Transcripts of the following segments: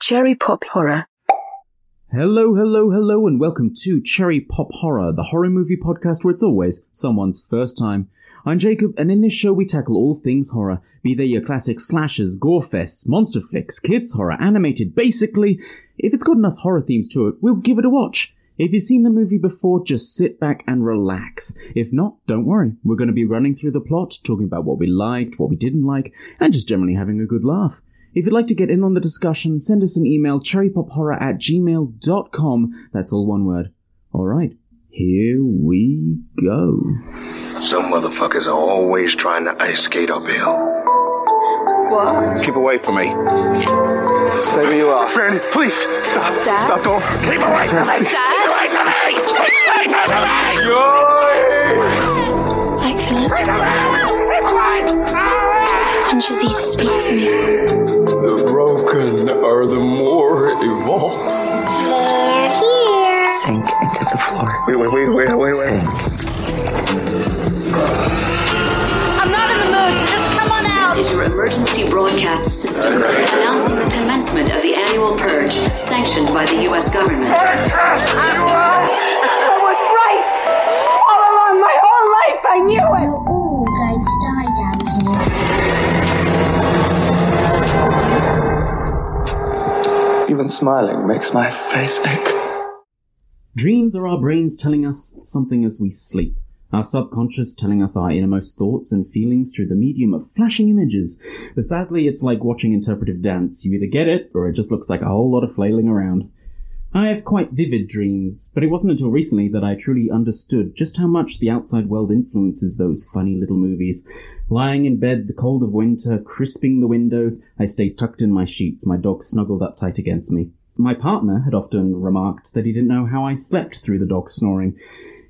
Cherry Pop Horror. Hello, hello, hello, and welcome to Cherry Pop Horror, the horror movie podcast where it's always someone's first time. I'm Jacob, and in this show we tackle all things horror, be they your classic slashers, gore fests, monster flicks, kids horror, animated, basically. If it's got enough horror themes to it, we'll give it a watch. If you've seen the movie before, just sit back and relax. If not, don't worry. We're going to be running through the plot, talking about what we liked, what we didn't like, and just generally having a good laugh. If you'd like to get in on the discussion, send us an email cherrypophorror at gmail.com. That's all one word. Alright, here we go. Some motherfuckers are always trying to ice skate uphill. Keep away from me. Stay where you are. Friend, please stop. Dad? Stop, don't. Keep away from me. Like Philip. Conjure thee to speak to me. The broken are the more evolved. sink into the floor. Wait, wait, wait, wait, wait, wait. Sink. I'm not in the mood. Just come on out. is your emergency broadcast system announcing the commencement of the annual purge sanctioned by the U.S. government. I was right all along. My whole life, I knew it. All going to die down here. Even smiling makes my face ache. Dreams are our brains telling us something as we sleep. Our subconscious telling us our innermost thoughts and feelings through the medium of flashing images. But sadly, it's like watching interpretive dance. You either get it, or it just looks like a whole lot of flailing around. I have quite vivid dreams, but it wasn't until recently that I truly understood just how much the outside world influences those funny little movies. Lying in bed, the cold of winter, crisping the windows, I stayed tucked in my sheets, my dog snuggled up tight against me. My partner had often remarked that he didn't know how I slept through the dog snoring.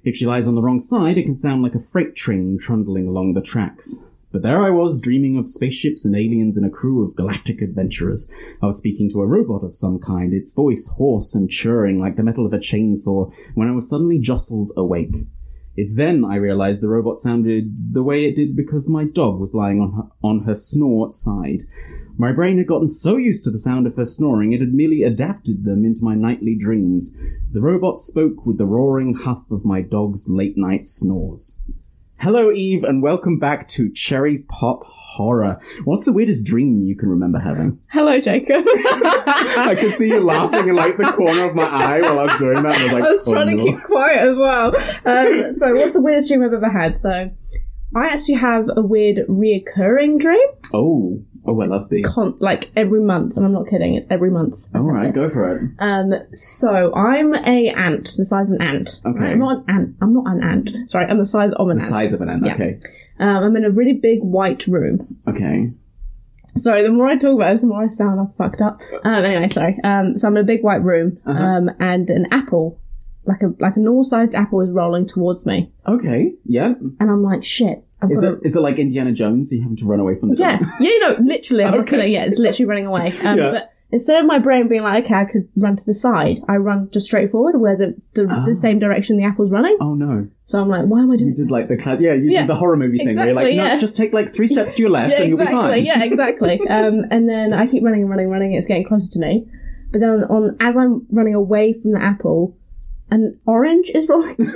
If she lies on the wrong side, it can sound like a freight train trundling along the tracks. But there I was, dreaming of spaceships and aliens and a crew of galactic adventurers. I was speaking to a robot of some kind, its voice hoarse and churring like the metal of a chainsaw, when I was suddenly jostled awake. It's then I realized the robot sounded the way it did because my dog was lying on her, on her snore side. My brain had gotten so used to the sound of her snoring, it had merely adapted them into my nightly dreams. The robot spoke with the roaring huff of my dog's late night snores. Hello, Eve, and welcome back to Cherry Pop Horror. What's the weirdest dream you can remember having? Hello, Jacob. I could see you laughing in like the corner of my eye while I was doing that. And I was like, I was "Oh, trying to no." keep quiet as well. Um, so, what's the weirdest dream I've ever had? So, I actually have a weird reoccurring dream, Oh, oh, I love these. Con- like every month, and I'm not kidding. It's every month. All right, go for it. Um, so I'm a ant, the size of an ant. Okay. I'm not an ant. I'm not an ant. Sorry, I'm the size of an The ant. size of an ant. Yeah. Okay. Um, I'm in a really big white room. Okay. Sorry, the more I talk about this, the more I sound all fucked up. Um, anyway, sorry. Um, so I'm in a big white room, Uh-huh. um, and an apple, like a like a normal-sized apple, is rolling towards me. Okay. Yeah. and I'm like, shit. I've Is got it is it like Indiana Jones? Are you having to run away from the yeah, giant? yeah, no, literally, I'm not Okay. kidding. Yeah, it's literally running away. Um, Yeah. But instead of my brain being like, okay, I could run to the side, I run just straight forward where the the, Ah. the same direction the apple's running. Oh no! So I'm like, why am I doing? You did like the cla- yeah, you Yeah. did the horror movie thing. Where you're like, Exactly, no, yeah. just take like three steps to your left, yeah, and you'll exactly. be fine. Yeah, exactly. um, and then I keep running and running and running. It's getting closer to me, but then on as I'm running away from the apple. An orange is rolling. this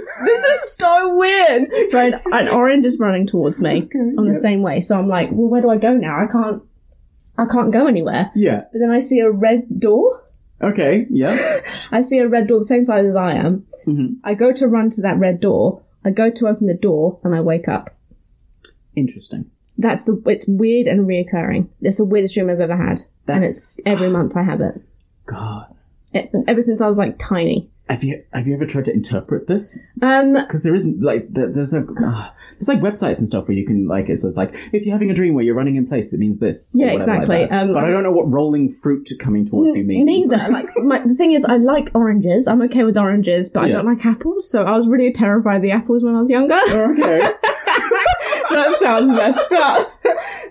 is so weird. So an, an orange is running towards me on the same way. So I'm like, well, where do I go now? I can't. I can't go anywhere. Yeah. But then I see a red door. Okay. Yeah. I see a red door the same size as I am. Mhm. I go to run to that red door. I go to open the door and I wake up. Interesting. That's the it's weird and reoccurring. It's the weirdest dream I've ever had, and it's every month I have it. God. it. Ever since I was like tiny. Have you have you ever tried to interpret this? Um, because there isn't like there- there's no uh, there's like websites and stuff where you can like it says like if you're having a dream where you're running in place it means this or Yeah, whatever like exactly. that. Um, but I don't know what rolling fruit coming towards you means neither. Like my, the thing is, I like oranges. I'm okay with oranges, but I Yeah. don't like apples. So I was really terrified of the apples when I was younger. okay that sounds messed up.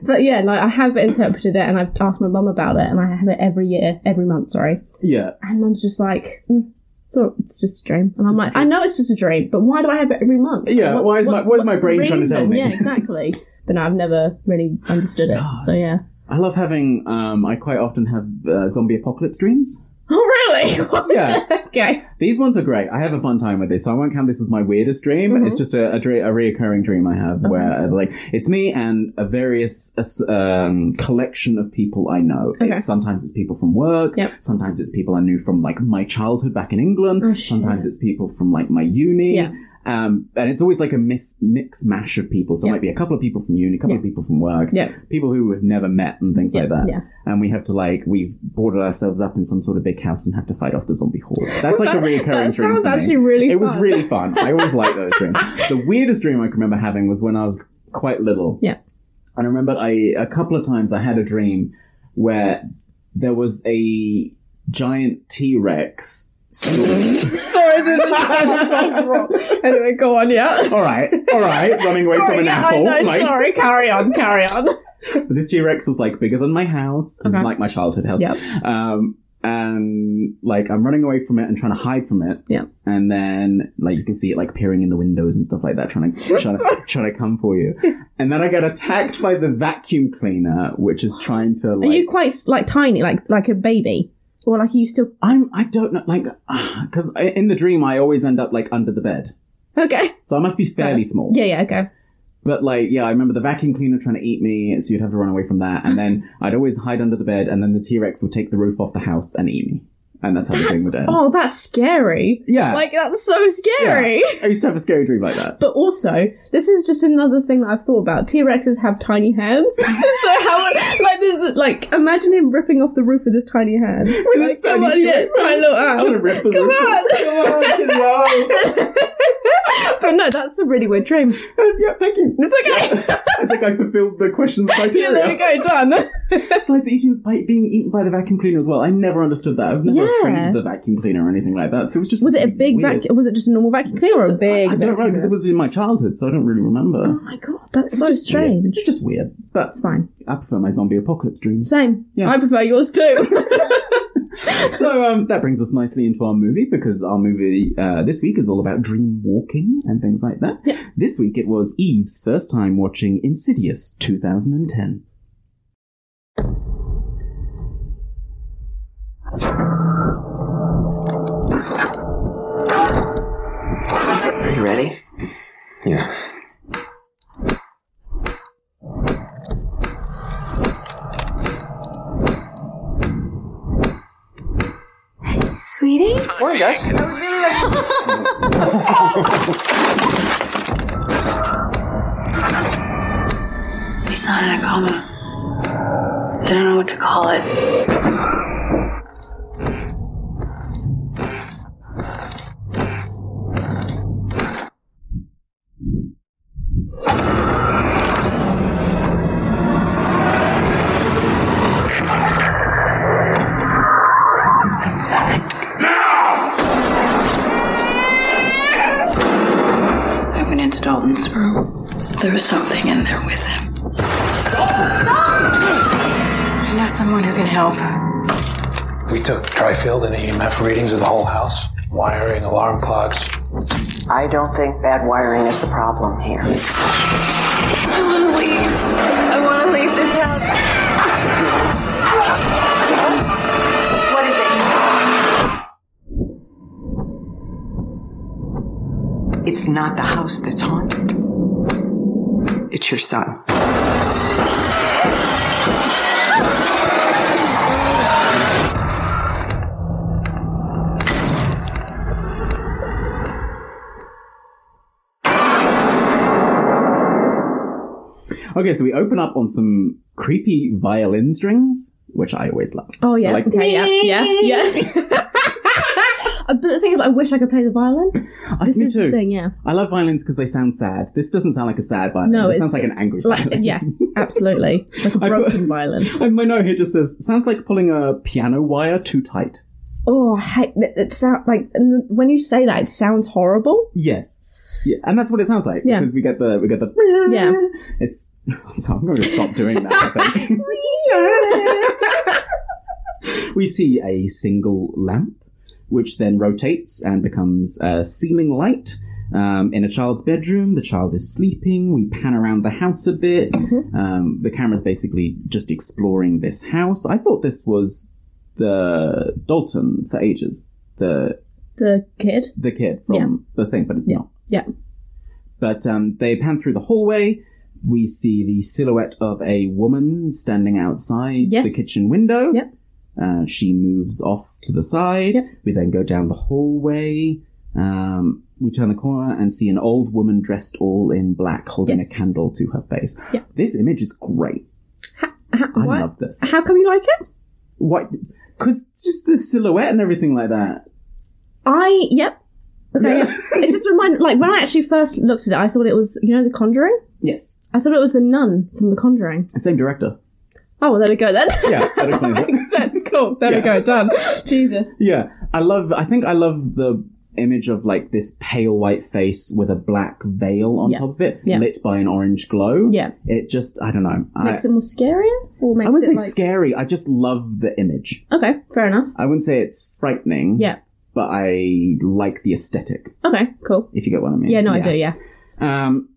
but yeah, like I have interpreted it and I've asked my mum about it and I have it every year, every month, sorry. yeah And mum's just like, mm, so it's just a dream. And I'm like, I know it's just a dream, but why do I have it every month? Yeah, why is my- why is my what's the brain trying to tell reason? me? Yeah, exactly. but no, I've never really understood it. So yeah. I love having. Um, I quite often have uh, zombie apocalypse dreams. Oh, really? Yeah. okay. These ones are great. I have a fun time with this, so I won't count this as my weirdest dream. Mm-hmm. It's just a, a, dre- a reoccurring dream I have where, uh, like, it's me and a various uh, um, collection of people I know. Okay. It's, sometimes it's people from work. Yep. Sometimes it's people I knew from, like, my childhood back in England. Oh, shit. sometimes it's people from, like, my uni. Yeah. Um, and it's always like a mix, mix mash of people. So Yeah. it might be a couple of people from uni, a couple of people from work, Yeah. people who we've never met, and things like that Yeah. and we have to like we've boarded ourselves up in some sort of big house and have to fight off the zombie horde. That's like a reoccurring That dream. for sounds me. actually really It was fun. really fun. I always like those dreams. The weirdest dream I can remember having was when I was quite little. Yeah. And I remember I a couple of times I had a dream where there was a giant T Rex. Sorry, dude. This sounds wrong. Anyway, go on. Yeah. all right, all right, running away Sorry, from an yeah, apple. I know, like- sorry, carry on, carry on. But this T Rex was like bigger than my house. This is Okay. like my childhood house. Yep. Um, and like I'm running away from it and trying to hide from it. Yep. And then like you can see it like peering in the windows and stuff like that, trying to trying to, trying to come for you. And then I get attacked by the vacuum cleaner, which is trying to Are like. you quite like tiny, like like a baby, or like are you still I'm I don't know like because in the dream I always end up like under the bed, okay? so I must be fairly small. Yeah, yeah, okay. But like, yeah, I remember the vacuum cleaner trying to eat me, so you'd have to run away from that. And then I'd always hide under the bed, and then the T Rex would take the roof off the house and eat me. And that's how the thing That's, would end. oh, that's scary. yeah, Like that's so scary. I used to have a scary dream like that. But also, this is just another thing that I've thought about. T Rexes have tiny hands, so how like this is, like imagine him ripping off the roof with his tiny hands. Like, his come tiny on, yeah, T-Rex. his tiny little He's arms. trying to rip the come roof off. on, but no, that's a really weird dream. yeah, thank you. It's okay. I think I fulfilled the question's Yeah, criteria. there we go. Done. Besides eating by being eaten by the vacuum cleaner as well, I never understood that. I was never afraid Yeah. of the vacuum cleaner or anything like that. So it was just Was it a really big weird. vacuum? Was it just a normal vacuum cleaner or a big? I don't know because it was in my childhood, so I don't really remember. Oh my god, that's It's so just weird. strange. It's just weird. But It's fine. I prefer my zombie apocalypse dreams. Same. Yeah. I prefer yours too. So um, that brings us nicely into our movie because our movie uh, this week is all about dream walking and things like that. This week it was Eve's first time watching Insidious 2010. Are you ready? Yeah. Sweetie? Morning, guys. He's not in a coma. They don't know what to call it. I went into Dalton's room. There was something in there with him. I know someone who can help. We took trifield and EMF readings of the whole house, wiring, alarm clocks. I don't think bad wiring is the problem here. I want to leave. I want to leave this house. What is it? It's not the house that's haunted. It's your son. Okay, so we open up on some creepy violin strings, which I always love. oh yeah. I like- okay. Yeah. Yeah. Yeah. Uh, but the thing is, I wish I could play the violin. I, This me is too. the thing. Yeah. I love violins because they sound sad. This doesn't sound like a sad violin. No, this it's- sounds like an angry Like violin. yes, absolutely. Like a I put- broken violin. And my note here just says, sounds like pulling a piano wire too tight. Oh, I hate that. It sound like and when you say that, it sounds horrible. Yes. Yeah, and that's what it sounds like. Yeah. Because we get the we get the Yeah. It's so I'm going to stop doing that. I think. we see a single lamp, which then rotates and becomes a ceiling light. Um, in a child's bedroom, the child is sleeping. We pan around the house a bit. Mm-hmm. Um, the camera's basically just exploring this house. I thought this was the Dalton for ages, the The kid. the kid from the thing, but it's not. Yeah. But um, they pan through the hallway. We see the silhouette of a woman standing outside Yes. the kitchen window. Yep. Uh, she moves off to the side. Yep. We then go down the hallway. Um, we turn the corner and see an old woman dressed all in black holding Yes. a candle to her face. Yep. This image is great. How, I why- love this. how come you like it? Why? Because just the silhouette and everything like that. I yep. Okay. Yeah. yeah. it just reminded like when I actually first looked at it, I thought it was you know the Conjuring. Yes. I thought it was the nun from the Conjuring. Same director. Oh well, there we go then. Yeah, that explains it. Makes sense. Cool. There we Yeah. go. Done. Jesus. Yeah, I love. I think I love the image of like this pale white face with a black veil on Yeah. top of it, Yeah. lit by an orange glow. Yeah. it just I don't know. I, Makes it more scarier, or I makes wouldn't it say like scary. I just love the image. okay, fair enough. I wouldn't say it's frightening. Yeah. but I like the aesthetic. Okay, cool. If you get what I mean. Yeah, no, I do. Yeah. Um,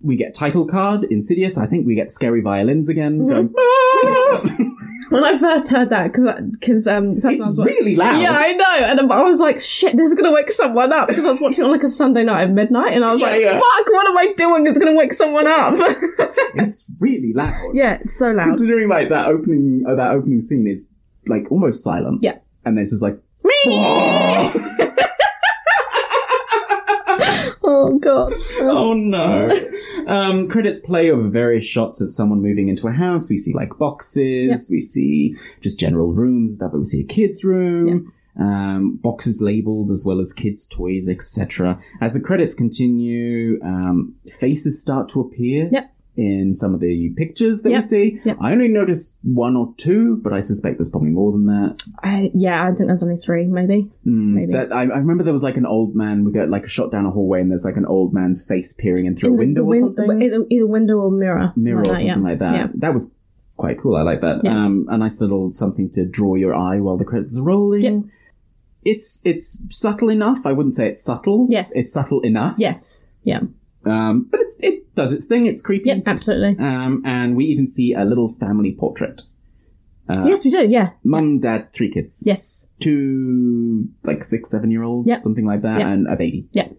we get title card Insidious. I think we get scary violins again. Mm-hmm. Going, "Ah!" When I first heard that, because because um, the person I it's was wa- really loud. Yeah, I know. And I was like, shit, this is going to wake someone up. Because I was watching it on like a Sunday night at midnight and I was Yeah, like, yeah. fuck, what am I doing? It's going to wake someone up. it's really loud. yeah, it's so loud. considering like that opening uh, that opening scene is like almost silent Yeah. and then it's just like oh, God. oh no um, credits play over various shots of someone moving into a house we see like boxes we see just general rooms and stuff we see a kids room um, boxes labeled as well as kids toys etc as the credits continue um, faces start to appear Yep. in some of the pictures that Yep. we see, Yep. I only noticed one or two, but I suspect there's probably more than that. I, yeah, I think there's only three, maybe. Mm, Maybe. That, I, I remember there was like an old man. We got like a shot down a hallway, and there's like an old man's face peering in through In a the- window the or win- something, Either, either window or mirror. mirror or that, something yeah. like that. Yeah. That was quite cool. I like that. Yeah. Um, a nice little something to draw your eye while the credits are rolling. Yeah. It's it's subtle enough. I wouldn't say it's subtle. Yes. it's subtle enough. Yes. Yeah. um, but it's, it does its thing. It's creepy. Yep, absolutely. Um, and we even see a little family portrait. Uh, yes, we do. Yeah. Mum, dad, three kids. Yes. two like six seven year olds Yep. something like that Yep. and a baby Yep.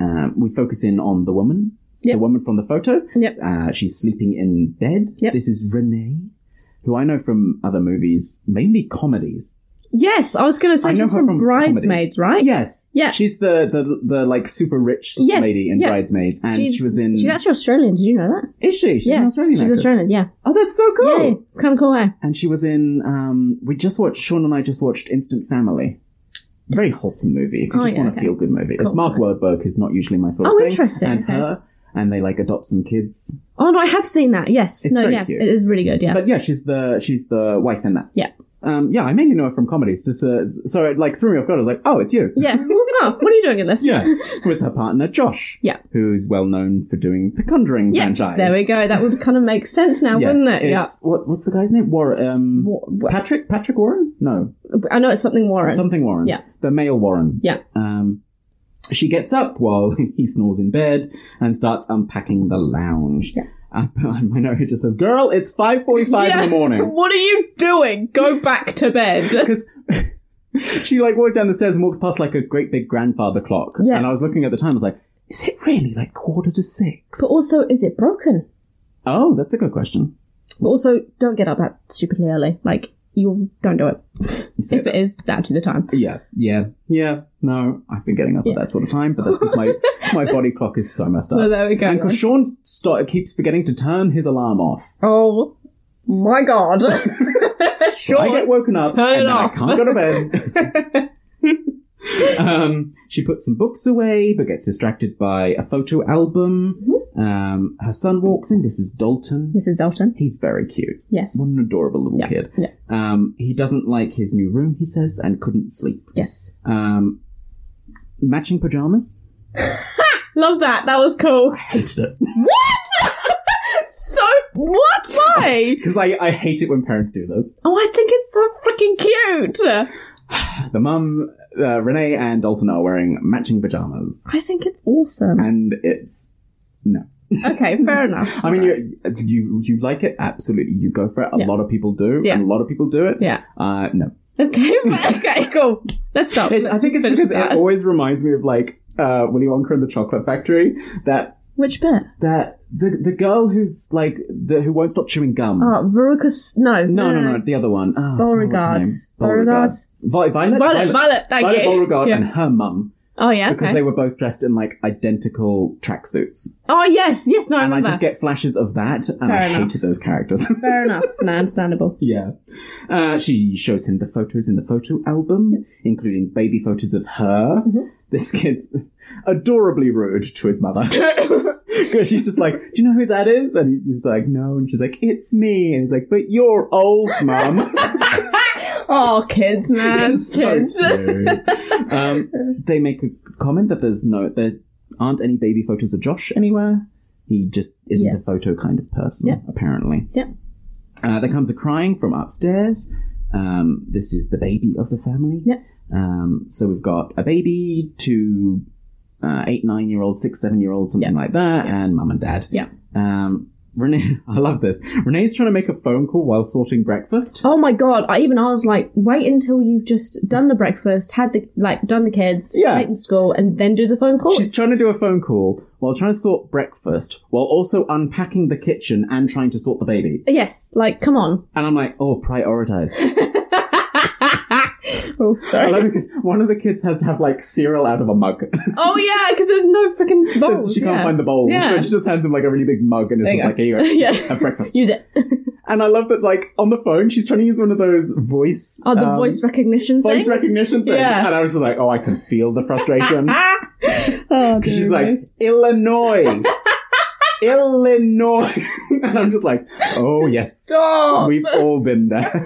um, we focus in on the woman Yep. the woman from the photo Yep. uh, she's sleeping in bed Yep. this is renee who i know from other movies mainly comedies Yes, I was going to say I know she's her from, from Bridesmaids, right? yes Yeah. she's the the, the like super rich Yes, lady in yeah. bridesmaids and she's, she was in She's actually Australian. Did you know that? is she she's yeah, an australian She's actress. Australian. Yeah. oh that's so cool Yeah, kind of cool. eh? Hey? and she was in um, we just watched sean and i just watched instant family very wholesome movie if you Oh, just yeah, want a okay. feel good movie it's Cool, mark nice. Wahlberg, who's not usually my sort of Oh, thing interesting, and okay. her and they like adopt some kids Oh no, I have seen that. Yes, It's no, very yeah, cute. it is really good. Yeah, but yeah she's the she's the wife in that Yeah. um, yeah i mainly know her from comedies just uh, so it like threw me off guard i was like oh it's you yeah. Oh, what are you doing in this? yeah with her partner josh Yeah. who's well known for doing the conjuring Yeah, franchise There we go. That would kind of make sense now, Yes, wouldn't it? it's, what, what's the guy's name? Warren. Um, Wa- wa- Patrick? Patrick Warren? No. yeah. I know it's something Warren. Something Warren. Yeah. The male Warren. Yeah. Um, she gets up while he snores in bed and starts unpacking the lounge. Uh, Yeah. I, I know it just says, "Girl, it's five forty-five in Yeah. the morning." What are you doing? Go back to bed. Because she like walked down the stairs and walks past like a great big grandfather clock. Yeah. And I was looking at the time. I was like, "Is it really like quarter to six? but also, is it broken? Oh, that's a good question. But also, don't get up that stupidly early. Like you don't do it You say if it that. is actually the time. Yeah, yeah, yeah. No, I've been getting up Yeah. at that sort of time, but that's because my my body clock is so messed up. Well, there we go. And because Sean start, keeps forgetting to turn his alarm off. Oh my god. sure. I get woken up Turn it and then off. I can't go to bed. um, she puts some books away, but gets distracted by a photo album. Mm-hmm. Um, her son walks in. This is Dalton. This is Dalton. He's very cute. Yes. What an adorable little Yeah, kid. yeah. Um, he doesn't like his new room, he says, and couldn't sleep. Yes. Um, matching pajamas. Love that. That was cool. Hated it What? so what? Why? because I, I hate it when parents do this. Oh, I think it's so freaking cute. The mum uh, Renee and Dalton are wearing matching pajamas, I think it's awesome. and it's no. Okay, fair enough. I mean, you uh, you you like it absolutely. You go for it. A Yeah. lot of people do, Yeah. and a lot of people do it. Yeah. Uh, no, Okay. Okay. Cool. Let's stop. It- I Let's think it's just finish because it that. always reminds me of like uh, Willy Wonka and the Chocolate Factory. That Which bit? that the the girl who's like the, who won't stop chewing gum. Oh, Veruca. S- No. no, no, no, the other one. Oh, God, what's her Beauregard. name? Beauregard. Vi- Violet. Violet. Violet. Thank Violet you. Beauregard Yeah. and her mum Oh yeah. because Okay. they were both dressed in like identical tracksuits, Oh yes. Yes. No. I and I remember. just get flashes of that, and Fair I enough. hated those characters. Fair enough. No, understandable. Yeah. Uh, she shows him the photos in the photo album, including baby photos of her. This kid's adorably rude to his mother. Because she's just like, Do you know who that is? And he's just like, No. And she's like, It's me. And he's like, But you're old, mum. Oh, kids, man, It's so kids. cute. um, they make a comment that there's no, there aren't any baby photos of Josh anywhere. He just isn't Yes. a photo kind of person, Yeah. apparently. Yeah. Uh, there comes a crying from upstairs. Um, this is the baby of the family. Yeah. Um, so we've got a baby, two, uh, eight, nine year old, six, seven year old, something like that, and mum and dad. Yeah. Um, Renee, I love this. Renee's trying to make a phone call while sorting breakfast. Oh my god! I even I was like, wait until you've just done the breakfast, had the like done the kids, Yeah. taken to school, and then do the phone call. She's trying to do a phone call while trying to sort breakfast, while also unpacking the kitchen and trying to sort the baby. yes, like come on. And I'm like, oh, prioritize. oh, I sorry. love it because one of the kids has to have like cereal out of a mug. oh yeah, because there's no freaking bowls. she can't Oh, yeah. find the bowl, so Yeah. she just hands him like a really big mug and is There just you like, here you go, Yeah. have breakfast. Use it. And I love that like on the phone, she's trying to use one of those voice. Oh, the um, voice recognition. Voice things? recognition things, Yeah. and I was just like, "Oh, I can feel the frustration." Ah. Oh, Because she's dear like, me. Illinois. Illinois. and I'm just like, oh, yes. stop. We've all been there.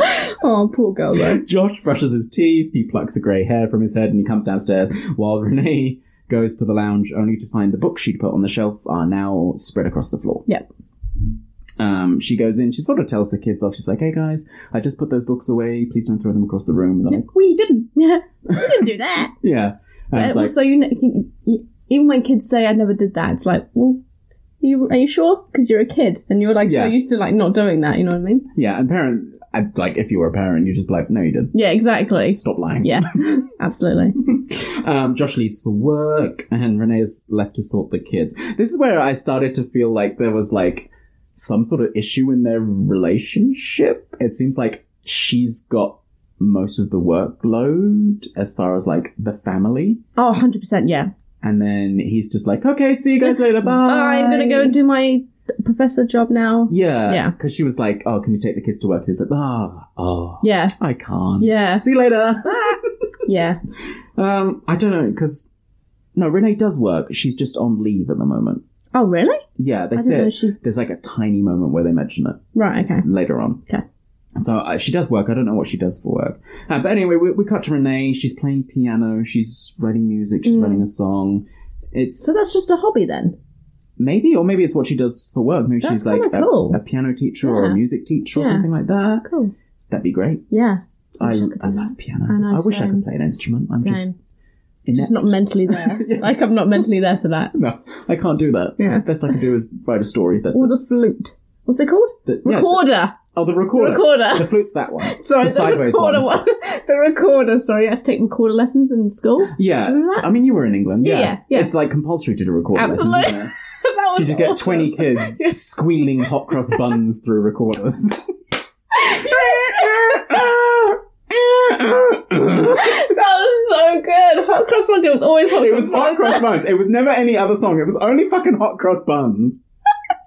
Oh, poor girl though. Josh brushes his teeth, he plucks a grey hair from his head, and he comes downstairs, while Renee goes to the lounge only to find the books she'd put on the shelf are now spread across the floor. Yep. Um, she goes in, she sort of tells the kids off, she's like, hey guys, I just put those books away, please don't throw them across the room. And they're like, we didn't. Yeah, you didn't do that. Yeah. And And it's like, also, you, kn- you- you- even when kids say I never did that, it's like, well, you are you sure? Because you're a kid and you're like Yeah. so used to like not doing that. You know what I mean? yeah, and parent, I'd- like, if you were a parent, you'd just be like, no, you didn't. Yeah, exactly. Stop lying. Yeah, absolutely. Um, Josh leaves for work, and Renee is left to sort the kids. This is where I started to feel like there was like some sort of issue in their relationship. It seems like she's got most of the workload as far as like the family, Oh, 100 percent. Yeah. and then he's just like, "Okay, see you guys later. Bye." I'm gonna go and do my professor job now. yeah, Yeah. Because she was like, "Oh, can you take the kids to work?" And he's like, "Ah, oh, Yeah. I can't." Yeah. See you later. Yeah. Um, I don't know because no, Renee does work. She's just on leave at the moment. Oh, really? Yeah, they I didn't said know she. there's like a tiny moment where they mention it Right. Okay. later on. Okay. So uh, she does work. I don't know what she does for work. Uh, but anyway, we, we cut to Renee. She's playing piano. She's writing music. She's Mm. writing a song. It's So that's just a hobby then. maybe, or maybe it's what she does for work. Maybe That's she's like kinda a, cool. a piano teacher or a Yeah. music teacher or Yeah. something like that. Cool. That'd be great. Yeah. I, I I, wish I could do love that. piano. I know, I wish I same. could play an instrument. I'm just Same. inept. Just not mentally there. Like I'm not mentally there for that. no, I can't do that. Yeah. The best I can do is write a story. That's Or it. the flute. What's it called? The- yeah, the- Recorder. oh, the recorder. Recorder. The flute's that one. Sorry, the the, sideways recorder one. one. the recorder. Sorry, I had to take recorder lessons in school. Yeah, Do you remember that? I mean, you were in England. Yeah, Yeah, yeah, yeah. It's like compulsory to do record Absolutely. lessons. Isn't it? that was So you just get awesome. twenty kids squealing hot cross buns through recorders. that was so good. Hot cross buns. It was always hot. it was hot cross buns. It was never any other song. It was only fucking hot cross buns.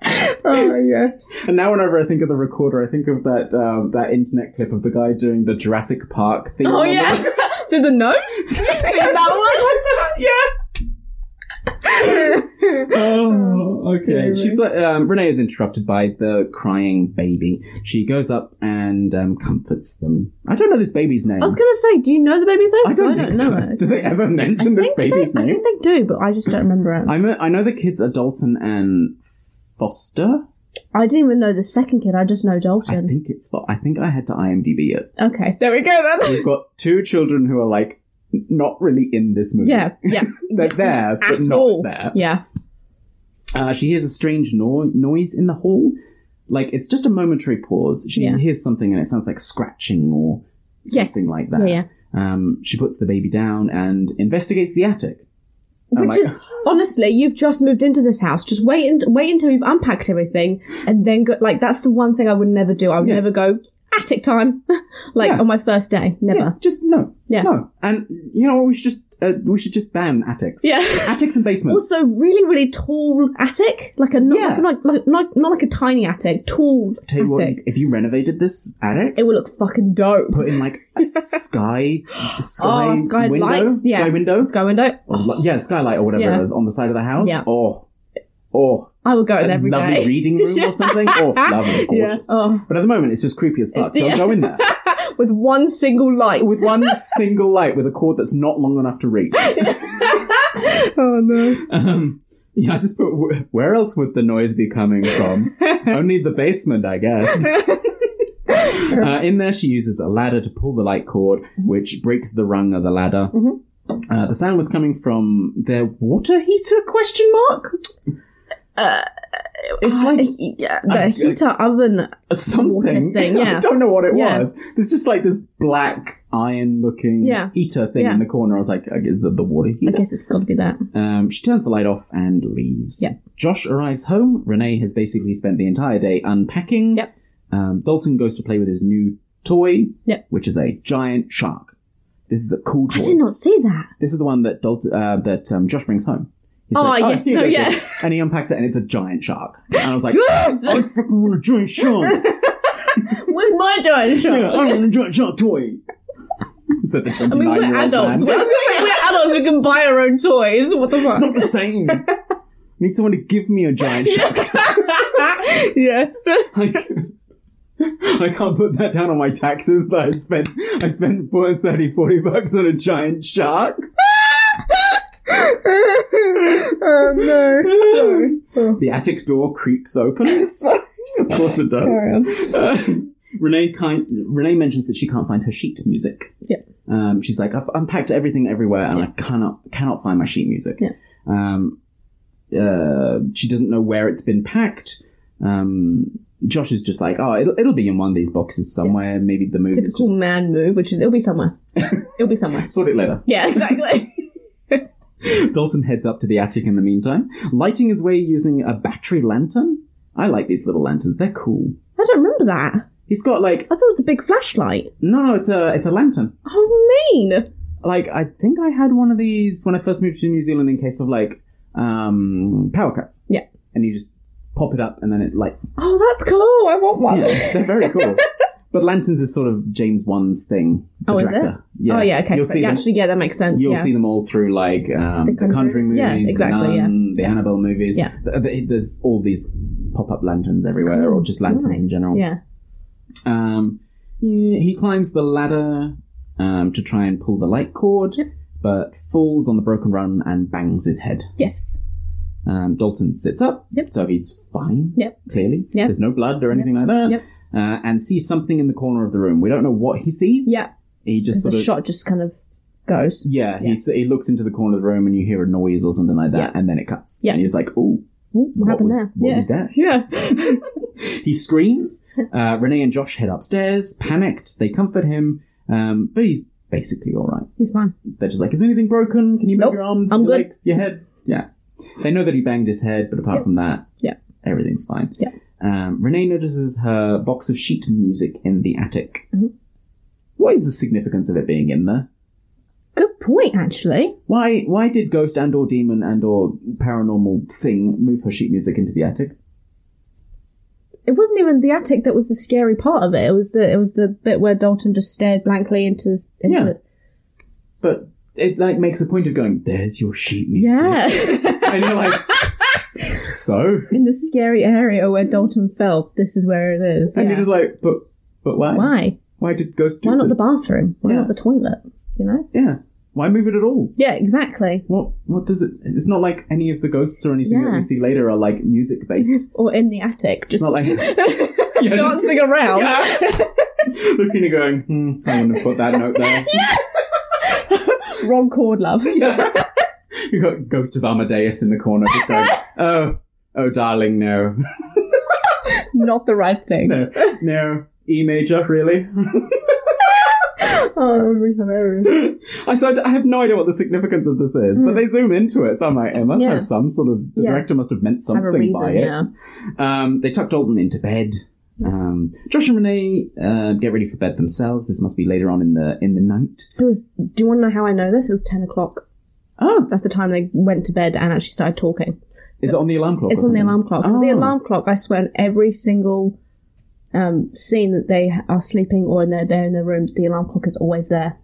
Oh yes. And now, whenever I think of the recorder, I think of that um, that internet clip of the guy doing the Jurassic Park theme. Oh on yeah. the- Through the nose. You've seen that one? yeah. Oh, okay. Anyway. She's like, um, Renee is interrupted by the crying baby. She goes up and um, comforts them. I don't know this baby's name. I was gonna say, do you know the baby's name? I don't, I think don't know so. it. Do they ever I mention think, this baby's they, I name? think they do, but I just don't remember it. I'm a, I know the kids are Dalton and Foster. I didn't even know the second kid. I just know I Dalton. think it's. I think I had to IMDb it. Okay, there we go then. We've got two children who are like not really in this movie. yeah, yeah. They're there, but At not all. there. Yeah. Uh, she hears a strange no- noise in the hall. Like it's just a momentary pause. She Yeah. hears something and it sounds like scratching or Yes. something like that. Yeah, yeah. Um, she puts the baby down and investigates the attic. Oh Which my- is honestly, you've just moved into this house. Just wait and wait until you've unpacked everything, and then go. Like that's the one thing I would never do. I would Yeah. never go attic time, like Yeah. on my first day. Yeah, Never. just no. Yeah. No. And you know what? We should just uh, we should just ban attics. Yeah. Attics and basements. Also, really, really tall attic, like a not, Yeah. like, like, not, not like a tiny attic, tall Tell you what, attic. if you renovated this attic, it would look fucking dope. put in like a sky, sky, Oh, sky window, lights, yeah. sky window, Sky window. Or li- yeah, skylight or whatever Yeah. it is on the side of the house, Oh. Yeah. or or I would go a in every day. lovely reading room or something, or lovely, gorgeous. Yeah. Oh. But at the moment, it's just creepy as fuck. Don't Yeah. go in there With one single light. with one single light with a cord that's not long enough to reach. oh no. Um, yeah, I just put wh- where else would the noise be coming from? Only the basement, I guess. Uh, in there, she uses a ladder to pull the light cord, Mm-hmm. which breaks the rung of the ladder. Mhm. Uh, the sound was coming from their water heater? Question mark. Uh, It's like yeah, I- the heater oven. something. water thing, I yeah. don't know what it Yeah. was. There's just like this black iron-looking Yeah. heater thing Yeah. in the corner. I was like, is that the water I heater? guess it's got to be that. Um, she turns the light off and leaves. Yeah. Josh arrives home. Renee has basically spent the entire day unpacking. Yep. Um, Dalton goes to play with his new toy, Yep. which is a giant shark. This is a cool I toy. did not see that. This is the one that Dalton, uh, that um, Josh brings home. He's Oh, like, yes, here no, it is." yeah. And he unpacks it, and it's a giant shark. And I was like, Yes! I fucking want a giant shark. Where's my giant yeah, shark? I want a giant shark toy. Said the I mean, twenty-nine-year-old we're adults. man. Well, I was gonna say, we're adults. We can buy our own toys. What the It's fuck? not the same. I need someone to give me a giant shark toy. yes. Like, I can't put that down on my taxes that I spent I spent 4, 30, 40 bucks on a giant shark. oh no. Sorry. Oh, The attic door creaks open. of course it carry does. on. Um, Renee kind Renee mentions that she can't find her sheet music. Yeah. Um, she's like, I've unpacked everything everywhere and I cannot cannot find my sheet music. Yeah. Um, uh, she doesn't know where it's been packed. Um, Josh is just like, oh, it'll, it'll be in one of these boxes somewhere. Maybe the move is Typical just man move, which is it'll be somewhere. it'll be somewhere. Sort it later. Yeah, exactly. Dalton heads up to the attic in the meantime, lighting his way using a battery lantern. I like these little lanterns; they're cool. I don't remember that. I He's got like thought it was a big flashlight. no, no, it's a it's a lantern. Oh, mean. Like I think I had one of these when I first moved to New Zealand in case of like um, power cuts. Yeah. and you just pop it up and then it lights. Oh, that's cool. I want one. Yeah, they're very cool. But lanterns is sort of James Wan's thing. the Oh, is it? Dracula. Yeah. Oh, yeah. Okay. You'll so see them- actually, yeah, that makes sense. You'll yeah. see them all through like um, The the, Conjuring Conjuring? movies, Yeah, the, exactly, yeah. Nun, the Annabelle movies. Yeah. Th- th- There's all these pop-up lanterns everywhere, or just lanterns in Nice. general. Yeah. Um, yeah, he climbs the ladder um, to try and pull the light cord, but falls on the broken run and bangs his head. Yes. Um, Dalton sits up, Yep. so he's fine. Yep. Clearly, Yep. there's no blood or anything like that. Yep. Uh, and sees something in the corner of the room. We don't know what he sees. Yeah. He just Because sort the of shot just kind of goes. yeah, He, s- he looks into the corner of the room and you hear a noise or something like that, and then it cuts. Yeah. And he's like, ooh, Ooh, what, happened was, there? What yeah. was that? Yeah. He screams. Uh, Renee and Josh head upstairs, panicked. They comfort him, um, but he's basically all right. He's fine. They're just like, is anything broken? Can you move Nope, your arms, I'm your good." legs, your head? Yeah. They know that he banged his head, but apart from that, Yeah. everything's fine. Yeah. Um, Renee notices her box of sheet music in the attic. Mhm. What is the significance of it being in there? Good point, actually. Why why did ghost and or demon and or paranormal thing move her sheet music into the attic? It wasn't even the attic that was the scary part of it. It was the it was the bit where Dalton just stared blankly into into Yeah. But it like makes a point of going, There's your sheet music. yeah. And you're like So? in the scary area where Dalton fell. This is where it is. And yeah. you're just like, but but why? Why? Why did ghost do Why not the this? bathroom? Why Yeah. not the toilet? You know? Yeah. Why move it at all? Yeah, exactly. What what does it? It's not like any of the ghosts or anything that Yeah. we see later are like music based. Or in the attic, just Not like- Yeah, just dancing around. looking and going, hmm, I wouldn't have put that note there. Wrong chord, love. You got Ghost of Amadeus in the corner, just going, oh, oh, darling, no, Not the right thing. no, no, E major, really. Oh, that would be hilarious. I so I d- I have no idea what the significance of this is, but they zoom into it, so I'm like, it must Hmm. Yeah. have some sort of. The Yeah. director must have meant Have something a reason, by it. yeah. Um, they tuck Dalton into bed. Um, Josh and Renee uh, get ready for bed themselves. This must be later on in the in the night. It was. Do you want to know how I know this? It was ten o'clock. Oh, That's the time they went to bed and actually started talking. is it on the alarm clock? It's or on the something? alarm clock. 'Cause The Oh. alarm clock. I swear, on every single um, scene that they are sleeping or in their, they're in their room, the alarm clock is always there.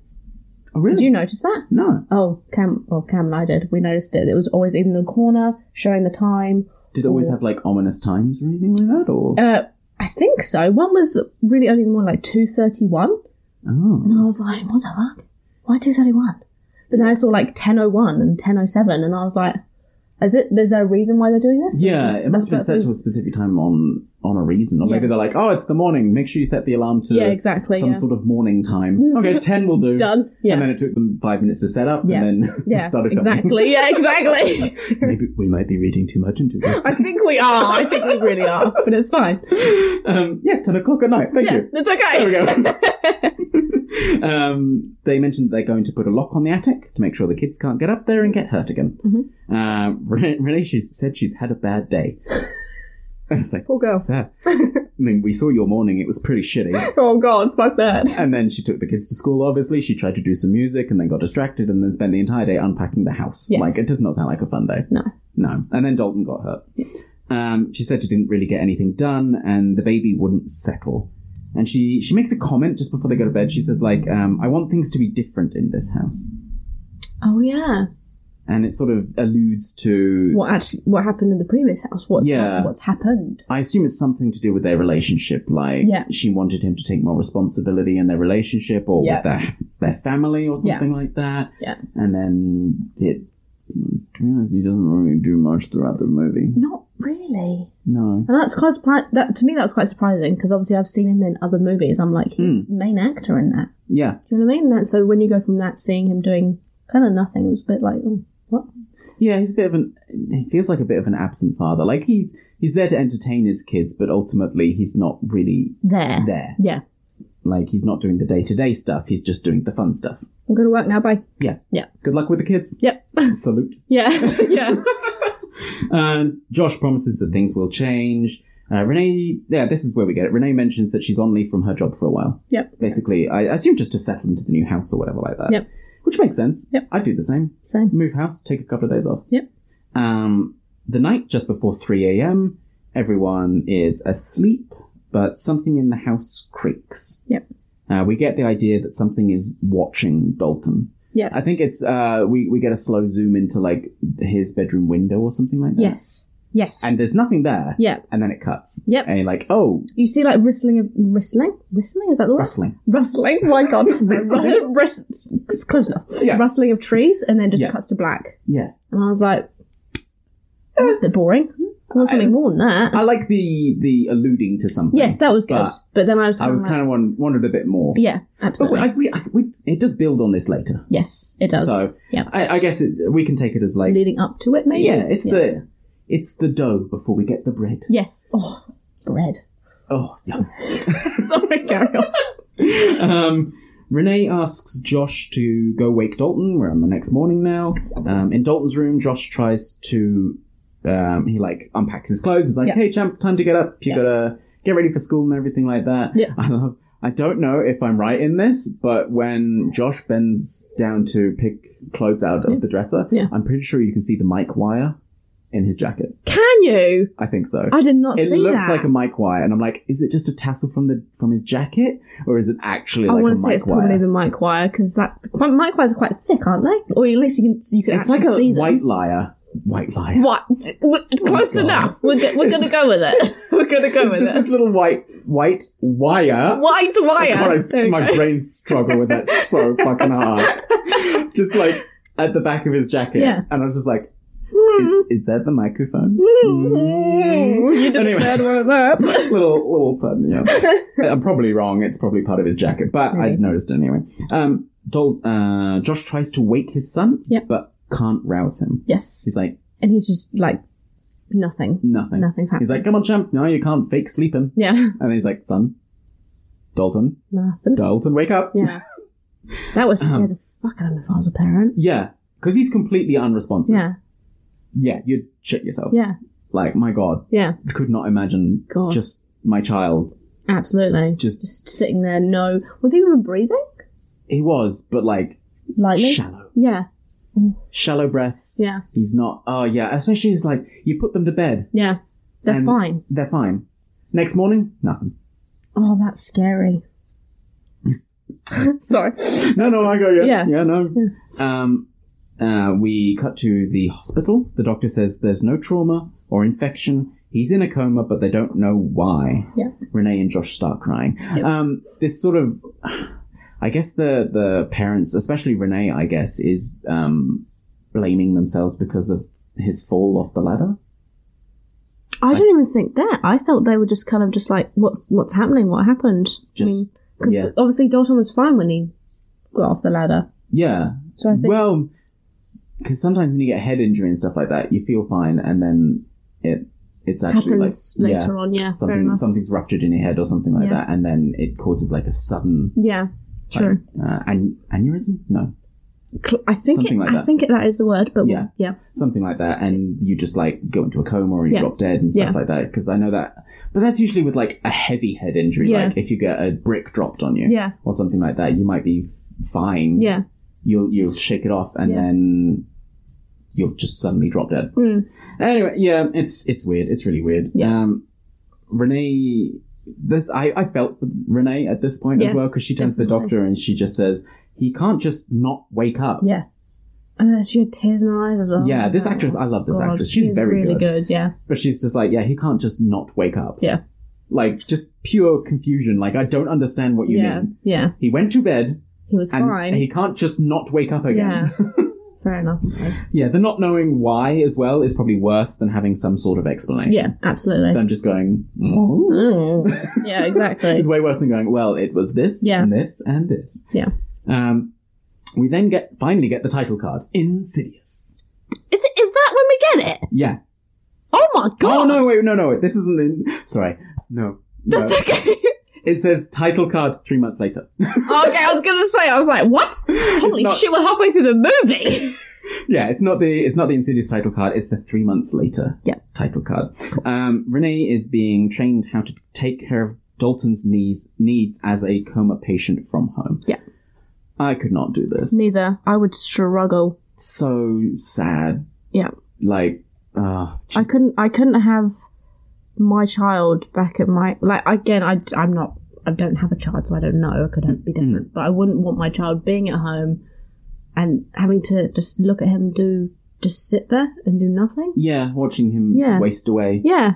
Oh, really? Did you notice that? No. Oh, Cam. Well, Cam and I did. We noticed it. It was always in the corner, showing the time. Did it always have like ominous times or anything like that? Or Uh, I think so. One was really only more like two thirty one. oh, And I was like, what the fuck? Why 231? But then I saw like 1001 and 1007, and I was like, is it? Is there a reason why they're doing this? yeah, That's- it must have been that's- set to a specific time on on a reason, or maybe Yeah. they're like, oh, it's the morning. Make sure you set the alarm to Yeah, exactly. some Yeah. sort of morning time. Okay, ten will do. Done. Yeah. And then it took them five minutes to set up, Yeah. and then yeah. started filming. exactly. Yeah, exactly. Maybe we might be reading too much into this. I think we are. I think we really are. But it's fine. um, yeah, ten o'clock at night. Thank Yeah, you. it's okay. um, they mentioned that they're going to put a lock on the attic to make sure the kids can't get up there and get hurt again. Mm-hmm. Uh, Re- Renee she's said she's had a bad day. I was like, Poor girl. fair. I mean, we saw your morning; it was pretty shitty. Oh god, fuck that. And then she took the kids to school. Obviously, she tried to do some music and then got distracted, and then spent the entire day unpacking the house. Yes. Like it does not sound like a fun day. No. no. And then Dalton got hurt. Um, she said she didn't really get anything done, and the baby wouldn't settle. And she she makes a comment just before they go to bed. She says like, um, "I want things to be different in this house," Oh yeah. and it sort of alludes to What actually? What happened in the previous house? What's Yeah. What's happened? I assume it's something to do with their relationship. Like, Yeah. she wanted him to take more responsibility in their relationship or Yeah. with their their family or Yeah. something like that. Yeah. And then it. To be honest, he doesn't really do much throughout the movie. Not really. No. And that's quite surpri- that to me. That's quite surprising because obviously I've seen him in other movies. I'm like, he's Hmm. the main actor in that. Yeah. Do you know what I mean? That so when you go from that seeing him doing kind of nothing, it was a bit like, oh, what? Yeah, he's a bit of an. He feels like a bit of an absent father. Like he's he's there to entertain his kids, but ultimately he's not really There. there. Yeah. Like he's not doing the day to day stuff. He's just doing the fun stuff. I'm going to work now. Bye. Yeah. Yeah. Good luck with the kids. Yep. Salute. Yeah. yeah. And Josh promises that things will change. Uh, Renee, yeah, this is where we get it. Renee mentions that she's on leave from her job for a while. Yep. Basically, I assume just to settle into the new house or whatever like that. Yep. Which makes sense. Yep. I'd do the same. So Move house, take a couple of days off. Yep. Um, the night just before 3 a.m., everyone is asleep, but something in the house creaks. Yep. Uh, we get the idea that something is watching Dalton. yes. I think it's uh, we we get a slow zoom into like his bedroom window or something like that yes. Yes. and there's nothing there. yeah. And then it cuts. Yep. And you're like, oh, You see like rustling of rustling? Rustling? Is that the word? rustling. Rustling. My God. rustling. Rust- it's close enough. Yeah. Rustling of trees and then just Yeah. cuts to black. Yeah. And I was like, that was a bit boring. I want something more than that. Hmm? I like the the alluding to something. Yes, that was good. But But, then I was I kind was of like, kind of wan- wanted a bit more. yeah, But we, absolutely. I, we, I, we, it does build on this later. yes, it does. So- yeah, I, I guess it, we can take it as like, leading up to it, maybe. yeah, it's the it's the dough before we get the bread. yes. Oh, bread. Oh, yum. Sorry, carry on. um, Renee asks Josh to go wake Dalton. We're on the next morning now. Um, in Dalton's room, Josh tries to. Um, he like unpacks his clothes. He's like, Yeah. "Hey, champ, time to get up. You gotta get ready for school and everything like that." Yeah. I love. I don't know if I'm right in this, but when Josh bends down to pick clothes out of the dresser, Yeah. I'm pretty sure you can see the mic wire in his jacket. Can you? I think so I did not it see looks that. like a mic wire, and I'm like, is it just a tassel from the from his jacket, or is it actually I like want a to say mic it's wire? probably the mic wire because that the mic wires are quite thick, aren't they? Or at least you can you can it's actually like a see them. white liar, white lion. What? We're- Close God. enough. We're, go- we're gonna go with it. We're gonna go It's with just this it. little white white wire. White wire. God, I- There we my go. brain struggle with that so fucking hard. Just like at the back of his jacket, Yeah. and I was just like, "Is, is that the microphone?" Mm-hmm. You did Anyway. a bad one of that. little little turn, yeah. I'm probably wrong. It's probably part of his jacket, but I noticed it anyway. Um, Dol- uh, Josh tries to wake his son, Yep. but can't rouse him. Yes. He's like And he's just like, nothing. nothing. Nothing's happening. He's like, "Come on, champ! No, you can't fake sleep him." yeah. And he's like, "Son, Dalton, Nothing. Dalton, wake up!" Yeah. That was scare Um, the fuck out of me if I was a parent. Yeah, because he's completely unresponsive. Yeah. yeah, you'd shit yourself. Yeah. Like, my God, Yeah. could not imagine God. just my child. Absolutely. Just- just sitting there. No. Was he even breathing? He was, but like Lightly. shallow, yeah. shallow breaths. Yeah. he's not. Oh yeah, especially it's like you put them to bed, Yeah. They're And- fine. they're fine. Next morning, nothing. Oh, that's scary. Sorry. No, no, I go yeah, Yeah. yeah, no. Um, uh, we cut to the hospital. The doctor says there's no trauma or infection. He's in a coma, but they don't know why. Yeah. Renee and Josh start crying. Um, this sort of, I guess the the parents, especially Renee, I guess, is um, blaming themselves because of his fall off the ladder. I don't even think that. I thought they were just kind of just like, what's what's happening? What happened? Just I mean, because yeah. obviously Dalton was fine when he got off the ladder. Yeah. So I think Well, because sometimes when you get head injury and stuff like that, you feel fine, and then it it's it actually like happens yeah, later on. Yeah, fair something enough. something's ruptured in your head or something like Yeah. that, and then it causes like a sudden yeah, like, true. uh, an- aneurysm. No, Cl- I think it, something like I that. think it, that is the word, but Yeah. yeah, yeah, something like that, and you just like go into a coma or you Yeah. drop dead and stuff Yeah. like that. Because I know that, but that's usually with like a heavy head injury, Yeah. like if you get a brick dropped on you yeah, or something like that, you might be f- fine. yeah. you'll you'll shake it off and Yeah. then you'll just suddenly drop dead. Mm. Anyway, yeah, it's it's weird. It's really weird. Yeah. Um, Renee, this I I felt for Renee at this point as Yeah, well because she turns to the definitely. doctor and she just says he can't just not wake up. Yeah. And uh, she had tears in her eyes as well. Yeah, this Oh, actress, I love this God, actress. She's she's very really good. good. Yeah, But she's just like, yeah, he can't just not wake up. Yeah. Like just pure confusion. Like I don't understand what you yeah, mean. yeah. He went to bed He was and fine. he can't just not wake up again. Yeah. Fair enough. Yeah, the not knowing why as well is probably worse than having some sort of explanation. Yeah, absolutely. Than just going, "Oh." Mm. yeah, exactly. it's way worse than going, well, it was this, Yeah. and this, and this. Yeah. Um, we then get finally get the title card Insidious. Is it? Is that when we get it? Yeah. Oh my god! Oh, no, wait, no, no, wait. This isn't the. Sorry. No. no. That's okay. okay, It says title card three months later. I was gonna say. I was like, what? Holy not- shit! We're halfway through the movie. yeah, it's not the it's not the Insidious title card. It's the three months later Yeah. title card. Um, Renee is being trained how to take care of Dalton's knees needs as a coma patient from home. Yeah. I could not do this. Neither. I would struggle. So sad. Yeah. Like, uh, I just- couldn't. I couldn't have my child back at my like again. I I'm not. I don't have a child, so I don't know. It could have- be Mm. different, but I wouldn't want my child being at home and having to just look at him do just sit there and do nothing. yeah, watching him Yeah. waste away. Yeah,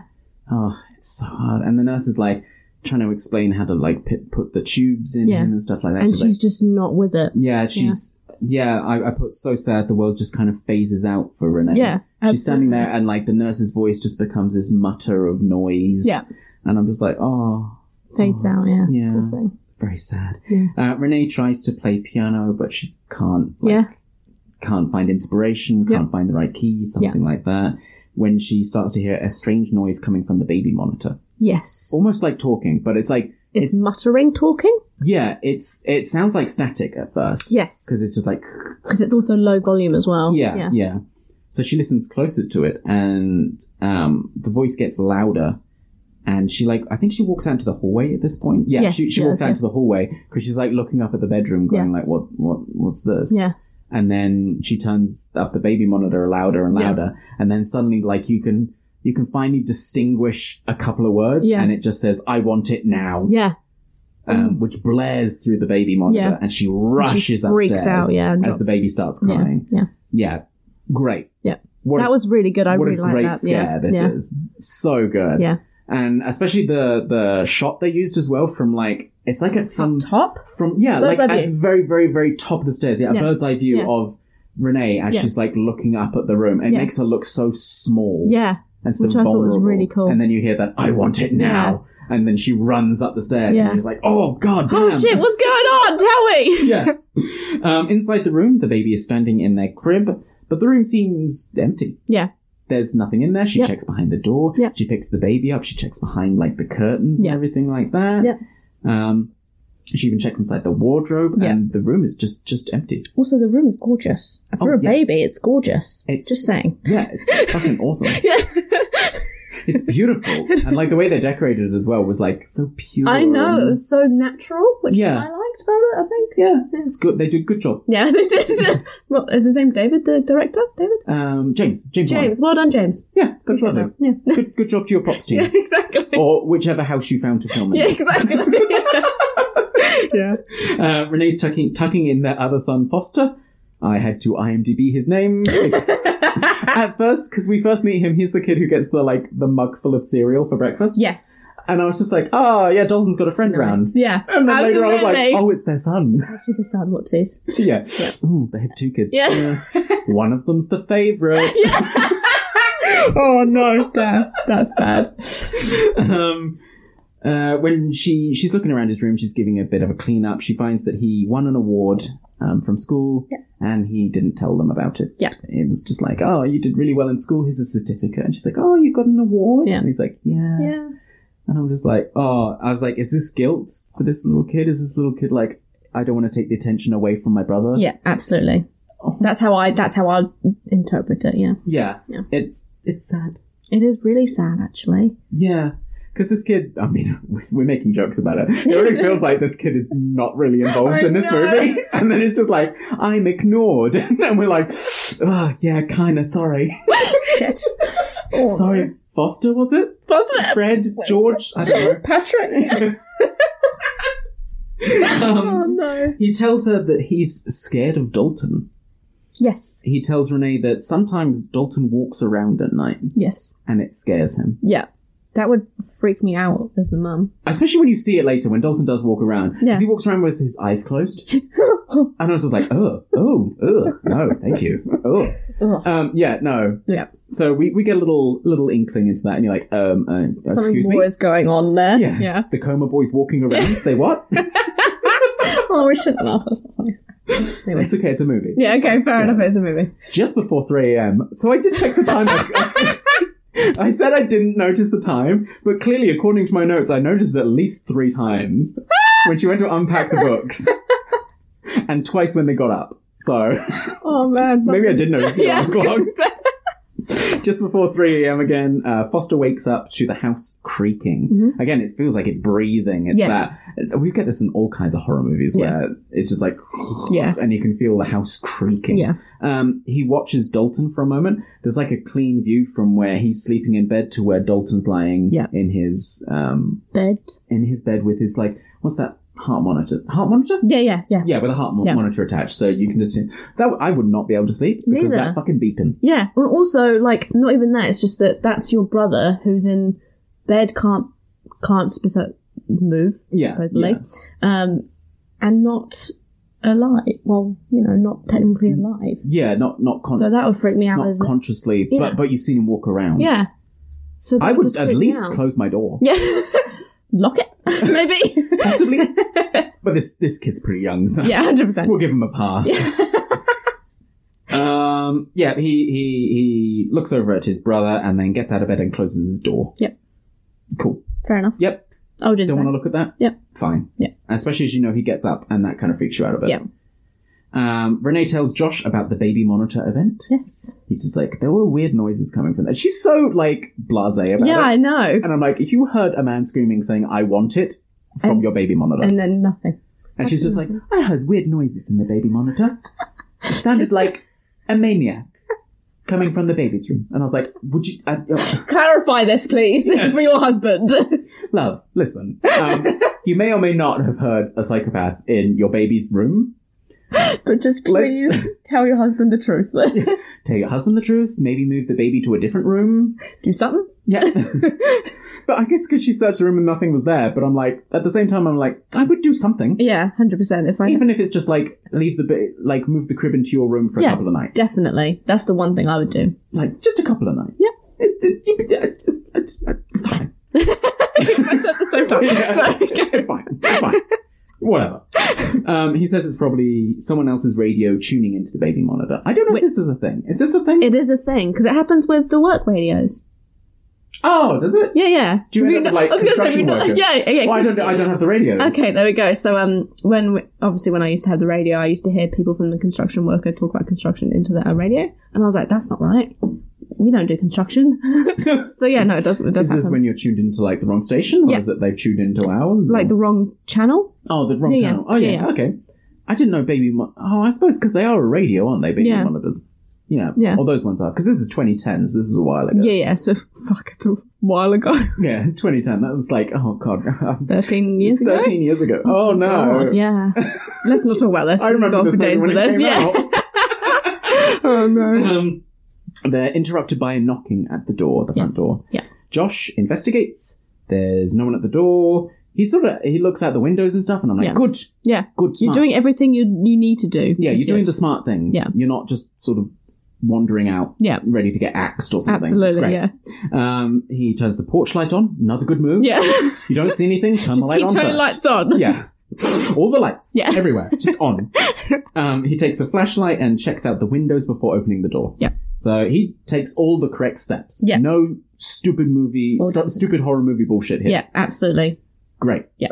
Oh, it's so hard. And the nurse is like trying to explain how to like pit, put the tubes in Yeah. him and stuff like that. and like, she's just not with it. Yeah, she's yeah. I, I put so sad. The world just kind of phases out for Renee. Yeah, she's standing there, and like the nurse's voice just becomes this mutter of noise. Yeah. and I'm just like, oh, Fades out. Yeah. Yeah. Poor thing. very sad. Yeah. Uh, Renee tries to play piano, but she can't. Like, Yeah. can't find inspiration. Yeah. Can't find the right key. Something like that. When she starts to hear a strange noise coming from the baby monitor, Yes. almost like talking, but it's like It's, Oh, it's- muttering, talking. yeah, it's it sounds like static at first. Yes. Because it's just like Because it's also low volume as well. Yeah, yeah. Yeah. So she listens closer to it, and um, the voice gets louder. And she like, I think she walks out into the hallway at this point. Yeah, Yes, she, she she walks does, out yeah. into the hallway because she's like looking up at the bedroom, going Yeah. like, "What, what, what's this?" Yeah. And then she turns up the baby monitor louder and Yeah. louder, and then suddenly like you can you can finally distinguish a couple of words, Yeah. and it just says, "I want it now," Yeah. um, which blares through the baby monitor, Yeah. and she rushes freaks upstairs out, Oh. yeah, and as the baby starts Yeah. crying Yeah. yeah, great. Yeah. What that a- was really good. I what really a like great that. scare yeah. this yeah. is. So good. Yeah. And especially the the shot they used as well from like it's like it from top from yeah Bird's like eye at view. the very very very top of the stairs yeah, a Yeah. bird's eye view Yeah. of Renee as Yeah. she's like looking up at the room it Yeah. makes her look so small Yeah. and so Which I thought vulnerable was really cool. and then you hear that I want it now and then she runs up the stairs Yeah. and she's like oh god damn Oh shit, what's going on? Tell me. yeah. Um, inside the room, the baby is standing in their crib, but the room seems empty. Yeah. There's nothing in there. She Yep. checks behind the door. Yep. She picks the baby up. She checks behind like the curtains Yeah. and everything like that. Yep. Um, she even checks inside the wardrobe, Yeah. and the room is just just empty. Also, the room is gorgeous. For Oh, a yeah. baby, it's gorgeous. It's- Just saying. Yeah, it's fucking awesome. It's beautiful, and like the way they decorated it as well was like so pure. I know. It and- was so natural, which Yeah. I liked about it, I think. yeah, it's good. They did a good job. Yeah, they did. well, is his name David, the director? David? Um, James, James, Wan. James. Well done, James. Yeah, good job. dude. Yeah. Good, good job to your props team. yeah, exactly. or whichever house you found to film in. Yeah, exactly. yeah. Uh, Renee's tucking tucking in their other son, Foster. I had to IMDb his name at first because we first meet him. He's the kid who gets the like the mug full of cereal for breakfast, yes. and I was just like, oh yeah, Dalton's got a friend round. Nice. Yeah. And then later I was like, Absolutely. oh, it's their son. Actually, the sad whoopsies. yeah. Ooh, they have two kids. Uh, Yeah. One of them's the favorite. Oh no, that, that's bad. um, uh, when she she's looking around his room, she's giving a bit of a clean up. She finds that he won an award um, from school, and he didn't tell them about it. Yeah. it was just like, oh, you did really well in school. Here's a certificate, and she's like, oh, you got an award. Yeah. and he's like, yeah. Yeah. And I'm just like, oh, I was like, is this guilt for this little kid? Is this little kid like, I don't want to take the attention away from my brother? Yeah, absolutely. That's how I. That's how I interpret it. Yeah, yeah, Yeah. It's it's sad. it is really sad, actually. Yeah. Because this kid, I mean, we're making jokes about it. It already feels like this kid is not really involved I in this know. movie. And then it's just like, I'm ignored. And then we're like, oh, yeah, kind of sorry. Shit. Oh, Sorry, Foster, was it? Foster! Fred? George? I don't Patrick. know. um, Oh no. he tells her that he's scared of Dalton. Yes. He tells Renee that sometimes Dalton walks around at night Yes. and it scares him. Yeah. That would freak me out as the mum. Especially when you see it later when Dalton does walk around. Because Yeah. he walks around with his eyes closed. and I was just like, oh, oh, oh, no, thank you. Oh. Ugh. Um, yeah, no. Yeah. So we, we get a little little inkling into that and you're like, um, uh, uh, Something excuse more me? is going on there. yeah. The coma boy's walking around. Say what? oh, we shouldn't laugh. That's not funny. Anyway. it's okay, it's a movie. Yeah. Okay. Fair enough. It's a movie. Just before 3 a.m. So I did check the time. I, I said I didn't notice the time, but clearly, according to my notes, I noticed it at least three times when she went to unpack the books and twice when they got up. So. Oh man. Maybe I did notice the Yeah, I alarm was gonna clock. Just before 3 a.m. again, uh, Foster wakes up to the house creaking. Again, it feels like it's breathing. It's Mm-hmm. Yeah. that. We get this in all kinds of horror movies Yeah. where it's just like, Yeah. and you can feel the house creaking. Yeah. Um, he watches Dalton for a moment. There's like a clean view from where he's sleeping in bed to where Dalton's lying Yeah. in his um, Bed. in his bed with his like what's that heart monitor? Heart monitor? Yeah. Yeah. Yeah. Yeah, with a heart mo- Yeah. monitor attached, so you can just that I would not be able to sleep because of Neither. that fucking beeping. Yeah. And also, like, not even that. It's just that that's your brother who's in bed, can't can't spec- move Yeah, supposedly, yeah. um, and not alive. Well, you know, not technically alive. yeah, not not con- So that would freak me out. Mm. not as consciously, Yeah. but but you've seen him walk around. yeah. So that I would just at freak me least out. close my door, yeah. Lock it, maybe. possibly. but this this kid's pretty young, so yeah, hundred percent. we'll give him a pass. um, yeah, he he he looks over at his brother and then gets out of bed and closes his door. Yep. Cool. Fair enough. Yep. Oh, did Don't that. want to look at that? Yep. Fine. Yeah. Especially as you know he gets up and that kind of freaks you out a bit. Yeah. Um, Renee tells Josh about the baby monitor event. Yes. He's just like, there were weird noises coming from that. She's so like blase about yeah, it. I know. And eh? I'm like, you heard a man screaming saying, I want it from And- your baby monitor. And, And then nothing. she's just like, I heard weird noises in the baby monitor. It sounded like a maniac coming from the baby's room. And I was like, would you, uh, uh, Clarify this, please, for your husband. Love, listen. Um, you may or may not have heard a psychopath in your baby's room. but just please tell your husband the truth. Tell your husband the truth. Maybe move the baby to a different room. Do something. Yeah. but I guess because she searched the room and nothing was there. But I'm like, at the same time, I'm like, I would do something. Yeah, hundred percent. If I Even if it's just like leave the ba- like move the crib into your room for a yeah, couple of nights, definitely. That's the one thing I would do. like just a couple of nights. Yeah. It- it- you- it- it- It's it's fine. I said the same time. Yeah. It's fine. It's fine. Whatever. Um, he says it's probably someone else's radio tuning into the baby monitor. I don't know if this is a thing. Is this a thing? It is a thing because it happens with the work radios. oh, does it? Yeah, yeah. Do you We end up know- with, like I was gonna say, we construction know- workers? Yeah, yeah. Well, I don't. exactly. I don't have the radio. Okay, there we go. So, um, when we, obviously when I used to have the radio, I used to hear people from the construction worker talk about construction into their own radio, and I was like, "That's not right. We don't do construction." so yeah, no, it doesn't. It Is doesn't this happen. when you're tuned into like the wrong station, or Yeah. is it they've tuned into ours? Like the wrong channel. oh, the wrong Yeah, yeah. channel. Oh yeah, Yeah, yeah. okay. I didn't know baby. Mon- oh, I suppose because they are a radio, aren't they? Baby Yeah. monitors. You know, Yeah. All those ones are because this is 2010. So this is a while ago. Yeah, yeah. So fuck, it's a while ago, Yeah, 2010. That was like, oh god, thirteen years It's ago. 13 years ago. Oh no. God, yeah. Let's not talk about this. I remember We've gone this for movie when days with it this. came Yeah. oh no. Um, they're interrupted by a knocking at the door, the front Yes. door. Yeah. Josh investigates. There's no one at the door. He sort of he looks out the windows and stuff, and I'm like, Yeah. good, Yeah. good. You're smart. doing everything you you need to do. Yeah, Just you're do doing it. the smart things. Yeah. You're not just sort of wandering out, Yeah. ready to get axed or something. It's Absolutely. great. Yeah. Um, he turns the porch light on. Another good move. Yeah. You don't see anything. Turn the Just light keep on turning first. lights on. Yeah. All the lights. Yeah. Everywhere. Just on. um, he takes a flashlight and checks out the windows before opening the door. Yeah. So he takes all the correct steps. Yeah. No stupid movie, Well stu- done. stupid horror movie bullshit here. Yeah, absolutely. Great. Yeah.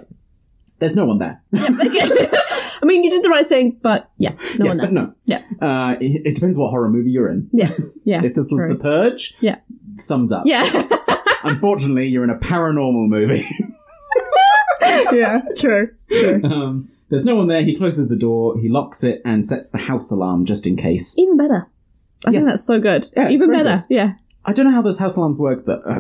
There's no one there. I mean, you did the right thing, but yeah, yeah, no one but there. no. Yeah. Uh, it, it depends what horror movie you're in. Yes, yeah. if this was true. The Purge, Yeah. thumbs up. yeah, Unfortunately, you're in a paranormal movie. yeah, true. um, there's no one there. He closes the door, he locks it, and sets the house alarm just in case. Even better. I Yeah. think that's so good. Yeah, it's Even very better. Yeah. I don't know how those house alarms work, but uh,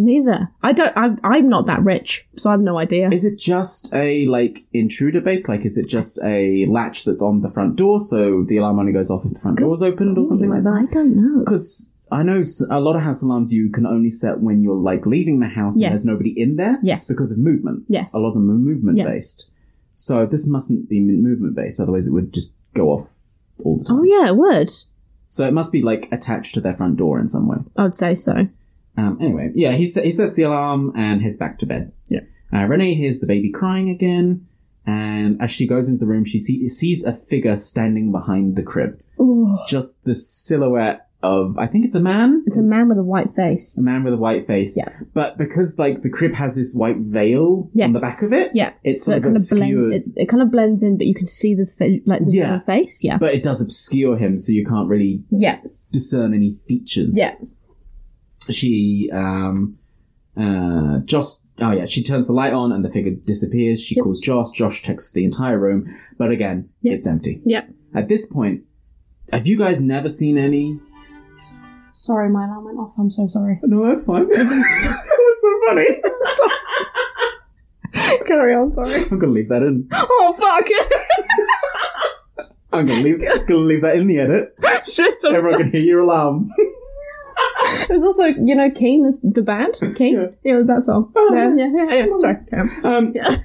Neither. I don't. I'm, I'm not that rich, so I've no idea. is it just a like intruder base? Like, is it just a latch that's on the front door, so the alarm only goes off if the front door's opened or something like that? I don't know. Because I know s- a lot of house alarms you can only set when you're like leaving the house and Yes. there's nobody in there. Yes. because of movement. Yes. a lot of them are movement Yeah. based. So this mustn't be movement based, otherwise it would just go off all the time. Oh yeah, it would. So it must be like attached to their front door in some way. I'd say so. Um, anyway, yeah, he, se- he sets the alarm and heads back to bed. Yeah. Uh, Renee hears the baby crying again, and as she goes into the room, she see- sees a figure standing behind the crib. Oh, Just the silhouette of, I think it's a man? it's a man with a white face. A man with a white face. Yeah. But because, like, the crib has this white veil Yes. on the back of it, Yeah. it So sort it of kind of blends. obscures. It, it kind of blends in, but you can see the fa- like the Yeah. face. Yeah. But it does obscure him, so you can't really yeah. discern any features. Yeah. She, um, uh, Josh, oh yeah, she turns the light on and the figure disappears. She Yep. calls Josh. Josh texts the entire room, but again, Yep. it's empty. Yeah. At this point, have you guys never seen any? Sorry, my alarm went off. I'm so sorry. No, that's fine. that was so funny. Carry on. Sorry. I'm gonna leave that in. Oh fuck. I'm gonna leave, gonna leave that in the edit. Just so Everyone can hear your alarm. There's also, you know, Kane, this, the band. Kane? Yeah. Yeah, it was that song. Oh, Oh. yeah, yeah, yeah, yeah, Sorry. Um, Yeah.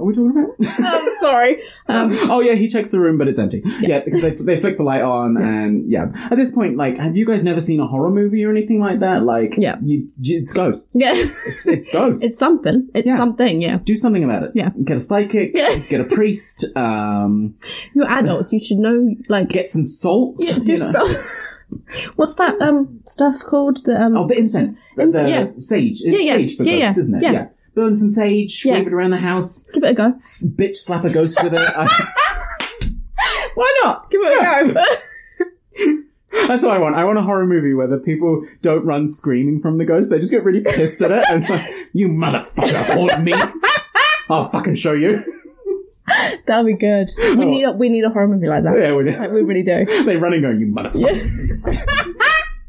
Are we talking about? I'm sorry. Um, oh yeah, he checks the room, but it's empty. Yeah, because they, they flick the light on, and yeah. At this point, like, have you guys never seen a horror movie or anything like that? Like, Yeah. you, you- it's ghosts. yeah. It's, it's ghosts. It's something. It's Yeah. something, yeah. Do something about it. Yeah. Get a psychic. Yeah. Get a priest. Um, You're adults. You should know, like, get some salt. yeah, do you know. some- What's that um stuff called? The, um, Oh, the incense. The, Incense, the yeah. sage. Yeah, It's yeah. sage for Yeah, ghosts, yeah. isn't it? Yeah. Burn some sage. Yeah. Wave it around the house. Give it a go. Bitch, slap a ghost with it. I- Why not? Give it a go. That's what I want. I want a horror movie where the people don't run screaming from the ghost. They just get really pissed at it and it's like, you motherfucker, haunt me. I'll fucking show you. That'll be good. We Oh. need a, we need a horror movie like that. Yeah, we Like, we really do. They run and go, you motherfucker.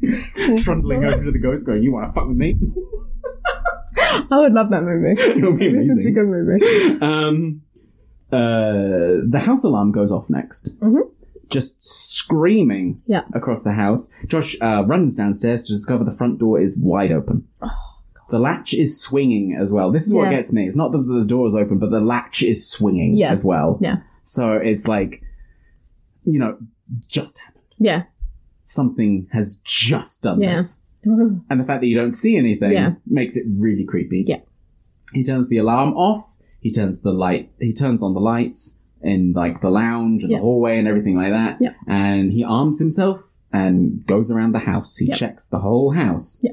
Trundling over to the ghost going, you want to fuck with me? I would love that movie. It'll be It's such a amazing. good movie. Um, uh, the house alarm goes off next. Mhm. Just screaming Yeah. across the house. Josh uh, runs downstairs to discover the front door is wide open. The latch is swinging as well. This is what Oh, Yeah. gets me. It's not that the door is open, but the latch is swinging Yeah. as well. Yeah. So it's like, you know, just happened. Yeah. Something has just done Yeah. this. And the fact that you don't see anything Yeah. makes it really creepy. Yeah. He turns the alarm off. He turns the light. He turns on the lights in like the lounge and Yeah. the hallway and everything like that. Yeah. And he arms himself and goes around the house. He Yeah. checks the whole house. Yeah.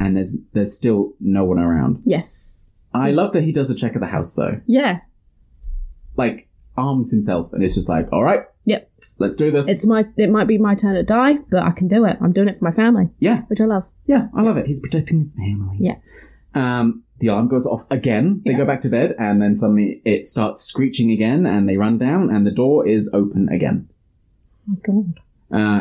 And there's there's still no one around. Yes. I love that he does a check of the house though. Yeah. Like arms himself and it's just like, all right. Yep. Let's do this. It's my. It might be my turn to die, but I can do it. I'm doing it for my family, yeah. which I love. Yeah, I love it. He's protecting his family. Yeah. Um, the alarm goes off again. They go back to bed, and then suddenly it starts screeching again, and they run down, and the door is open again. Oh my god.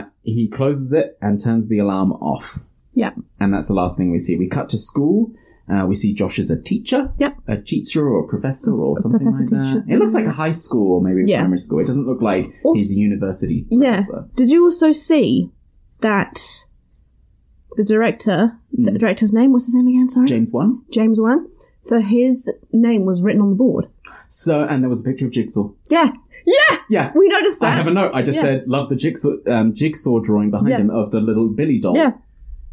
Uh, he closes it and turns the alarm off, Yeah. and that's the last thing we see. We cut to school. Uh, we see Josh is a teacher. Yep. A teacher or a professor or something professor like teacher. that. It looks like a high school or maybe a Yeah. primary school. It doesn't look like Also- he's a university Yeah. professor. Did you also see that the director, the Mm. director's name, what's his name again? Sorry, James one. James Wan. So his name was written on the board. So, and there was a picture of Jigsaw. Yeah. Yeah. Yeah. We noticed that. I have a note. I just Yeah. said, love the jigsaw, um, jigsaw drawing behind Yeah. him of the little Billy doll. Yeah.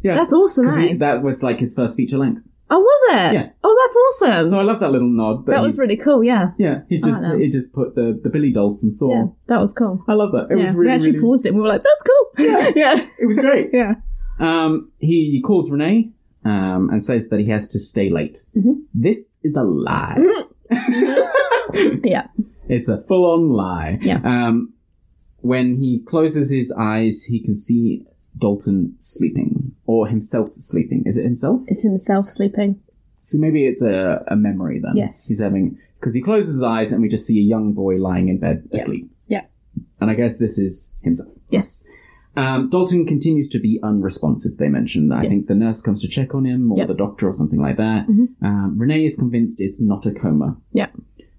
yeah. That's awesome, 'Cause he- eh? that was like his first feature length. Oh, was it? Yeah. Oh, that's awesome. So I love that little nod. that was he's- really cool. Yeah. Yeah, he just like that. he just put the, the Billy doll from Saw. Yeah. That was cool. I love that. It was Yeah, really we actually really- paused it and we were like, that's cool. Yeah. yeah. It was great. Yeah. Um, he calls Renee um, and says that he has to stay late. Mhm. This is a lie. Mm-hmm. Yeah. It's a full on lie. Yeah. Um, when he closes his eyes, he can see Dalton sleeping or himself sleeping. Is it himself? It's himself sleeping. So maybe it's a, a memory then. Yes. He's having, because he closes his eyes and we just see a young boy lying in bed Yeah. asleep. Yeah. And I guess this is himself. Yes. Um, Dalton continues to be unresponsive, they mentioned that. I Yes. think the nurse comes to check on him or Yep. the doctor or something like that. Mhm. Um, Renee is convinced it's not a coma. Yep.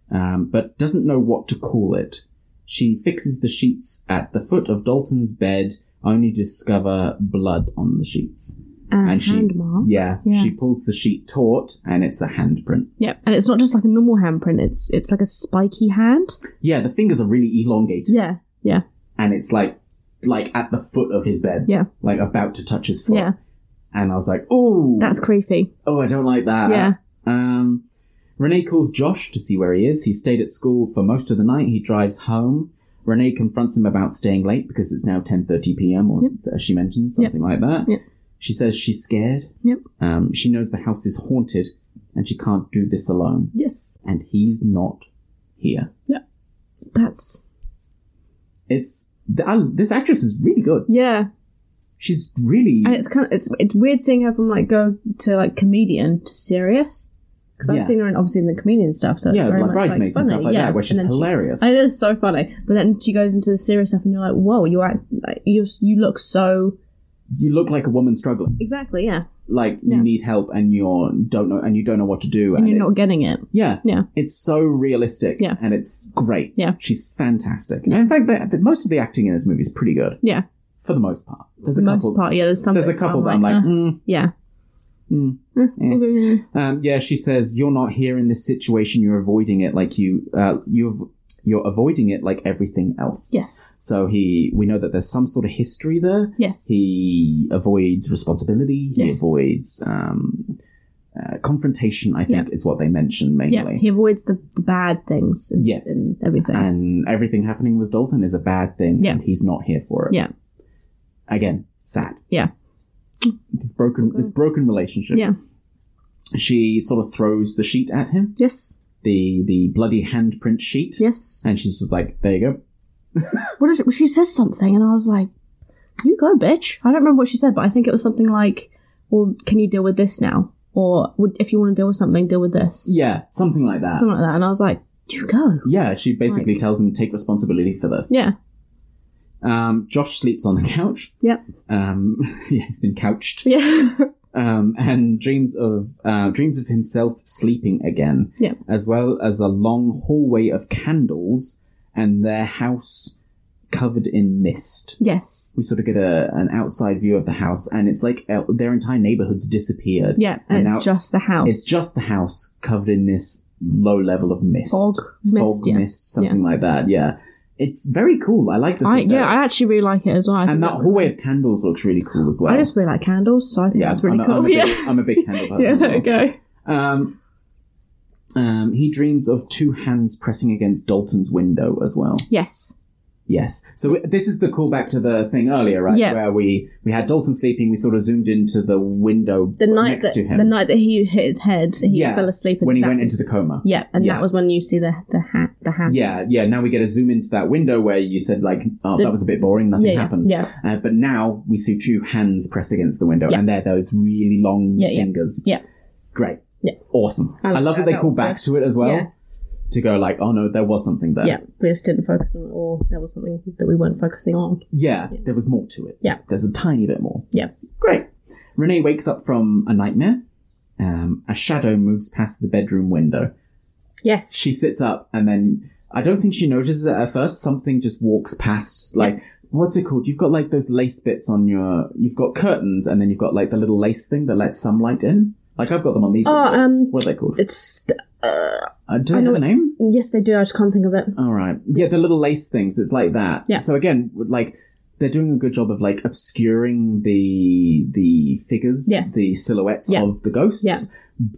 Um, but doesn't know what to call it. She fixes the sheets at the foot of Dalton's bed, only to discover blood on the sheets. And, And she- hand mark. Yeah, Oh, Yeah. she pulls the sheet taut and it's a handprint. Yep. And it's not just like a normal handprint. It's it's like a spiky hand. Yeah, the fingers are really elongated Yeah. Yeah. and it's like like at the foot of his bed. Yeah. Like about to touch his foot. Yeah. And I was like, oh That's creepy. Oh, I don't like that. Yeah. Um, Renee calls Josh to see where he is. He stayed at school for most of the night. He drives home. Renee confronts him about staying late because it's now 10:30 p.m. or Yep. as she mentions something like that. Yep. She says she's scared. Yep. Um, she knows the house is haunted and she can't do this alone. Yes. And he's not here. That's It's th- I, this actress is really good. yeah. She's really And it's kind of it's, it's weird seeing her from like go to like comedian to serious because I've Yeah. seen her in, obviously in the comedian stuff. So it's yeah, very like much, bridesmaids and stuff funny, like yeah. that, where she's And then she- hilarious. And it is so funny, but then she goes into the serious stuff, and you're like, "Whoa, you act like, you you look so you look like a woman struggling. exactly, yeah, like Yeah. you need help and you're don't know and you don't know what to do and you're it- not getting it." yeah Yeah. it's so realistic Yeah. and it's great Yeah. she's fantastic and in fact the, the, most of the acting in this movie is pretty good Yeah, for the most part there's the a most couple part, yeah. There's some. there's a bits where couple that I'm like, "Uh, mm, yeah, Mm-hmm. mm. yeah. Um, yeah she says you're not here in this situation you're avoiding it like you uh, you've you're avoiding it like everything else yes, so he we know that there's some sort of history there yes, he avoids responsibility. He Yes. avoids um, uh, confrontation. I think Yeah. is what they mentioned yeah. mainly. He avoids the, the bad things. And, Yes. and everything. and everything happening with Dalton is a bad thing, Mm. Yeah. and he's not here for it. Yeah. Again, sad. Yeah. This broken, this broken relationship. Yeah. She sort of throws the sheet at him, yes, the the bloody handprint sheet. yes. And she's just like, "There you go." what is it? She says something, and I was like, "You go, bitch." I don't remember what she said, but I think it was something like, "Well, can you deal with this now?" Or "Would if you want to deal with something, deal with this." Yeah, something like that. Something like that. And I was like, "You go." yeah, she basically Like- tells him, "Take responsibility for this." Yeah. Um, Josh sleeps on the couch. Yep. Um, yeah, he's been couched. Yeah. um, and dreams of uh, dreams of himself sleeping again, Yeah. as well as a long hallway of candles and their house covered in mist. Yes. We sort of get a, an outside view of the house, and it's like uh, their entire neighborhood's disappeared. Yeah, and it's now just the house. It's just the house covered in this low level of mist, Fog, mist, yeah. mist, something like that. Yeah, it's very cool. I like this. I, aesthetic. yeah, I actually really like it as well. I think and that that's- hallway of candles looks really cool as well. I just really like candles, so I think Yeah, that's really I'm a- cool. I'm a big- yeah. I'm a big candle person yeah, as there you well. go. Um, um, he dreams of two hands pressing against Dalton's window as well. Yes. Yes. So we- this is the callback to the thing earlier, right? Yeah. Where we we had Dalton sleeping. We sort of zoomed into the window The night next that to him. the night that he hit his head, he Yeah, fell asleep. And when he that went was- into the coma. Yeah, and Yeah. that was when you see the the hat. The hat. yeah, yeah. Now we get a zoom into that window where you said like, "Oh, The- that was a bit boring. Nothing Yeah, yeah, happened." yeah. Uh, but now we see two hands press against the window, Yeah. and they're those really long Yeah, yeah. fingers. Yeah. Great. Yeah. Awesome. I I, like love that. that, they That call was back good. to it as well. Yeah. To go like, oh no, there was something there. Yeah, we just didn't focus on it, or there was something that we weren't focusing on. Yeah, there was more to it. Yeah. There's a tiny bit more. Yeah. Great. Renee wakes up from a nightmare. Um, a shadow moves past the bedroom window. Yes. She sits up and then I don't think she notices it at first. Something just walks past like what's it called? You've got like those lace bits on your you've got curtains and then you've got like the little lace thing that lets sunlight in. Like I've got them on these. Oh, windows. um, what are they called? It's uh, Uh, do they I know have a it- name? yes, they do. I just can't think of it. All right. Yeah, the little lace things. It's like that. Yeah. So again, like they're doing a good job of like obscuring the the figures, Yes. the silhouettes Yeah. of the ghosts Yeah.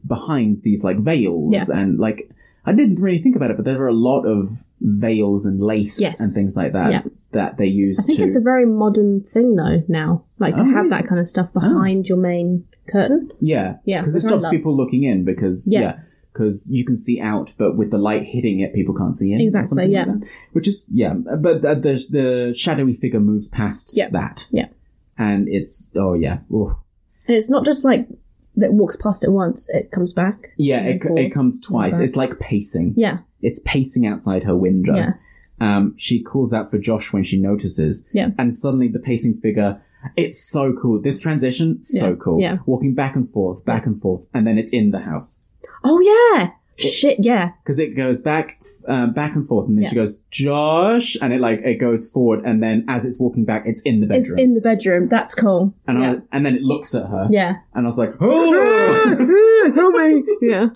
behind these like veils Yeah. and like I didn't really think about it, but there are a lot of veils and lace Yes. and things like that Yeah. that they use I think to. it's a very modern thing though now, like to Oh, have really? that kind of stuff behind your main curtain. Yeah, Yeah, because it which I stops love. people looking in because Yeah. yeah, because you can see out, but with the light hitting it, people can't see in. or Exactly, something like yeah. that. which is yeah, but the the, the shadowy figure moves past Yeah. that. Yeah. and it's oh yeah, Oof. And it's not just like that walks past it once; it comes back. yeah. It, Cool. it comes twice. Okay. It's like pacing. Yeah, It's pacing outside her window. Yeah. Um, she calls out for Josh when she notices. Yeah. And suddenly the pacing figure. It's so cool. This transition, so Yeah. cool. Yeah. Walking back and forth, back and forth, and then it's in the house. Oh yeah, shit, yeah, because it goes back um, back and forth and then Yeah. she goes josh and it like it goes forward and then as it's walking back it's in the it's bedroom in the bedroom. That's cool. and yeah. I, and then it looks at her yeah, and i was like oh help me yeah.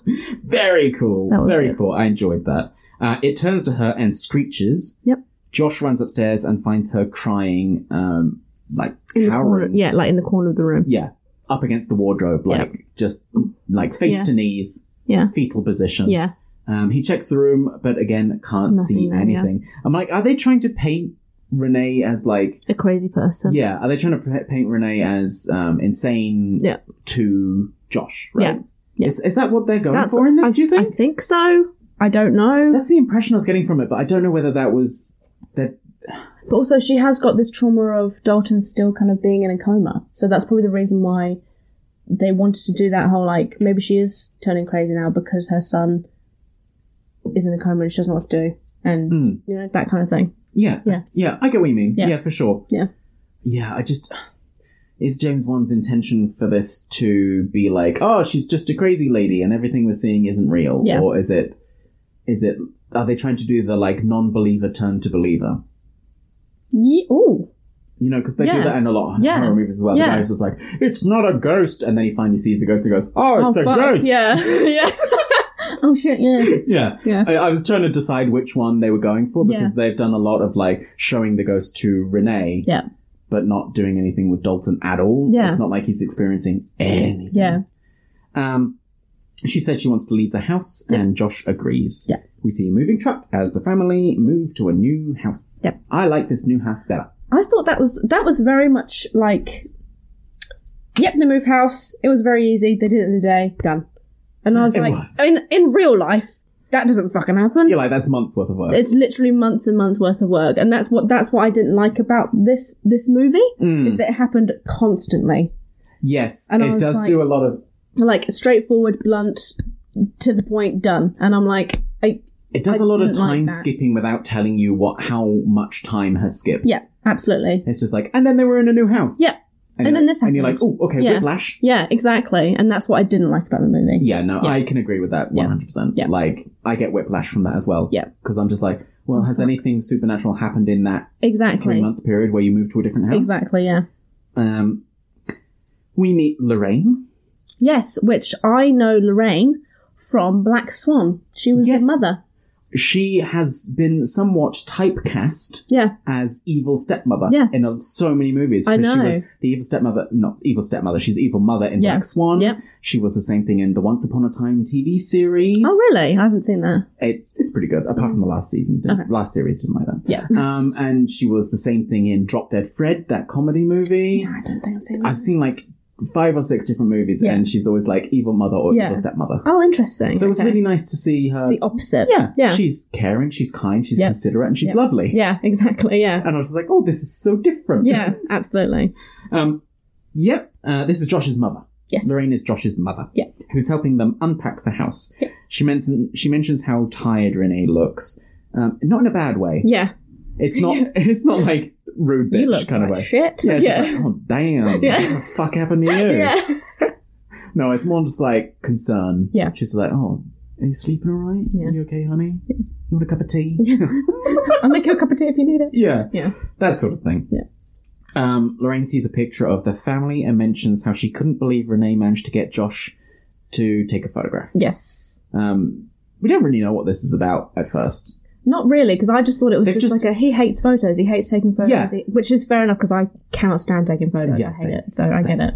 very cool That was very good. cool i enjoyed that uh, it turns to her and screeches Yep. josh runs upstairs and finds her crying um like In the corner, cowering yeah, like in the corner of the room. Yeah, up against the wardrobe like just like face Yeah. to knees Yeah. fetal position Yeah, Um, he checks the room, but again can't see Nothing there, yeah. anything. I'm like, are they trying to paint Renee as like? a crazy person. Yeah, are they trying to p- paint Renee as um, insane? Yeah. To Josh, right? Yeah. Yeah. Is, is that what they're going That's- for in this? I, do you think? I think so. I don't know. That's the impression I was getting from it, but I don't know whether that was that. But also, she has got this trauma of Dalton still kind of being in a coma. So that's probably the reason why they wanted to do that whole like, maybe she is turning crazy now because her son is in a coma and she doesn't know what to do. And, Hmm. you know, that kind of thing. Yeah, Yeah. yeah. I get what you mean. Yeah. yeah for sure. Yeah. yeah. I just is James Wan's intention for this to be like, oh, she's just a crazy lady, and everything we're seeing isn't real, Yeah. or is it? Is it? Are they trying to do the like non-believer turn to believer? Ye- oh, You know, because they do Yeah. that in a lot of Yeah. horror movies as well. Yeah. The guy's just like, "It's not a ghost," and then he finally sees the ghost and goes, "Oh, it's a ghost." Yeah. yeah. oh, shit, yeah. yeah. Yeah. I, I was trying to decide which one they were going for because they've done a lot of like showing the ghost to Renee, Yeah. but not doing anything with Dalton at all. Yeah. it's not like he's experiencing anything. Yeah. Um, she said she wants to leave the house, Yeah. and Josh agrees. Yeah. we see a moving truck as the family move to a new house. Yep. I like this new house better. I thought that was that was very much like, yep, they move house. It was very easy. They did it in a day. Done. And I was It like, was. in in real life, that doesn't fucking happen. Yeah, like that's months worth of work. It's literally months and months worth of work, and that's what that's what I didn't like about this this movie Mm. is that it happened constantly, yes, And I it was does like- do a lot of. like straightforward, blunt, to the point, done. And I'm like, I, It does I a lot of didn't like time that. skipping without telling you what how much time has skipped. yeah, absolutely, It's just like, and then they were in a new house. yeah, And, then this happens. And you're like, oh, okay, yeah. whiplash. Yeah, exactly. And that's what I didn't like about the movie. Yeah, no, I can agree with that 100%. Yeah. Like, I get whiplash from that as well. Yeah. Because I'm just like, well, has anything supernatural happened in that Exactly. three month period where you moved to a different house? Exactly, yeah. Um, we meet Lorraine. Yes, which I know Lorraine from Black Swan. She was the mother. She has been somewhat typecast Yeah. as evil stepmother Yeah. in uh, so many movies. I 'Cause She know. was the evil stepmother, not evil stepmother, she's evil mother in Yeah. Black Swan. Yep. She was the same thing in the Once Upon a Time TV series. Oh, really? I haven't seen that. It's it's pretty good, apart from the last season. Didn't, Okay. Last series didn't like that. Yeah. Um, and she was the same thing in Drop Dead Fred, that comedy movie. I don't think I've seen that. I've seen like five or six different movies, Yeah. and she's always like evil mother or Yeah. evil stepmother. Oh, interesting. So it's Okay. really nice to see her. the opposite. yeah, Yeah. She's caring, she's kind, she's Yep. considerate, and she's Yep. lovely. yeah, exactly. Yeah. And I was just like, oh, this is so different. Yeah, absolutely. Um, yep. Uh, this is Josh's mother. Yes. Lorraine is Josh's mother. Yeah. Who's helping them unpack the house. Yeah. She, mention, she mentions how tired Renee looks. Um, not in a bad way. Yeah. It's not. It's not like rude bitch You look kind of like way. shit. Yeah. it's Yeah. Just like, oh damn. Yeah. What the fuck happened to you? Yeah. No, it's more just like concern. Yeah. She's like, oh, are you sleeping all right? Yeah. Are you okay, honey? You want a cup of tea? I'll make you a cup of tea if you need it. yeah. Yeah. That sort of thing. Yeah. Um, Lorraine sees a picture of the family and mentions how she couldn't believe Renee managed to get Josh to take a photograph. Yes. Um, we don't really know what this is about at first. Not really, because I just thought it was They've just, just- like a he hates photos, he hates taking photos, Yeah. he- which is fair enough because I cannot stand taking photos. Yeah, I hate same. it, so I Same. get it.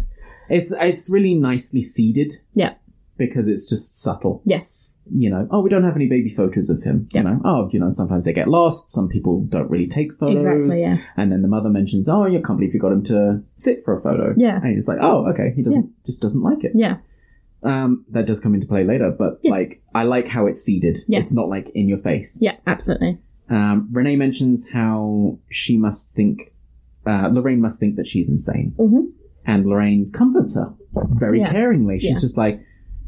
It's it's really nicely seeded. Yeah. Because it's just subtle. Yes, you know, oh, we don't have any baby photos of him. You know, oh, you know, sometimes they get lost. Some people don't really take photos. exactly. Yeah, And then the mother mentions, oh, you can't believe you got him to sit for a photo. Yeah. And he's like, oh, okay, he doesn't just doesn't like it. yeah, Um, that does come into play later, but Yes. like I like how it's seeded. Yes. It's not like in your face. yeah, absolutely. Um, Renee mentions how she must think, uh, Lorraine must think that she's insane. Mhm. And Lorraine comforts her very Yeah. caringly. She's Yeah. just like,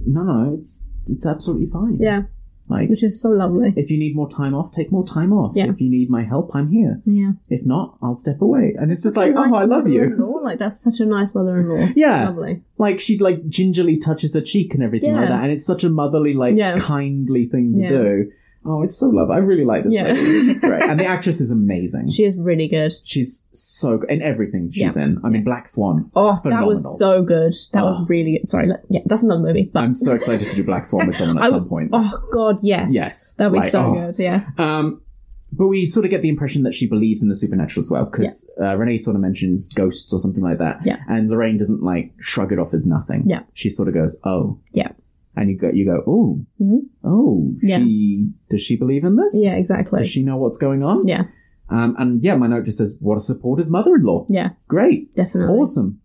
no, no, it's it's absolutely fine. Yeah, Like which is so lovely. if you need more time off, take more time off. Yeah. If you need my help, I'm here. Yeah, If not, I'll step away. And it's just like, Nice oh, I love you. mother-in-law, Like that's such a nice mother-in-law. Yeah. lovely. Like she like gingerly touches her cheek and everything like Yeah. that, and it's such a motherly, like Yeah. kindly thing to Yeah. do. Oh, it's so lovely. I really like this. Yeah. lady. She's great, and the actress is amazing. She is really good. she's so good in everything she's in. I mean, Black Swan. Oh, phenomenal. that was so good. That Oh. was really good. Sorry, let- yeah, that's another movie, but I'm so excited to do Black Swan with someone at I- some point. oh god, yes, Yes, that'd be like, so oh. good. Yeah, Um, but we sort of get the impression that she believes in the supernatural as well, because uh, Renee sort of mentions ghosts or something like that. Yeah. And Lorraine doesn't like shrug it off as nothing. Yeah. She sort of goes, "Oh." Yeah. And you go, you go, "Oh, Mhm. oh, Yeah. she does she believe in this? yeah, exactly. Does she know what's going on? Yeah. Um, and yeah, my note just says, "What a supportive mother-in-law." Yeah, Great. definitely. Awesome.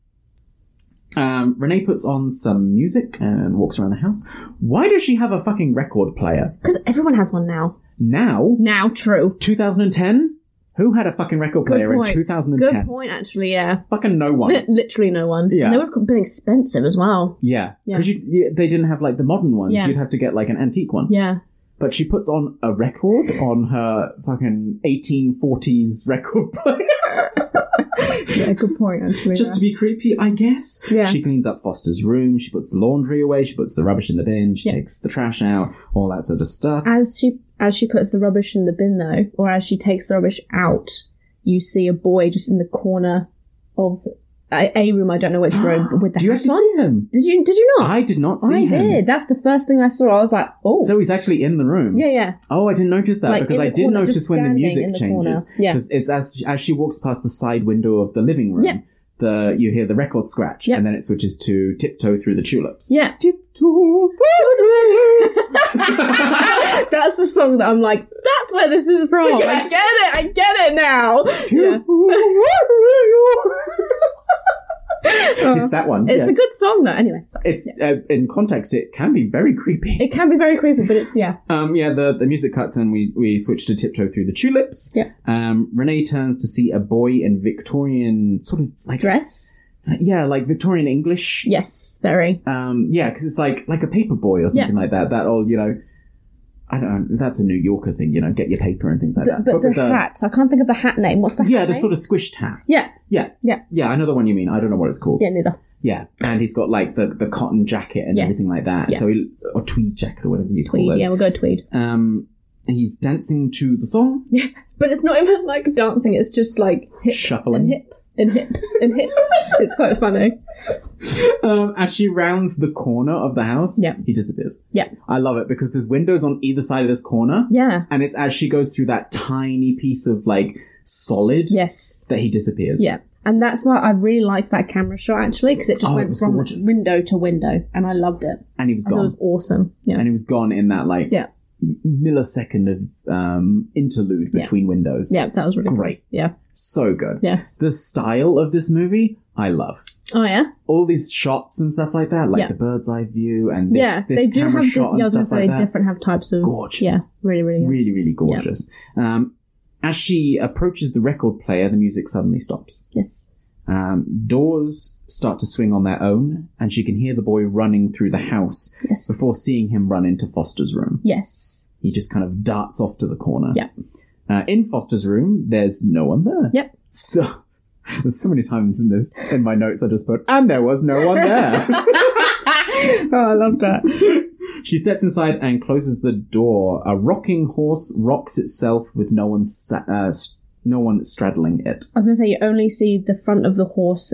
Um, Renee puts on some music and walks around the house. Why does she have a fucking record player Because everyone has one now. now? Now, true. 2010? Who had a fucking record Good player in point. Good 2010? point, actually. Yeah, Fucking no one. literally no one. Yeah. And they would have been expensive as well. Yeah, Yeah. because you, they didn't have like the modern ones. Yeah. You'd have to get like an antique one. Yeah, But she puts on a record on her fucking 1840s record player yeah. Good point, actually. just to be creepy, I guess. Yeah. She cleans up Foster's room. She puts the laundry away. She puts the rubbish in the bin. She Yeah. takes the trash out. All that sort of stuff. as she as she puts the rubbish in the bin, though, or as she takes the rubbish out, you see a boy just in the corner of a, a room. I don't know which room with the Do you hat actually on. see him? Did you? Did you not? I did not see I him. did. That's the first thing I saw. I was like, oh, So he's actually in the room. yeah, yeah, Oh, I didn't notice that Like, because in I the did corner, notice just when the standing music in the changes. corner. Yeah. Because it's as as she walks past the side window of the living room, Yeah. the you hear the record scratch, Yeah. and then it switches to tiptoe through the tulips. yeah. Tiptoe through the That's the song that I'm like. That's where this is from. I get it. I get it now. Yeah. It's that one. Uh, It's yes. a good song though. Anyway, sorry. It's uh, in context. It can be very creepy. It can be very creepy, but it's yeah. Um, yeah, the, the music cuts and we, we switch to tiptoe through the tulips. Yeah. Um, Renee turns to see a boy in Victorian sort of like Dress. Yeah, like Victorian English. Yes, very. Um, yeah, because it's like like a paper boy or something like that. That all you know, I don't know. That's a New Yorker thing, you know. Get your paper and things like The- that. but the with uh, hat. I can't think of the hat name. What's the yeah, hat the name? sort of squished hat. Yeah. Yeah, Yeah. yeah. I know the one you mean. I don't know what it's called. Yeah, neither. Yeah, and he's got like the, the cotton jacket and Yes, everything like that. yeah. So he, or tweed jacket or whatever you Tweed. call it. Yeah, we'll go tweed. Um, he's dancing to the song, But it's not even like dancing. It's just like hip and shuffling. hip and hip and hip. it's quite funny. Um, as she rounds the corner of the house, Yeah. he disappears. Yeah. I love it because there's windows on either side of this corner, Yeah. and it's as she goes through that tiny piece of like solid Yes. that he disappears. Yeah. And that's why I really liked that camera shot actually because it just Oh, it went was from gorgeous. window to window, and I loved it. and he was I thought gone. it was awesome. Yeah. and he was gone in that like Yeah. m- millisecond of um, interlude Yeah. between windows. yeah, that was really cool. Great. Yeah. So good. Yeah. The style of this movie, I love. Oh yeah. All these shots and stuff like that, like Yeah. the bird's eye view and this, yeah, this they do camera have. shot di- yeah, and I was stuff going to say like they that. different have types of. Gorgeous. Yeah, really, really, good. Really, really gorgeous. Um, as she approaches the record player, the music suddenly stops. yes. Um, doors start to swing on their own, and she can hear the boy running through the house Yes. before seeing him run into Foster's room. Yes. He just kind of darts off to the corner. Yeah. Uh, in Foster's room, there's no one there. Yep. So there's so many times in this in my notes I just put, and there was no one there. oh, I love that. she steps inside and closes the door. A rocking horse rocks itself with no one sa- uh, s- no one straddling it. I was going to say you only see the front of the horse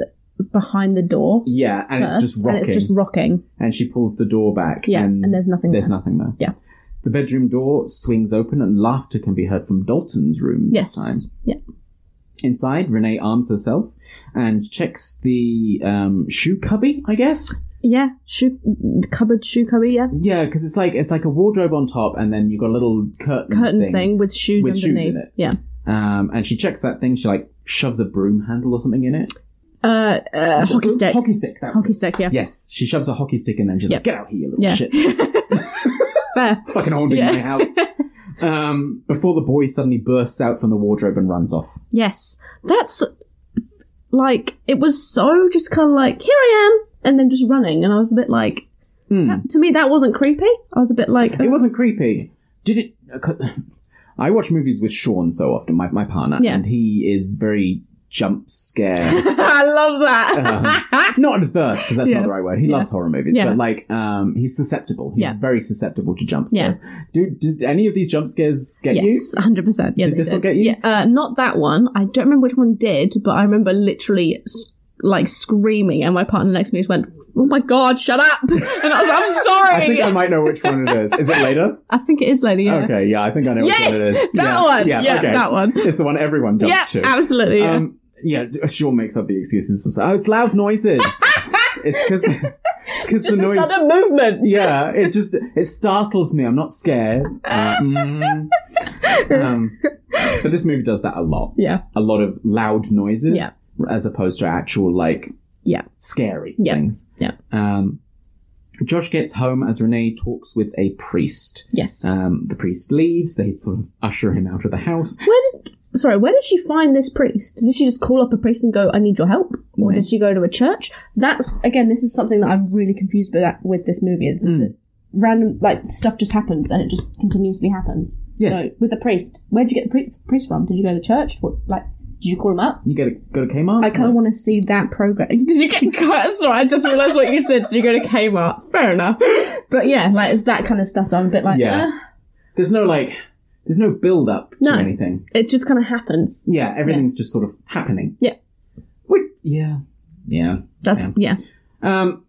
behind the door. Yeah, and it's first, just rocking. And it's just rocking. and she pulls the door back. Yeah, and there's nothing There's there. nothing there. Yeah. The bedroom door swings open, and laughter can be heard from Dalton's room Yes. this time. Yeah. Inside, Renee arms herself and checks the um, shoe cubby. I guess. Yeah. Shoe cupboard. Shoe cupboard. Yeah. Yeah, because it's like it's like a wardrobe on top, and then you've got a little curtain, Curtain thing, with shoes with shoes in underneath. it. Yeah. Um, and she checks that thing. She like shoves a broom handle or something in it. Uh, uh hockey stick. Hockey stick. That was Hockey it. stick. Yeah. Yes, she shoves a hockey stick, and then she's Yeah. like, "Get out here, you little Yeah. shit." Fair. fucking haunting Yeah. my house. Um, before the boy suddenly bursts out from the wardrobe and runs off. Yes. That's like it was so just kind of like here I am, and then just running, and I was a bit like. That- to me, that wasn't creepy. I was a bit like, Hmm. It wasn't creepy. Did it? uh, I watch movies with Sean so often, my, my partner, Yeah. and he is very jump scare. I love that. Um, not adverse because that's Yeah. not the right word. He Yeah. loves horror movies, Yeah. but like, um, he's susceptible. He's Yeah. very susceptible to jump scares. Do, did any of these jump scares get yes, you? hundred percent. Yeah, Did they this one get you? Yeah, uh, not that one. I don't remember which one did, but I remember literally s- like screaming, and my partner next to me just went, "Oh my god, shut up!" And I was, "I'm sorry." I think I might know which one it is. Is it later? it is Lady. Yeah. Okay, yeah, I think I know which one it is. Yes, that yeah. one. Yeah, okay. that one. It's the one everyone jumps Yeah, to. absolutely. Yeah. Um, yeah, Sean makes up the excuses. to say, Oh, it's loud noises. it's because it's because the just a noise. sudden movement. Yeah, it just it startles me. I'm not scared. Uh, mm. um, but this movie does that a lot. Yeah. A lot of loud noises, Yeah. as opposed to actual like Yeah. scary Yeah. things. Yeah. Um, Josh gets home as Renee talks with a priest. Yes. Um, the priest leaves. They sort of usher him out of the house. where did sorry where did she find this priest did she just call up a priest and go i need your help or Maybe. did she go to a church that's again this is something that i'm really confused with that, with this movie is that Mm. random like stuff just happens and it just continuously happens Yes. So, with the priest where'd you get the pre- priest from did you go to church what like did you call him up You go to go to Kmart. I kind of want to see that progress. Did you get cut? Sorry, I just realised what you said. Did you go to Kmart? Fair enough. But yeah, like it's that kind of stuff that I'm a bit like, Yeah. eh. There's no like, there's no build up to No. anything. "Eh." it just kind of happens. Yeah, everything's just sort of happening. Yeah. Wait, yeah, yeah. That's Yeah. yeah, Um,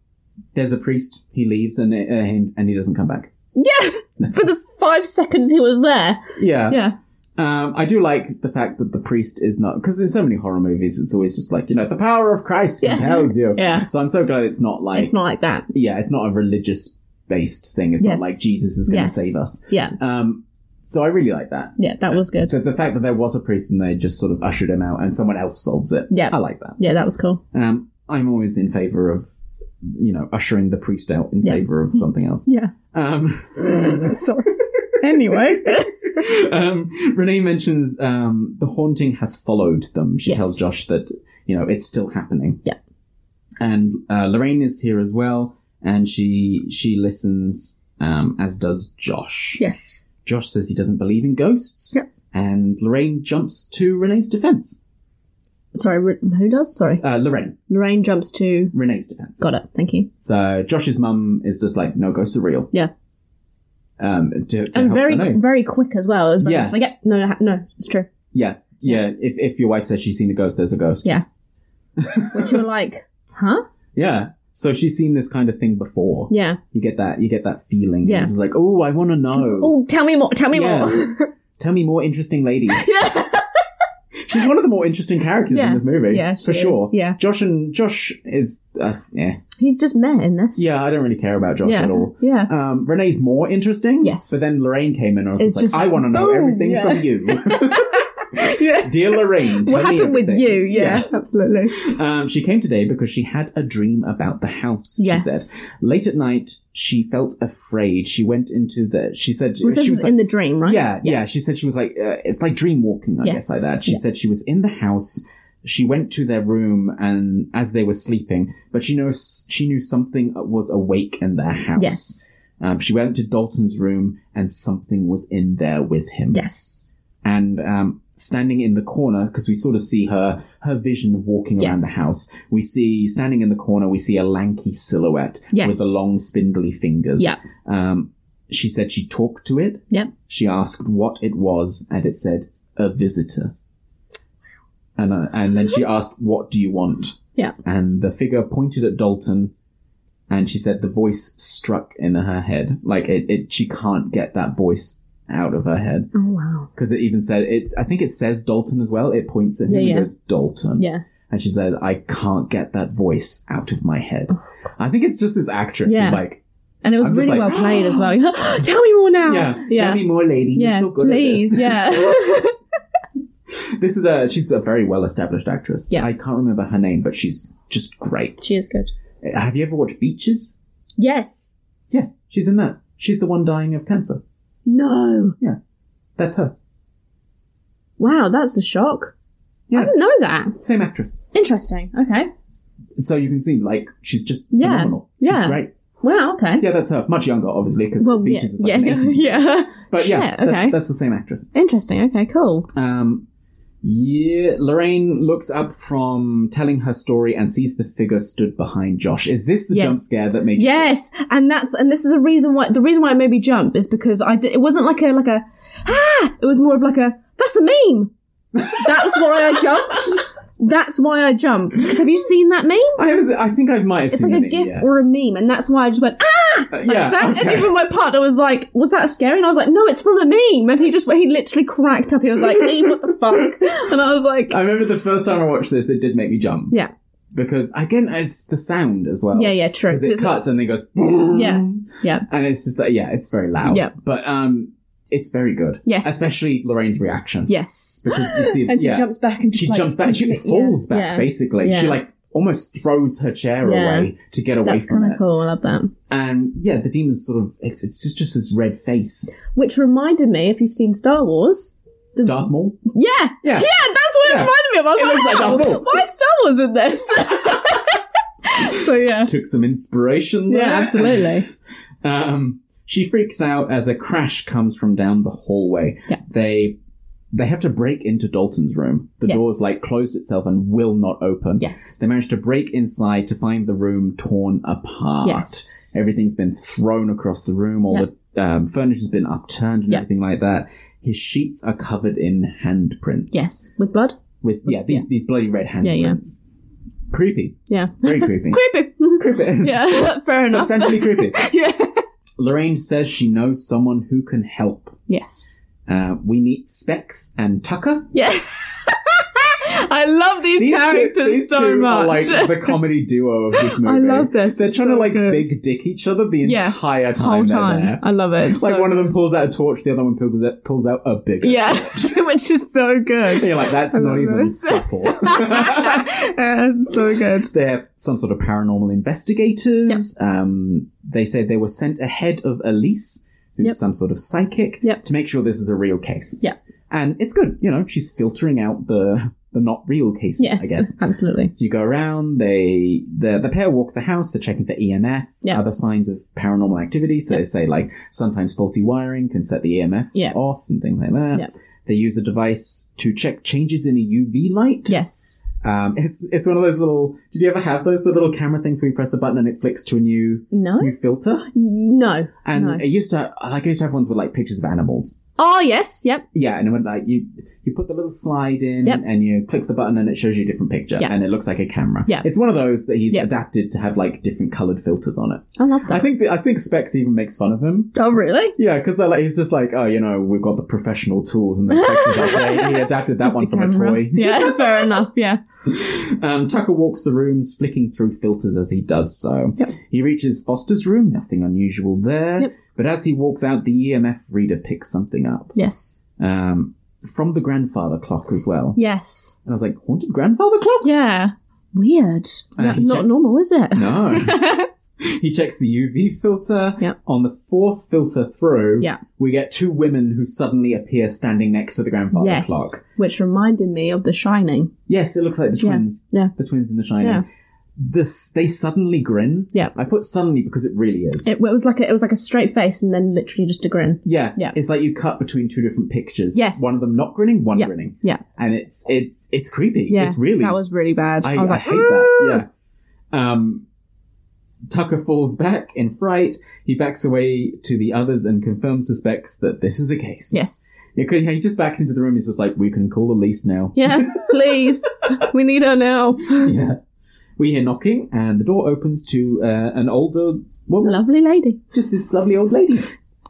there's a priest. He leaves and uh, and and he doesn't come back. yeah. For the five seconds he was there, Yeah. Yeah. Um, I do like the fact that the priest is not because in so many horror movies it's always just like you know the power of Christ Yeah. compels you. Yeah. So I'm so glad it's not like It's not like that. yeah it's not a religious based thing. It's not Yes. like Jesus is going to Yes. save us. Yeah. Um, so I really like that. Yeah, that was good. So the fact that there was a priest and they just sort of ushered him out and someone else solves it. Yeah. I like that. Yeah, that was cool. Um, I'm always in favor of, you know, ushering the priest out in Yeah. favor of something else. Yeah. Um, Sorry. anyway. um, Renee mentions um, the haunting has followed them. She Yes. tells Josh that, you know, it's still happening. Yeah. And uh, Lorraine is here as well, and she she listens, um, as does Josh. Yes. Josh says he doesn't believe in ghosts. Yep. And Lorraine jumps to Renee's defense. Sorry, Re- who does? Sorry. Uh, Lorraine. Lorraine jumps to. Renee's defense. Got it. Thank you. So Josh's mum is just like, no, ghosts are real. Yeah. Um, to, to and help very, Renee. very quick as well. It was very Yeah. much Like, yeah. No, no, no, it's true. Yeah. Yeah. If, if your wife says she's seen a ghost, there's a ghost. Yeah. Which you were like, huh? Yeah. So she's seen this kind of thing before. Yeah. You get that. You get that feeling. Yeah. It's like, oh, I want to know. Oh, tell me more. Tell me Yeah. more. Tell me more interesting ladies. She's one of the more interesting characters Yeah. in this movie. Yeah, she for is, sure. yeah. Josh and Josh is uh, yeah. He's just met in this. Yeah, I don't really care about Josh Yeah. at all. Yeah. Um, Renee's more interesting. Yes. But then Lorraine came in and I was It's just just like, I like, want to know boom, everything yeah. from you. Yeah. Dear Lorraine, tell What Uh, me happened with everything. you? Yeah, absolutely. Um, she came today because she had a dream about the house. Yes. She said late at night she felt afraid. She went into the. She said Well, this she was like, in the dream, right? Yeah, yeah, She said she was like, uh, it's like dream walking, I guess, Yes. like that. She Yeah. said she was in the house. She went to their room and as they were sleeping, but she knows she knew something was awake in their house. Yes. Um, she went to Dalton's room and something was in there with him. Yes. And um, standing in the corner, because we sort of see her her vision of walking around Yes. the house. We see standing in the corner, we see a lanky silhouette Yes. with the long spindly fingers. Yeah. Um, she said she talked to it. Yep. She asked what it was, and it said a visitor. And uh, and then she asked, "What do you want?" Yeah. And the figure pointed at Dalton, and she said the voice struck in her head. Like it, it she can't get that voice out of her head Oh wow. because it even said it's. I think it says Dalton as well. It points at him Yeah, and yeah. goes Dalton. Yeah. And she said, "I can't get that voice out of my head." I think it's just this actress who, Yeah. like And it was I'm just really like, well played as well. tell me more now. Yeah. Yeah. Tell me more, lady. Yeah, You're so good please. at this. Yeah. this is a she's a very well established actress. Yeah. I can't remember her name, but she's just great. she is good. Have you ever watched Beaches? Yes. Yeah, she's in that. She's the one dying of cancer. No. Yeah. That's her. Wow, that's a shock. Yeah. I didn't know that. Same actress. Interesting. Okay. So you can see, like, she's just Yeah. phenomenal. She's Yeah. great. Wow. Okay. Yeah, that's her. Much younger, obviously, because Well, yeah, Beaches yeah, is like an 80s. yeah. But yeah, Shit, that's, okay. that's the same actress. Interesting. Okay. Cool. Um, yeah, Lorraine looks up from telling her story and sees the figure stood behind Josh. Is this the Yes. jump scare that made you? Yes, and that's and this is the reason why the reason why I made me jump is because I did, it wasn't like a like a ah it was more of like a that's a meme. That's why I jumped. That's why I jumped. 'Cause Have you seen that meme? I haven't. I think I might have It's seen like a it, gif yeah. or a meme, and that's why I just went ah Uh, like yeah, that. And okay. even my partner was like, "Was that scary?" And I was like, "No, it's from a meme." And he just he literally cracked up. He was like, "Lee, what the fuck?" And I was like, I remember the first time I watched this, it did make me jump. "Yeah, Because again, it's the sound as well. yeah, yeah, true." Because it It's like- cuts and then goes. boom. Yeah. yeah, And it's just like yeah, it's very loud. Yeah. But um, it's very good. Yes. Especially Lorraine's reaction. yes. Because you see, And she yeah. jumps back and she just, like, jumps back. She completely- falls yeah, back yeah. basically. She Yeah. like almost throws her chair Yeah. away to get away That's from kind it. of cool. I love that. And yeah, the demon's sort of it's, it's just, just this red face. Which reminded me, if you've seen Star Wars, the Darth Maul. yeah, Yeah. yeah, that's what Yeah. it reminded me of. I was It looks like like, Darth "Wow, Maul." why is Star Wars in this? so yeah, Took some inspiration. There. yeah, absolutely. Um, she freaks out as a crash comes from down the hallway. Yeah. They they have to break into Dalton's room. The Yes. door's like closed itself and will not open. Yes, They manage to break inside to find the room torn apart. yes, Everything's been thrown across the room. All Yeah. the um, furniture's been upturned and Yeah. everything like that. His sheets are covered in handprints. yes, with blood. With yeah, these Yeah. these bloody red Yeah, yeah. handprints. Creepy. Yeah, Very creepy. creepy. yeah, fair enough. Substantially creepy. yeah. Lorraine says she knows someone who can help. Yes. Uh, we meet Specs and Tucker. Yeah. I love these, characters these so two much. are like the comedy duo of this I movie. love this. They're It's trying to so like good. big dick each other the Yeah. entire The time whole they're time. there. I love it. It's like one of them pulls out a torch, the other one pulls out, pulls out a bigger Yeah, torch. which is so good. And you're like, that's I not love even this. subtle. Yeah, it's so good. They're some sort of paranormal investigators. Um, they say they were sent ahead of Elise, who's Yep. some sort of psychic, Yep. to make sure this is a real case. Yeah. And it's good, you know, she's filtering out the the not real cases, I Yes, guess. absolutely. You go around, they the the pair walk the house, they're checking for EMF, Yeah. other signs of paranormal activity. So they say like sometimes faulty wiring can set the EMF Yeah. off and things like that. Yeah. They use a device to check changes in a UV light. Yes. Um, it's it's one of those little. Did you ever have those the little camera things where you press the button and it flicks to a new No. new filter? No. And no. it used to like I used to have ones with like pictures of animals. Oh yes. Yep. Yeah, and it went like you you put the little slide in Yep. and you click the button and it shows you a different picture Yeah. and it looks like a camera. Yeah. It's one of those that he's Yeah. adapted to have like different colored filters on it. I love I that. think the, I think Specs even makes fun of him. oh really? Yeah, because they're like he's just like oh you know we've got the professional tools and then Specs is like "Yeah, he adapted that Just one a from camera. a toy. Yeah. Fair enough. Yeah. Um, Tucker walks the rooms, flicking through filters as he does so. He reaches Foster's room, nothing unusual there. Yep. But as he walks out, the EMF reader picks something up Yes. um, from the grandfather clock as well. Yes. And I was like, haunted grandfather clock? Yeah. Weird. Uh, Not, he not checked- normal, is it? No. he checks the UV filter. Yep. On the fourth filter through, Yeah. we get two women who suddenly appear standing next to the grandfather Yes. clock. Which reminded me of The Shining. Yes, it looks like the Yeah. twins. Yeah. The twins in The Shining. Yeah. This, they suddenly grin. Yeah. I put suddenly because it really is. It, was like a, it was like a straight face and then literally just a grin. Yeah, Yeah. It's like you cut between two different pictures. Yes. one of them not grinning, one Yeah. grinning, Yeah. and it's it's it's creepy. Yeah. it's really. That was really bad. I, I, was I like, hate that. Yeah. Um, Tucker falls back in fright. He backs away to the others and confirms to Specs that this is a case. Yes. Yeah, 'cause he just backs into the room. He's just like, "We can call Elise now." Yeah. Please. we need her now. yeah. We hear knocking, and the door opens to uh, an older woman, Lovely lady. just this lovely old lady.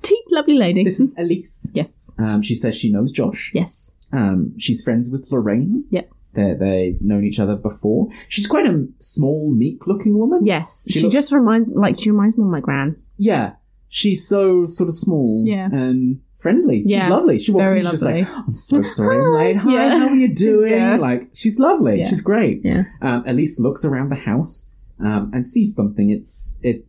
Teak, lovely lady. this is Elise. yes. Um, she says she knows Josh. Yes. Um, she's friends with Lorraine. Yep. They're, they've known each other before. She's quite a small, meek-looking woman. Yes. She She, looks- just reminds like she reminds me of my gran. Yeah. She's so sort of small. Yeah. And friendly. Yeah. She's lovely. She walks Very in. She's just lovely. like, I'm so sorry I'm late. Hi, Yeah. how are you doing? Yeah. Like, she's lovely. Yeah. She's great. Yeah. Um, Elise looks around the house um, and sees something. It's it.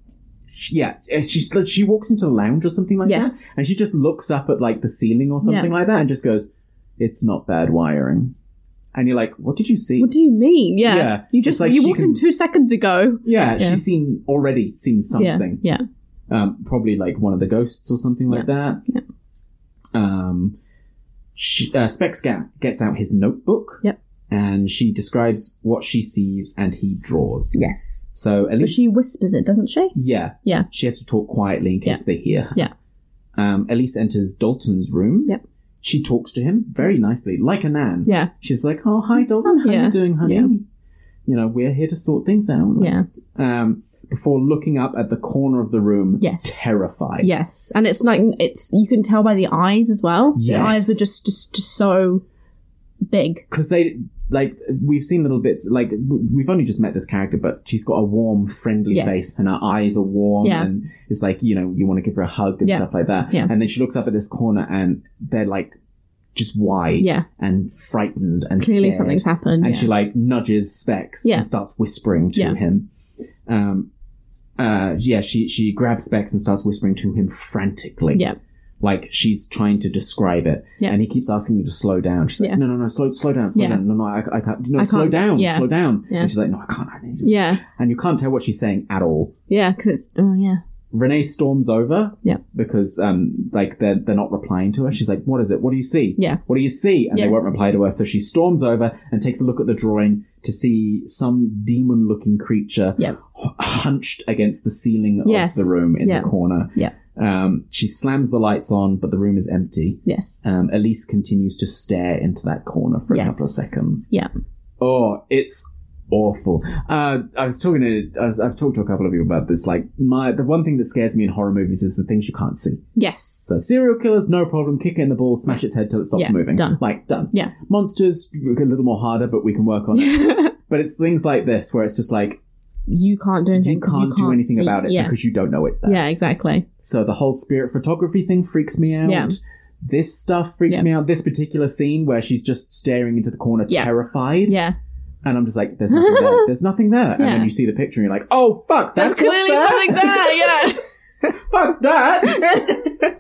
she- Yeah, eh, she's she walks into the lounge or something like Yes. that, and she just looks up at like the ceiling or something Yeah. like that, and just goes, "It's not bad wiring." And you're like, "What did you see?" What do you mean? Yeah. Yeah. You It's just like you she walked in can- two seconds ago. yeah, Yeah. she's seen already seen something. Yeah. um, probably like one of the ghosts or something like that. Yeah. Um, she, uh, Specs ga- gets out his notebook. Yep. And she describes what she sees, and he draws. Yes. So at But least she whispers it, doesn't she? Yeah. Yeah. She has to talk quietly in case they hear her. Yeah. Um, Elise enters Dalton's room. Yep. She talks to him very nicely, like a nan. Yeah. She's like, "Oh, hi, Dalton. How Yeah. you doing, honey? Yeah. You know, we're here to sort things out." Yeah. Um, before looking up at the corner of the room, Yes. terrified. Yes. And it's like it's you can tell by the eyes as well. Yes. The eyes are just just just so big. because they like we've seen little bits like w- we've only just met this character but she's got a warm friendly Yes. face and her eyes are warm Yeah. and it's like you know you want to give her a hug and Yeah. stuff like that Yeah. and then she looks up at this corner and they're like just wide Yeah. and frightened and Clearly scared. something's happened. and yeah. she like nudges specs Yeah. and starts whispering to Yeah. him um uh yeah she she grabs specs and starts whispering to him frantically Yeah. like she's trying to describe it, Yeah. and he keeps asking you to slow down. She's like, Yeah. "No, no, no, slow, slow down, slow Yeah. down. No, no, I, I can't. No, I slow can't- down, yeah. slow down." Yeah. And she's like, "No, I can't. I need to. Yeah. And you can't tell what she's saying at all. Yeah, because it's oh yeah. Renee storms over, Yeah. because um, like they're they're not replying to her. She's like, "What is it? What do you see? Yeah. what do you see?" And they Yeah. won't reply to her, so she storms over and takes a look at the drawing to see some demon-looking creature Yeah. h- hunched against the ceiling Yes. of the room in Yeah. the corner. Yeah. Um, she slams the lights on, but the room is empty. Yes. Um, Elise continues to stare into that corner for a Yes. couple of seconds. Yeah. Oh, it's awful. Uh, I was talking to, I was, I've talked to a couple of people about this. Like, my the one thing that scares me in horror movies is the things you can't see. Yes. So serial killers, no problem. Kick it in the ball, smash its head till it stops Yeah, moving. done. Like done. Yeah. Monsters a little more harder, but we can work on it. But it's things like this where it's just like you can't do anything. you 'cause can't, do anything see- about it Yeah. because you don't know it's there. yeah, exactly. So the whole spirit photography thing freaks me out. Yeah. This stuff freaks Yeah. me out. This particular scene where she's just staring into the corner, Yeah. terrified, Yeah. and I'm just like, "There's nothing there. There's nothing there." And then Yeah. you see the picture, and you're like, "Oh fuck, that's, what's there. there, yeah. fuck that."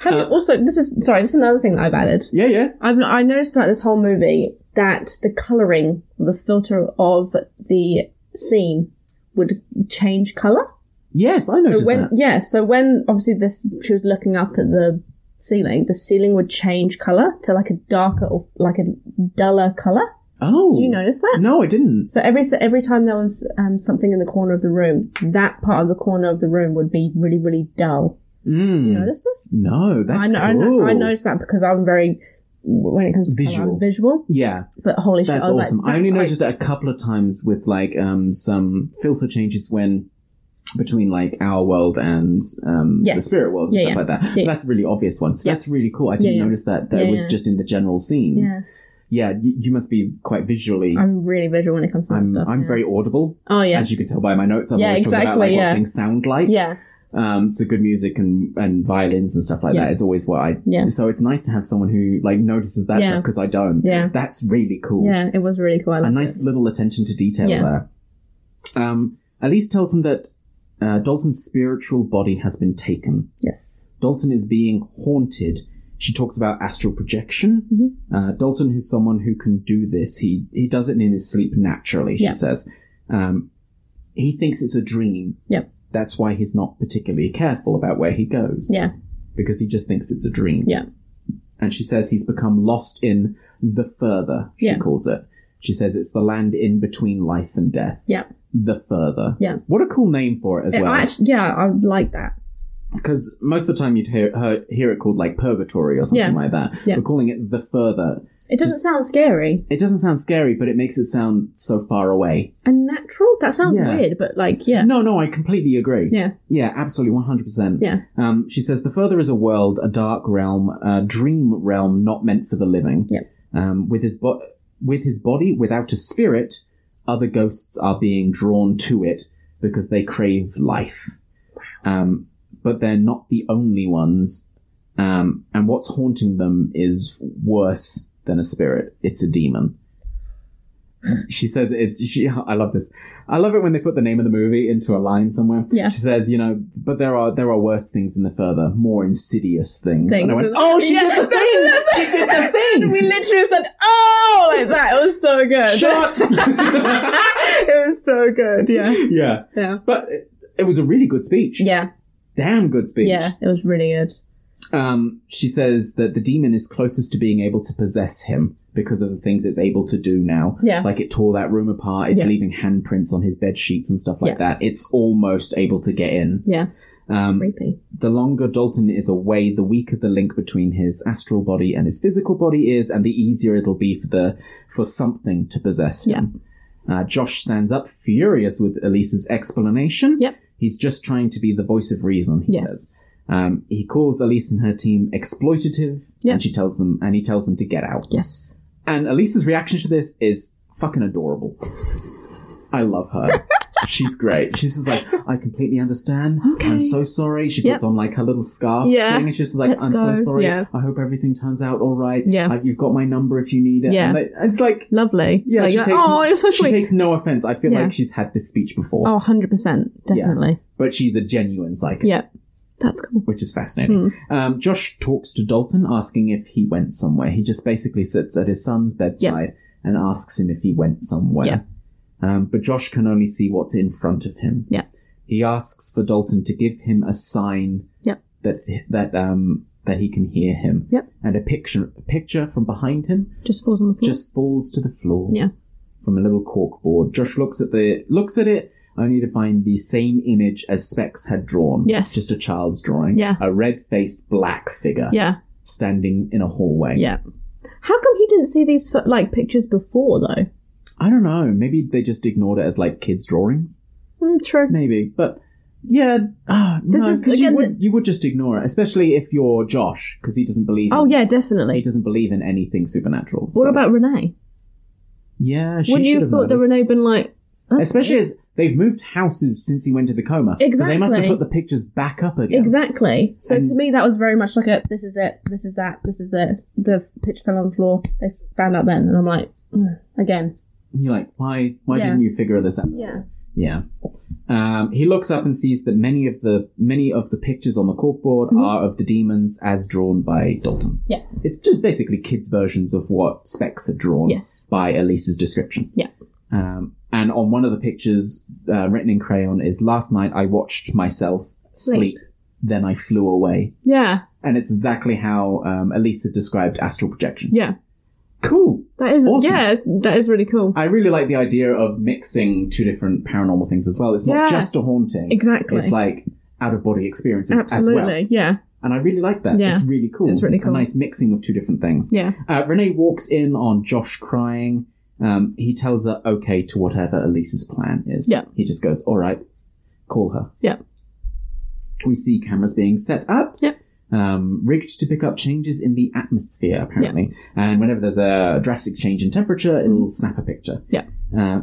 Have you also, this is sorry, this is another thing that I've added. Yeah, yeah. I've I noticed throughout this whole movie that the coloring, the filter of the scene, would change color. Yes, I noticed so when, that. Yeah, so when obviously this, she was looking up at the ceiling. The ceiling would change color to like a darker or like a duller color. Oh, did you notice that? No, I didn't. So every every time there was um, something in the corner of the room, that part of the corner of the room would be really really dull. Mm. You notice this? No, that's I, know, cool. I, know, I noticed that because I'm very when it comes to visual. Color, I'm visual. Yeah, but holy shit, that's I was awesome. Like, that's I only like- noticed it a couple of times with like um some filter changes when between like our world and um the Yes. spirit world and Yeah, stuff yeah. like that. Yeah. That's a really obvious one. So Yeah. that's really cool. I Yeah, didn't yeah. notice that. That Yeah, was yeah. just in the general scenes. Yeah. Yeah, you, you must be quite visually. I'm really visual when it comes to that I'm, stuff. I'm yeah. very audible. Oh, yeah. as you can tell by my notes, I'm Yeah, always talking about exactly, like what yeah. things sound like. yeah. Um, so good music and, and violins and stuff like Yeah. that is always what I. Yeah. So it's nice to have someone who like notices that Yeah. stuff because I don't. Yeah. That's really cool. Yeah, it was really cool. I A liked nice it. little attention to detail Yeah. there. Um, Elise tells him that uh, Dalton's spiritual body has been taken. Yes. Dalton is being haunted. She talks about astral projection. Mm-hmm. Uh, Dalton is someone who can do this. He he does it in his sleep naturally. She Yeah. says. Um, he thinks it's a dream. Yep. That's why he's not particularly careful about where he goes. Yeah. Because he just thinks it's a dream. Yeah. And she says he's become lost in the further. She Yeah. calls it. She says it's the land in between life and death. Yeah. The further. Yeah. What a cool name for it as It- well I actu- yeah, I like that. because most of the time you'd hear her, hear it called like purgatory or something Yeah. like that. Yeah. We're calling it the further. It doesn't sound scary It doesn't sound scary, but it makes it sound so far away. and natural. That sounds Yeah. weird, but like, yeah, No, no, I completely agree. yeah, Yeah, absolutely, one hundred percent. Yeah. Um, she says the further is a world, a dark realm, a dream realm, not meant for the living. Yeah. Um, with his bo- with his body without a spirit, other ghosts are being drawn to it because they crave life. Um, but they're not the only ones. Um, and what's haunting them is worse than a spirit. It's a demon. She says, it's, she, I love this. I love it when they put the name of the movie into a line somewhere. Yeah. She says, you know, but there are there are worse things in the further, more insidious things. Things And I went, in the- oh, she Yeah, did the that's- thing! that's- she did the thing! We literally said, "Oh, like that." It was so good. Shot! it was so good. Yeah, yeah. yeah, But it, it was a really good speech. yeah, Damn good speech. yeah. It was really good. Um, she says that the demon is closest to being able to possess him because of the things it's able to do now. Yeah. Like it tore that room apart, it's Yeah. leaving handprints on his bed sheets and stuff like Yeah. that. It's almost able to get in. Yeah, Um, creepy. the longer Dalton is away, the weaker the link between his astral body and his physical body is, and the easier it'll be for the for something to possess him. Uh, Josh stands up, furious with Elise's explanation. Yep. He's just trying to be the voice of reason. He says. Yes. Um, he calls Elise and her team exploitative, Yeah. and she tells them, and he tells them to get out. Yes. And Elise's reaction to this is fucking adorable. I love her. She's great. She's just like, I completely understand. Okay. I'm so sorry. She puts Yep. on like her little scarf Yeah. thing, and she's just like, Let's I'm go. so sorry. Yeah. I hope everything turns out all right. Yeah. Like, you've got my number if you need it. Yeah. And they- it's like, Lovely. yeah, Like, she, takes, oh, it was so she sweet. takes no offense. I feel Yeah. like she's had this speech before, oh, 100 percent, definitely. but she's a genuine Yeah. psychic that's cool. which is fascinating. Hmm. Um, Josh talks to Dalton, asking if he went somewhere. He just basically sits at his son's bedside and asks him if he went somewhere. Yeah. Um, but Josh can only see what's in front of him. Yeah. He asks for Dalton to give him a sign Yeah. that that um, that he can hear him. Yeah. And a picture a picture from behind him Just falls on the floor. just falls to the floor. Mm. Yeah. From a little corkboard. Josh looks at the looks at it only to find the same image as Specs had drawn. Yes. Just a child's drawing. Yeah. A red faced black figure yeah, standing in a hallway. yeah. How come he didn't see these fo- like pictures before though? I don't know. Maybe they just ignored it as like kids' drawings. Mm, true. Maybe. But yeah, ah, This no, is- 'cause you again, would you would just ignore it, especially if you're Josh, because he doesn't believe. Oh in- yeah, he definitely. doesn't believe in anything supernatural. What so- about Renee? yeah? She, Wouldn't she you have doesn't know thought that this. Renee been like? "That's Especially as they've moved houses since he went to the coma. So they must have Exactly. put the pictures back up again. Exactly. So And- to me, that was very much like a this is it, this is that, this is the the pitch fell on the floor. They found out then, and I'm like, "Mm, again, And You're like, why why Yeah. didn't you figure this out? yeah, Yeah. Um, he looks up and sees that many of the many of the pictures on the corkboard are of the demons as drawn by Dalton. Mm-hmm. Yeah. It's just basically kids' versions of what Specs had drawn Yes. by Elise's description. Yeah. Um, and on one of the pictures, uh, written in crayon, is last night I watched myself sleep, Sleep. then I flew away. Yeah. And it's exactly how um, Elise had described astral projection. Yeah. Cool. That is Awesome. yeah, that is really cool. I really like the idea of mixing two different paranormal things as well. It's not Yeah. just a haunting. Exactly. It's like out of body experiences Absolutely. as well. Yeah. And I really like that. Yeah. It's really cool. It's really cool. A nice mixing of two different things. Yeah. Uh, Renee walks in on Josh crying. Um, he tells her okay to whatever Elise's plan is. Yeah. He just goes, all right, call her. Yeah. We see cameras being set up. Yep. Um, rigged to pick up changes in the atmosphere, apparently. And whenever there's a drastic change in temperature, it'll snap a picture. Mm-hmm. Yeah. Uh,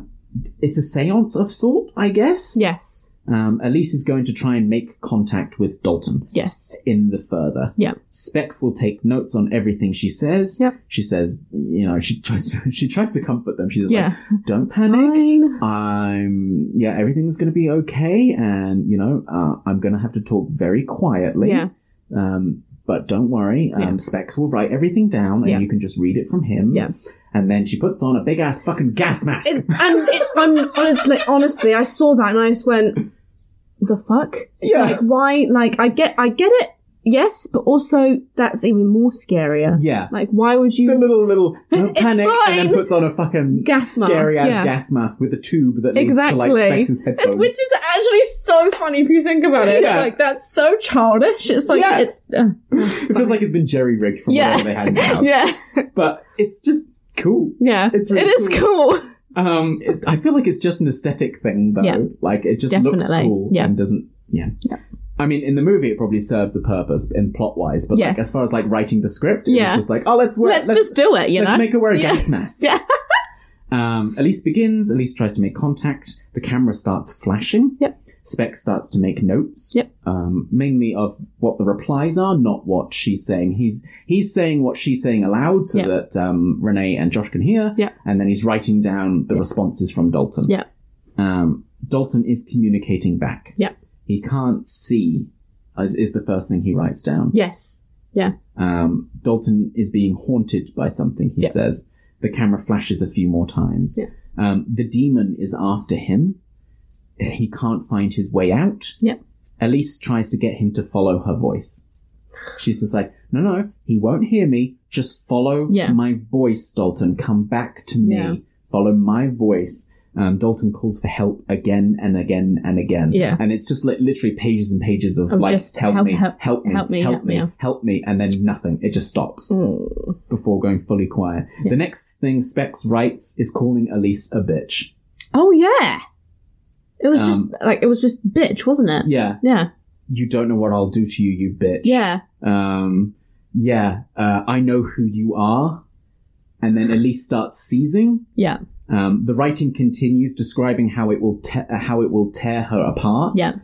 it's a seance of sort, I guess. Yes. Um, Elise is going to try and make contact with Dalton Yes. in the further. Yeah. Specs will take notes on everything she says. Yep. She says, you know, she tries to, she tries to comfort them. She's Yeah. like, don't panic. Fine. I'm, yeah, everything's going to be okay. And, you know, uh, I'm going to have to talk very quietly. Yeah. Um, but don't worry. Um, Yeah. Specs will write everything down and Yeah. you can just read it from him. Yeah. And then she puts on a big ass fucking gas mask. It, and it, I'm honestly, honestly, I saw that and I just went, "The fuck? Yeah. Like, why? Like, I get, I get it. Yes, but also that's even more scarier. yeah. Like, why would the you? little little don't It's panic and then fine. puts on a fucking Gas mask, scary ass yeah. gas mask with a tube that leads Exactly. to like Spex's headphones. Which is actually so funny if you think about it. It's Yeah. Like that's so childish. It's like Yeah. it's uh, it feels like it's been jerry rigged from Yeah. whatever they had in the house. yeah, But it's just cool. yeah. It's really it is cool. Um, it, I feel like it's just an aesthetic thing though. Yeah. Like it just looks Definitely. cool Yeah. and doesn't. Yeah. I mean, in the movie, it probably serves a purpose in plot wise, but like Yes. as far as like writing the script, it was Yeah. just like, oh, let's work. Let's, just do it. You let's know. make her wear a Yeah. gas mask. Yeah. Um, Elise begins. Elise tries to make contact. The camera starts flashing. Yep. Spec starts to make notes. Yep. Um, mainly of what the replies are, not what she's saying. He's he's saying what she's saying aloud so Yep. that um, Renee and Josh can hear. Yep. And then he's writing down the responses from Dalton. Yep. Um, Dalton is communicating back. Yep. He can't see. Is, is the first thing he writes down. Yes. Um, Dalton is being haunted by something, he Yeah. says. The camera flashes a few more times. Yeah. Um, the demon is after him. He can't find his way out. Yeah. Elise tries to get him to follow her voice. She's just like, no, no, he won't hear me. Just follow Yeah. my voice, Dalton. Come back to me. Yeah. Follow my voice. Um, Dalton calls for help again and again and again. Yeah. And it's just like literally pages and pages of Of like, just help, help- me, help, help- me, help me, help me, yeah. help me, and then nothing. It just stops before going fully quiet. Mm. Yeah. The next thing Specs writes is calling Elise a bitch. Oh yeah. It was Um, just like it was just bitch, wasn't it? Yeah, Yeah. you don't know what I'll do to you, you bitch. Yeah. Um, yeah, uh, I know who you are. And then Elise starts seizing. Yeah. Um, the writing continues, describing how it will te- uh, how it will tear her apart. Yeah.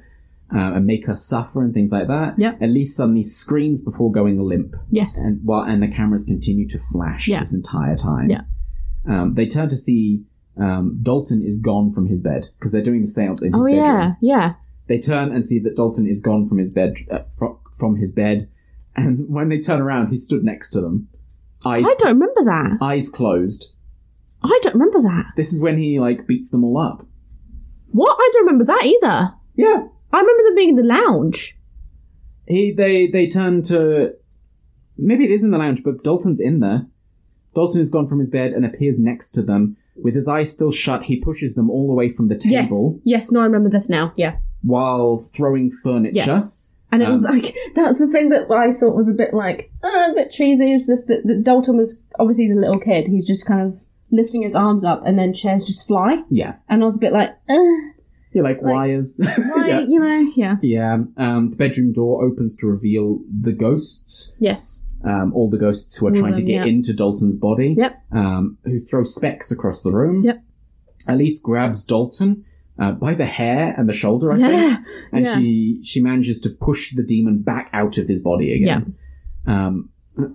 Uh, and make her suffer and things like that. Yeah. Elise suddenly screams before going limp. Yes. and while and the cameras continue to flash Yeah. this entire time. Yeah. Um, they turn to see um, Dalton is gone from his bed because they're doing the seance in his oh bedroom. yeah. Yeah. They turn and see that Dalton is gone from his bed uh, fro- from his bed, and when they turn around, he stood next to them, eyes I don't remember that. eyes closed. I don't remember that. This is when he like beats them all up. What? I don't remember that either. Yeah. I remember them being in the lounge. He they they turn to maybe it is in the lounge, but Dalton's in there. Dalton has gone from his bed and appears next to them. With his eyes still shut, he pushes them all away from the table Yes. Yes. No, I remember this now. Yeah. while throwing furniture. Yes. And it was Um, like that's the thing that I thought was a bit like uh, a bit cheesy. Is this that, that Dalton was obviously he's a little kid. He's just kind of lifting his arms up, and then chairs just fly. Yeah. And I was a bit like, uh, You're like, wires. why? yeah. You know? Yeah. Yeah. Um, the bedroom door opens to reveal the ghosts. Yes. Um, all the ghosts who are All trying to them, get yeah. into Dalton's body. Yep. Um, who throw specks across the room. Yep. Elise grabs Dalton uh, by the hair and the shoulder, I think. Yeah. and Yeah. she she manages to push the demon back out of his body again. Um,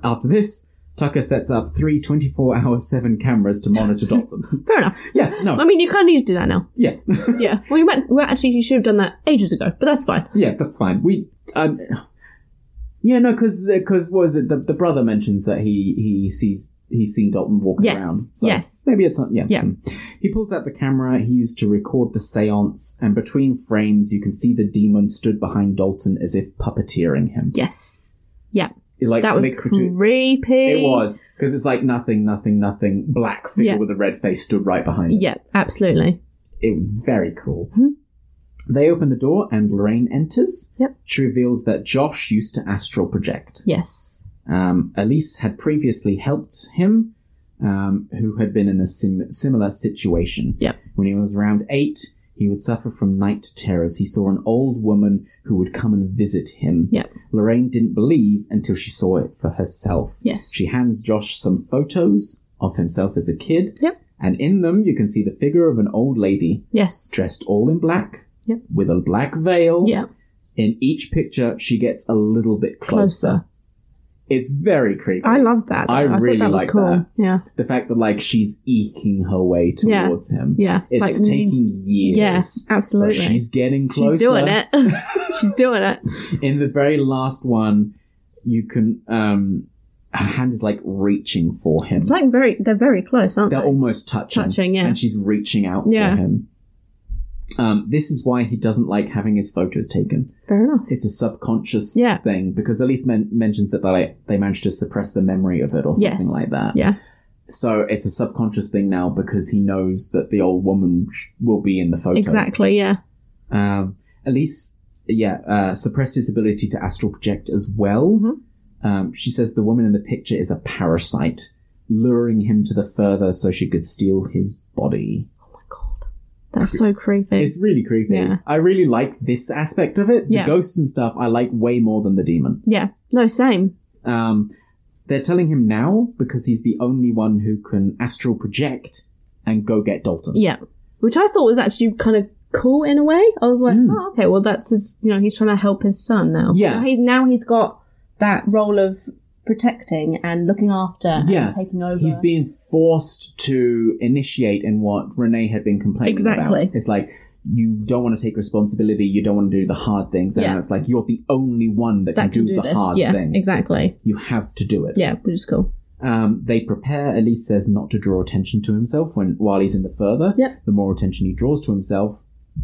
after this, Tucker sets up three 24 hour 7 cameras to monitor Dalton. Fair enough. Yeah, no. I mean, you kind of need to do that now. Yeah. yeah. Well, you might, well, actually, you should have done that ages ago, but that's fine. Yeah, that's fine. We. Um, yeah, no, because because what is it? The, the brother mentions that he he sees he's seen Dalton walking Yes, around. yes. maybe it's not. Yeah, Yeah. He pulls out the camera he used to record the séance, and between frames, you can see the demon stood behind Dalton as if puppeteering him. Yes. Yeah. It, like that was flicks between- creepy. It was because it's like nothing, nothing, nothing. Black figure Yeah. with a red face stood right behind him. Yeah, absolutely. It was very cool. Mhm. They open the door and Lorraine enters. Yep. She reveals that Josh used to astral project. Yes. Um, Elise had previously helped him, um, who had been in a sim- similar situation. Yep. When he was around eight, he would suffer from night terrors. He saw an old woman who would come and visit him. Yep. Lorraine didn't believe until she saw it for herself. Yes. She hands Josh some photos of himself as a kid. Yep. And in them, you can see the figure of an old lady Yes. dressed all in black. Yep. With a black veil. Yeah. In each picture, she gets a little bit closer. Closer. It's very creepy. I loved that. I though. thought really that was like cool. that. Yeah. the fact that like she's eking her way Yeah. towards him. Yeah. It's like, taking years. Yes, absolutely. But she's getting closer. She's doing it. she's doing it. In the very last one, you can um her hand is like reaching for him. It's like very. They're very close, aren't They're they? almost touching. Touching, yeah. And she's reaching out Yeah. for him. Um, this is why he doesn't like having his photos taken. Fair enough. It's a subconscious Yeah. thing because at least men- mentions that they, like, they managed to suppress the memory of it or something Yes. like that. Yeah. So it's a subconscious thing now because he knows that the old woman will be in the photo. Exactly. Yeah. Um, Elise, yeah, uh, suppressed his ability to astral project as well. Mm-hmm. Um, she says the woman in the picture is a parasite, luring him to the further so she could steal his body. That's so creepy. It's really creepy. Yeah. I really like this aspect of it. Yeah. The ghosts and stuff I like way more than the demon. yeah. No. Same. Um, they're telling him now because he's the only one who can astral project and go get Dalton. Yeah. Which I thought was actually kind of cool in a way. I was like, Mm. oh, okay. Well, that's his. You know, he's trying to help his son now. Yeah. He's now he's got that role of protecting and looking after Yeah. and taking over. He's being forced to initiate in what Renee had been complaining Exactly. about. It's like you don't want to take responsibility, you don't want to do the hard things, and Yeah. it's like you're the only one that, that can do, the this. hard yeah. thing. Exactly. You have to do it. Yeah. Which is cool. Um, they prepare. Elise says not to draw attention to himself when while he's in the further. Yeah. The more attention he draws to himself,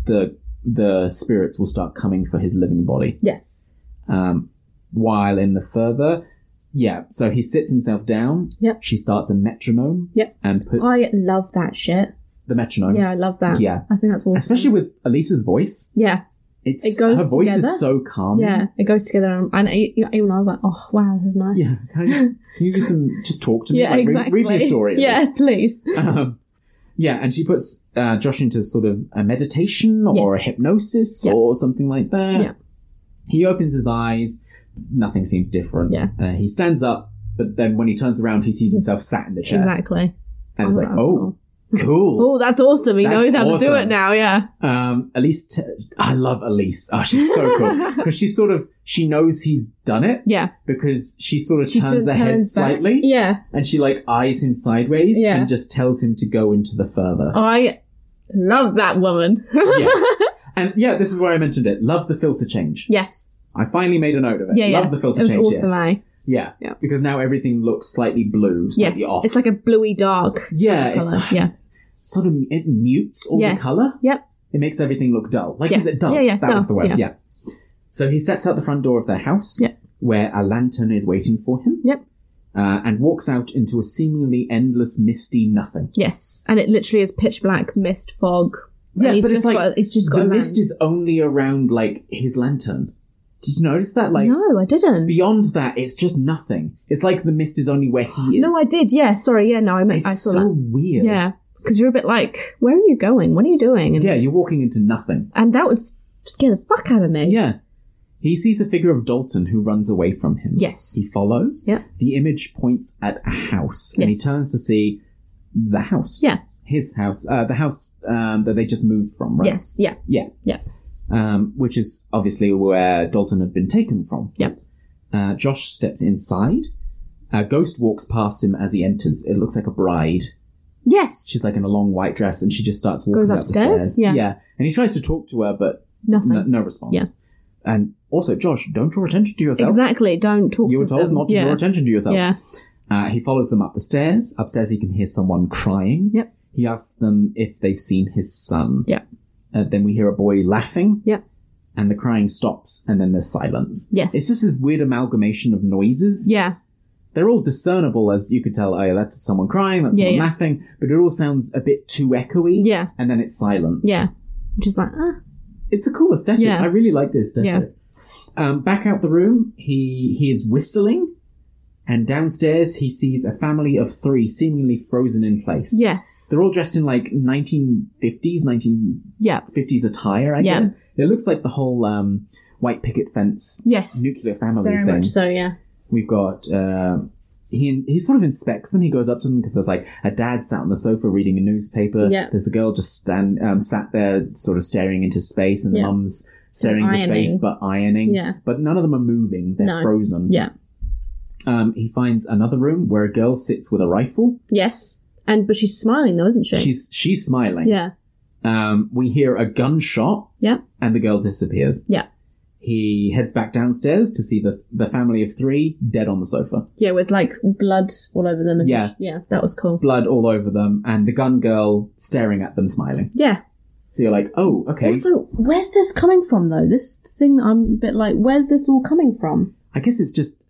the the spirits will start coming for his living body. Yes. Um, while in the further, yeah. So he sits himself down. Yep. She starts a metronome. Yep. And puts I love that shit. the metronome. Yeah, I love that. Yeah. I think that's awesome. Especially with Elise's voice. yeah, It's It goes her voice together. is so calming. yeah, it goes together. And, and I- you know, even I was like, oh wow, this is nice. Yeah. Can I just can you do some just talk to me? Yeah, like, read- exactly. read, me a story. at Yeah, least. please. um, yeah, and she puts uh, Josh into sort of a meditation or Yes. a hypnosis Yeah. or something like that. Yeah. He opens his eyes. Nothing seems different. Yeah. Uh, he stands up, but then when he turns around, he sees himself sat in the chair. Exactly. And he's Oh, like, that's oh, cool. Oh, that's awesome. He That's knows how to do awesome. it now. Yeah. Um, Elise, t- I love Elise. Oh, she's so cool. Because she's sort of, she knows he's done it Yeah. because she sort of She turns just her head turns back. slightly Yeah. and she like eyes him sideways Yeah. Oh. and just tells him to go into the further. I love that woman. yes. And yeah, this is where I mentioned it. Love the filter change. yes. I finally made a note of it. Yeah, Love yeah. the filter It was change. awesome, eh? Yeah. yeah. Yeah. Because now everything looks slightly blue, Yes. slightly off. It's like a bluey dark yeah, colour. it's Yeah. sort of it mutes all yes. the color. Yep. It makes everything look dull. Like Yeah. is it dull? Yeah, yeah, That was dull, the word. Yeah. yeah. So he steps out the front door of their house, Yeah. where a lantern is waiting for him. Yep. Uh, and walks out into a seemingly endless, misty nothing. Yes. And it literally is pitch black, mist, fog. And Yeah, he's but it's just like got, he's just got the a man. mist is only around like his lantern. Did you notice that? Like no, I didn't. beyond that, it's just nothing. It's like the mist is only where he is. No, I did. Yeah, sorry. Yeah, no, I meant It's I saw so that. weird. Yeah, because you're a bit like, where are you going? What are you doing? And, Yeah, you're walking into nothing. and that would s- scare the fuck out of me. Yeah. He sees a figure of Dalton who runs away from him. Yes. He follows. Yeah. The image points at a house, and he Yes. turns to see the house. Yeah. His house, uh, the house um, that they just moved from, right? Yes. Yeah. Yeah. Yeah. Um, which is obviously where Dalton had been taken from. Yep. Uh, Josh steps inside, A ghost walks past him as he enters. It looks like a bride. Yes. She's like in a long white dress and she just starts walking Goes up the upstairs? stairs. Yeah. Yeah. And he tries to talk to her, but Nothing. No, no response. Yeah. And also, Josh, don't draw attention to yourself. Exactly. Don't talk. You were to told them. not to yeah. draw attention to yourself. Yeah. Uh, he follows them up the stairs. Upstairs, he can hear someone crying. Yep. He asks them if they've seen his son. Yep. Uh, then we hear a boy laughing. Yep. And the crying stops, and then there's silence. Yes. It's just this weird amalgamation of noises. Yeah. They're all discernible, as you could tell. Oh, yeah, that's someone crying. That's Yeah, someone yeah. laughing. But it all sounds a bit too echoey. Yeah. And then it's silence. Yeah. Just like ah. It's a cool aesthetic. Yeah. I really like this aesthetic. Yeah. Um, back out the room, he he is whistling, and downstairs he sees a family of three seemingly frozen in place. Yes. They're all dressed in like 1950s, 1950s Yeah. attire, I Yeah. guess. It looks like the whole um, white picket fence Yes. nuclear family Very thing. much so, yeah. We've got. Uh, he, he sort of inspects them. He goes up to them because there's like a dad sat on the sofa reading a newspaper. Yeah. There's a girl just stand um, sat there sort of staring into space, and the Yeah. mum's staring into Ironing. space but ironing. Yeah. But none of them are moving. They're No. frozen. Yeah. Um, he finds another room where a girl sits with a rifle. Yes. And but she's smiling though, isn't she? She's she's smiling. yeah. Um, we hear a gunshot. Yeah. And the girl disappears. Yeah. He heads back downstairs to see the the family of three dead on the sofa. Yeah, with like blood all over them. And Yeah. Yeah, that was cool. blood all over them, and the gun girl staring at them, smiling. Yeah. So you're like, oh, okay. Also, where's this coming from though? This thing that I'm a bit like, where's this all coming from? I guess it's just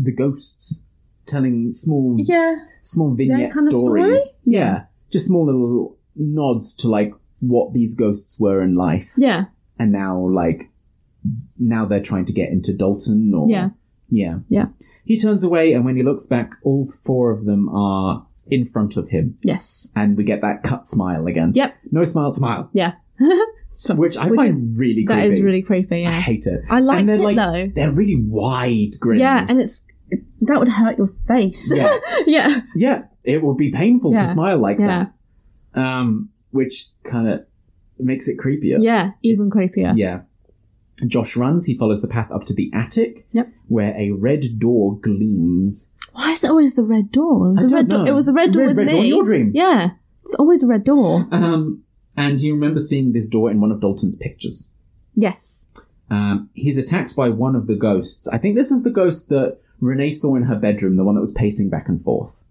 the ghosts telling small, Yeah. small vignette kind of stories. story? Yeah. just small little nods to like what these ghosts were in life, Yeah. and now like now they're trying to get into Dalton or Yeah. yeah, Yeah. He turns away, and when he looks back, all four of them are in front of him, Yes. and we get that cut smile again. Yep. No smile, smile. Yeah. Which I Which find is- really creepy. That is really creepy. I Yeah. hate it. I liked and they're it like, though. They're really wide grins. Yeah, and it's that would hurt your face. yeah, yeah. yeah. It would be painful Yeah. to smile like Yeah. that. Um, which kind of makes it creepier. Yeah, even creepier. Yeah. Josh runs. He follows the path up to the attic, Yep. where a red door gleams. Why is it always the red door? It was I the don't red know. door. It was the red door Red, with red me. door in your dream. Yeah, it's always a red door. Um, and he remembers seeing this door in one of Dalton's pictures. Yes. Um, he's attacked by one of the ghosts. I think this is the ghost that Renee saw in her bedroom, the one that was pacing back and forth.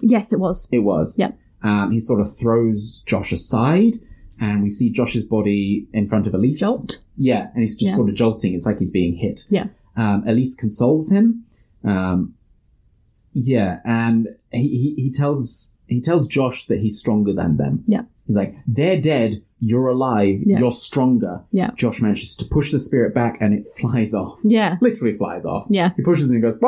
Yes, it was. It was. Yep. Um, he sort of throws Josh aside, and we see Josh's body in front of Elise. Jolt. Yeah, and he's just Yeah. sort of jolting. It's like he's being hit. Yeah. Um, Elise consoles him. Um, yeah, and he, he he tells he tells Josh that he's stronger than them. Yeah. He's like, they're dead. You're alive. Yeah. You're stronger. Yeah. Josh manages to push the spirit back, and it flies off. Yeah. Literally flies off. Yeah. He pushes and he goes.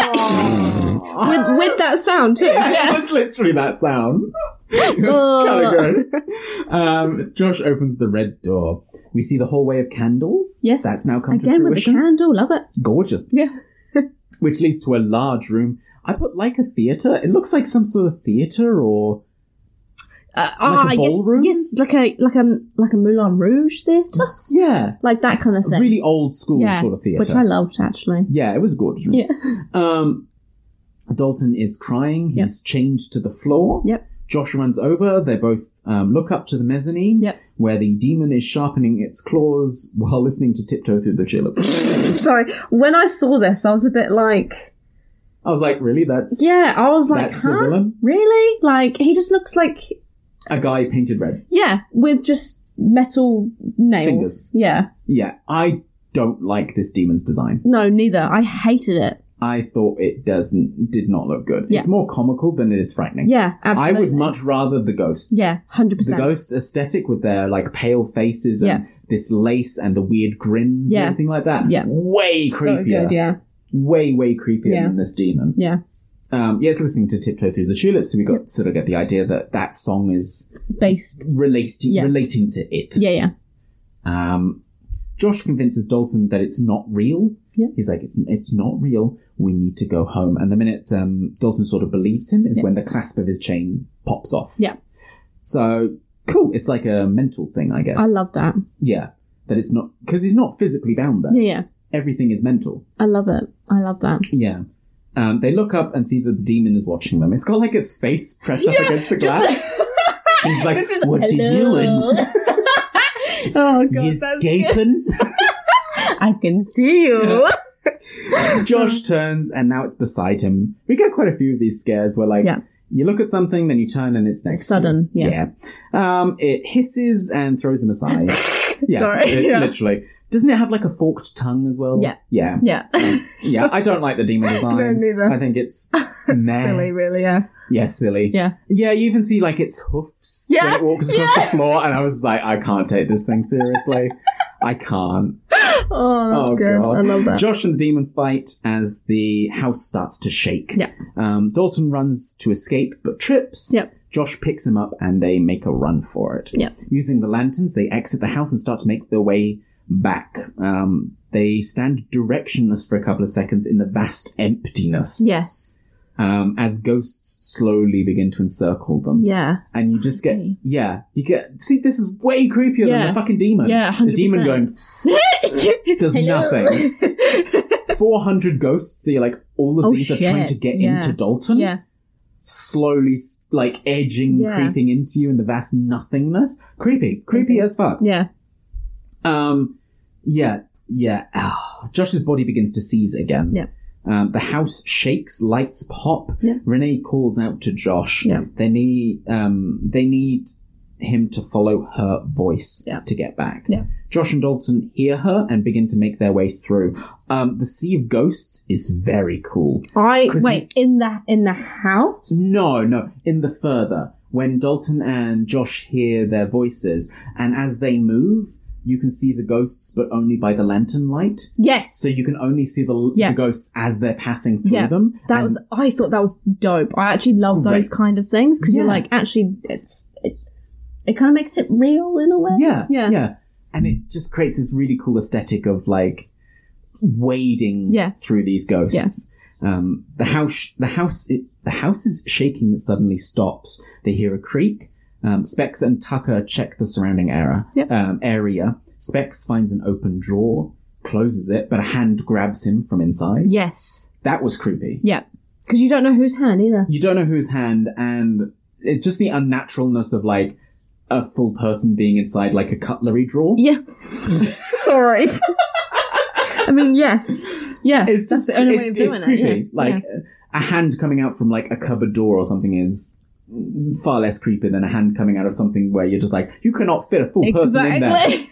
"Bah!" With with that sound too. yeah, it's literally that sound. It was kind of good. Um, Josh opens the red door. We see the hallway of candles. Yes. that's now come to Again with the fruition. candle, love it. Gorgeous. Yeah. Which leads to a large room. I put like a theater. It looks like some sort of theater or Uh, Like a I ballroom? Guess, yes, like a like a like a Moulin Rouge theatre, yeah, like that kind of a thing. really old school Yeah, sort of theater. which I loved actually. Yeah, it was a gorgeous room. Yeah. Um, Dalton is crying. Yep. He's chained to the floor. Yep. Josh runs over. They both um, look up to the mezzanine, Yep. where the demon is sharpening its claws while listening to Tiptoe Through the Tulips. Sorry. When I saw this, I was a bit like I was like, really? That's Yeah, I was like, that's the huh? villain? Really? Like he just looks like A guy painted red. yeah, with just metal nails. Fingers. Yeah. Yeah, I don't like this demon's design. No, neither. I hated it. I thought it doesn't did not look good. Yeah. It's more comical than it is frightening. Yeah, absolutely. I would much rather the ghosts. Yeah, hundred the percent. ghost aesthetic with their like pale faces and this lace and the weird grins Yeah. and everything like that. Yeah. Way So creepier. good, yeah. Way, way creepier Yeah. than this demon. Yeah. Um, yeah, it's listening to Tiptoe Through the Tulips, so we got sort of get the idea that that song is Based. relating Yeah. relating to it. Yeah, yeah. Um, Josh convinces Dalton that it's not real. Yeah. He's like, it's it's not real. We need to go home. And the minute um, Dalton sort of believes him is Yeah. when the clasp of his chain pops off. Yeah. So cool. It's like a mental thing, I guess. I love that. Yeah. That it's not because he's not physically bound there. Yeah, yeah. Everything is mental. I love it. I love that. Yeah. Um, they look up and see that the demon is watching them. It's got like its face pressed up Yeah, against the just glass. He's like, This is- "What you Hello." doing? oh god, you that's escaping?" good. I can see you. Josh turns, and now it's beside him. We get quite a few of these scares where, like, Yeah. you look at something, then you turn, and it's next. to you. Sudden, yeah. Um, it hisses and throws him aside. yeah, Sorry, it- yeah. literally. Doesn't it have like a forked tongue as well? Yeah. yeah, Yeah. yeah. I don't like the demon design. No, neither. I think it's meh. Silly, really, yeah. Yeah, silly. Yeah. Yeah, you even see like its hoofs when Yeah, it walks across yeah. the floor, and I was like, I can't take this thing seriously. I can't. Oh, that's oh good. god, I love that. Josh and the demon fight as the house starts to shake. Yeah. Um, Dalton runs to escape but trips. Yep. Josh picks him up and they make a run for it. Yep. Using the lanterns, they exit the house and start to make their way back. Um, they stand directionless for a couple of seconds in the vast emptiness Yes. um, as ghosts slowly begin to encircle them. Yeah. And you just get, Okay. yeah, you get, see, this is way creepier than Yeah. the fucking demon. Yeah, The demon 100%. going, does nothing. 400 ghosts that you're like, all of Oh, these are trying shit. to get Yeah. into Dalton. yeah. Slowly, s- like, edging, Yeah. creeping into you in the vast nothingness. Creepy, creepy as fuck. Yeah. Um, yeah, yeah. Ah, Josh's body begins to seize again. Yeah. Um, the house shakes, lights pop. Yeah. Renee calls out to Josh. Yeah. They need um, they need him to follow her voice Yeah. to get back. Yeah. Josh and Dalton hear her and begin to make their way through. Um, the Sea of Ghosts is very cool. I 'Cause Mm. wait in the in the house. No, no. In the further, when Dalton and Josh hear their voices, and as they move, you can see the ghosts, but only by the lantern light. Yes, So you can only see the, Yeah. the ghosts as they're passing through Yeah. them. that and- was. I thought that was dope. I actually love those Great. kind of things because you're Yeah. like, actually, it's it, it kind of makes it real in a way. yeah, yeah, yeah, and it just creates this really cool aesthetic of like wading Yeah. through these ghosts. Yes. Um, the house, the house, it, the house's shaking suddenly stops. They hear a creak. Um, Specs and Tucker check the surrounding area. Yep. Um, area. Specs finds an open drawer, closes it, but a hand grabs him from inside. Yes, That was creepy. yeah, because you don't know whose hand either. you don't know whose hand and it, just the unnaturalness of like a full person being inside like a cutlery drawer Yeah, sorry. I mean, yes, yeah. it's that's just the only it's, way of doing it's it. creepy yeah. like Yeah. a hand coming out from like a cupboard door or something is far less creepy than a hand coming out of something where you're just like you cannot fit a full person in there exactly.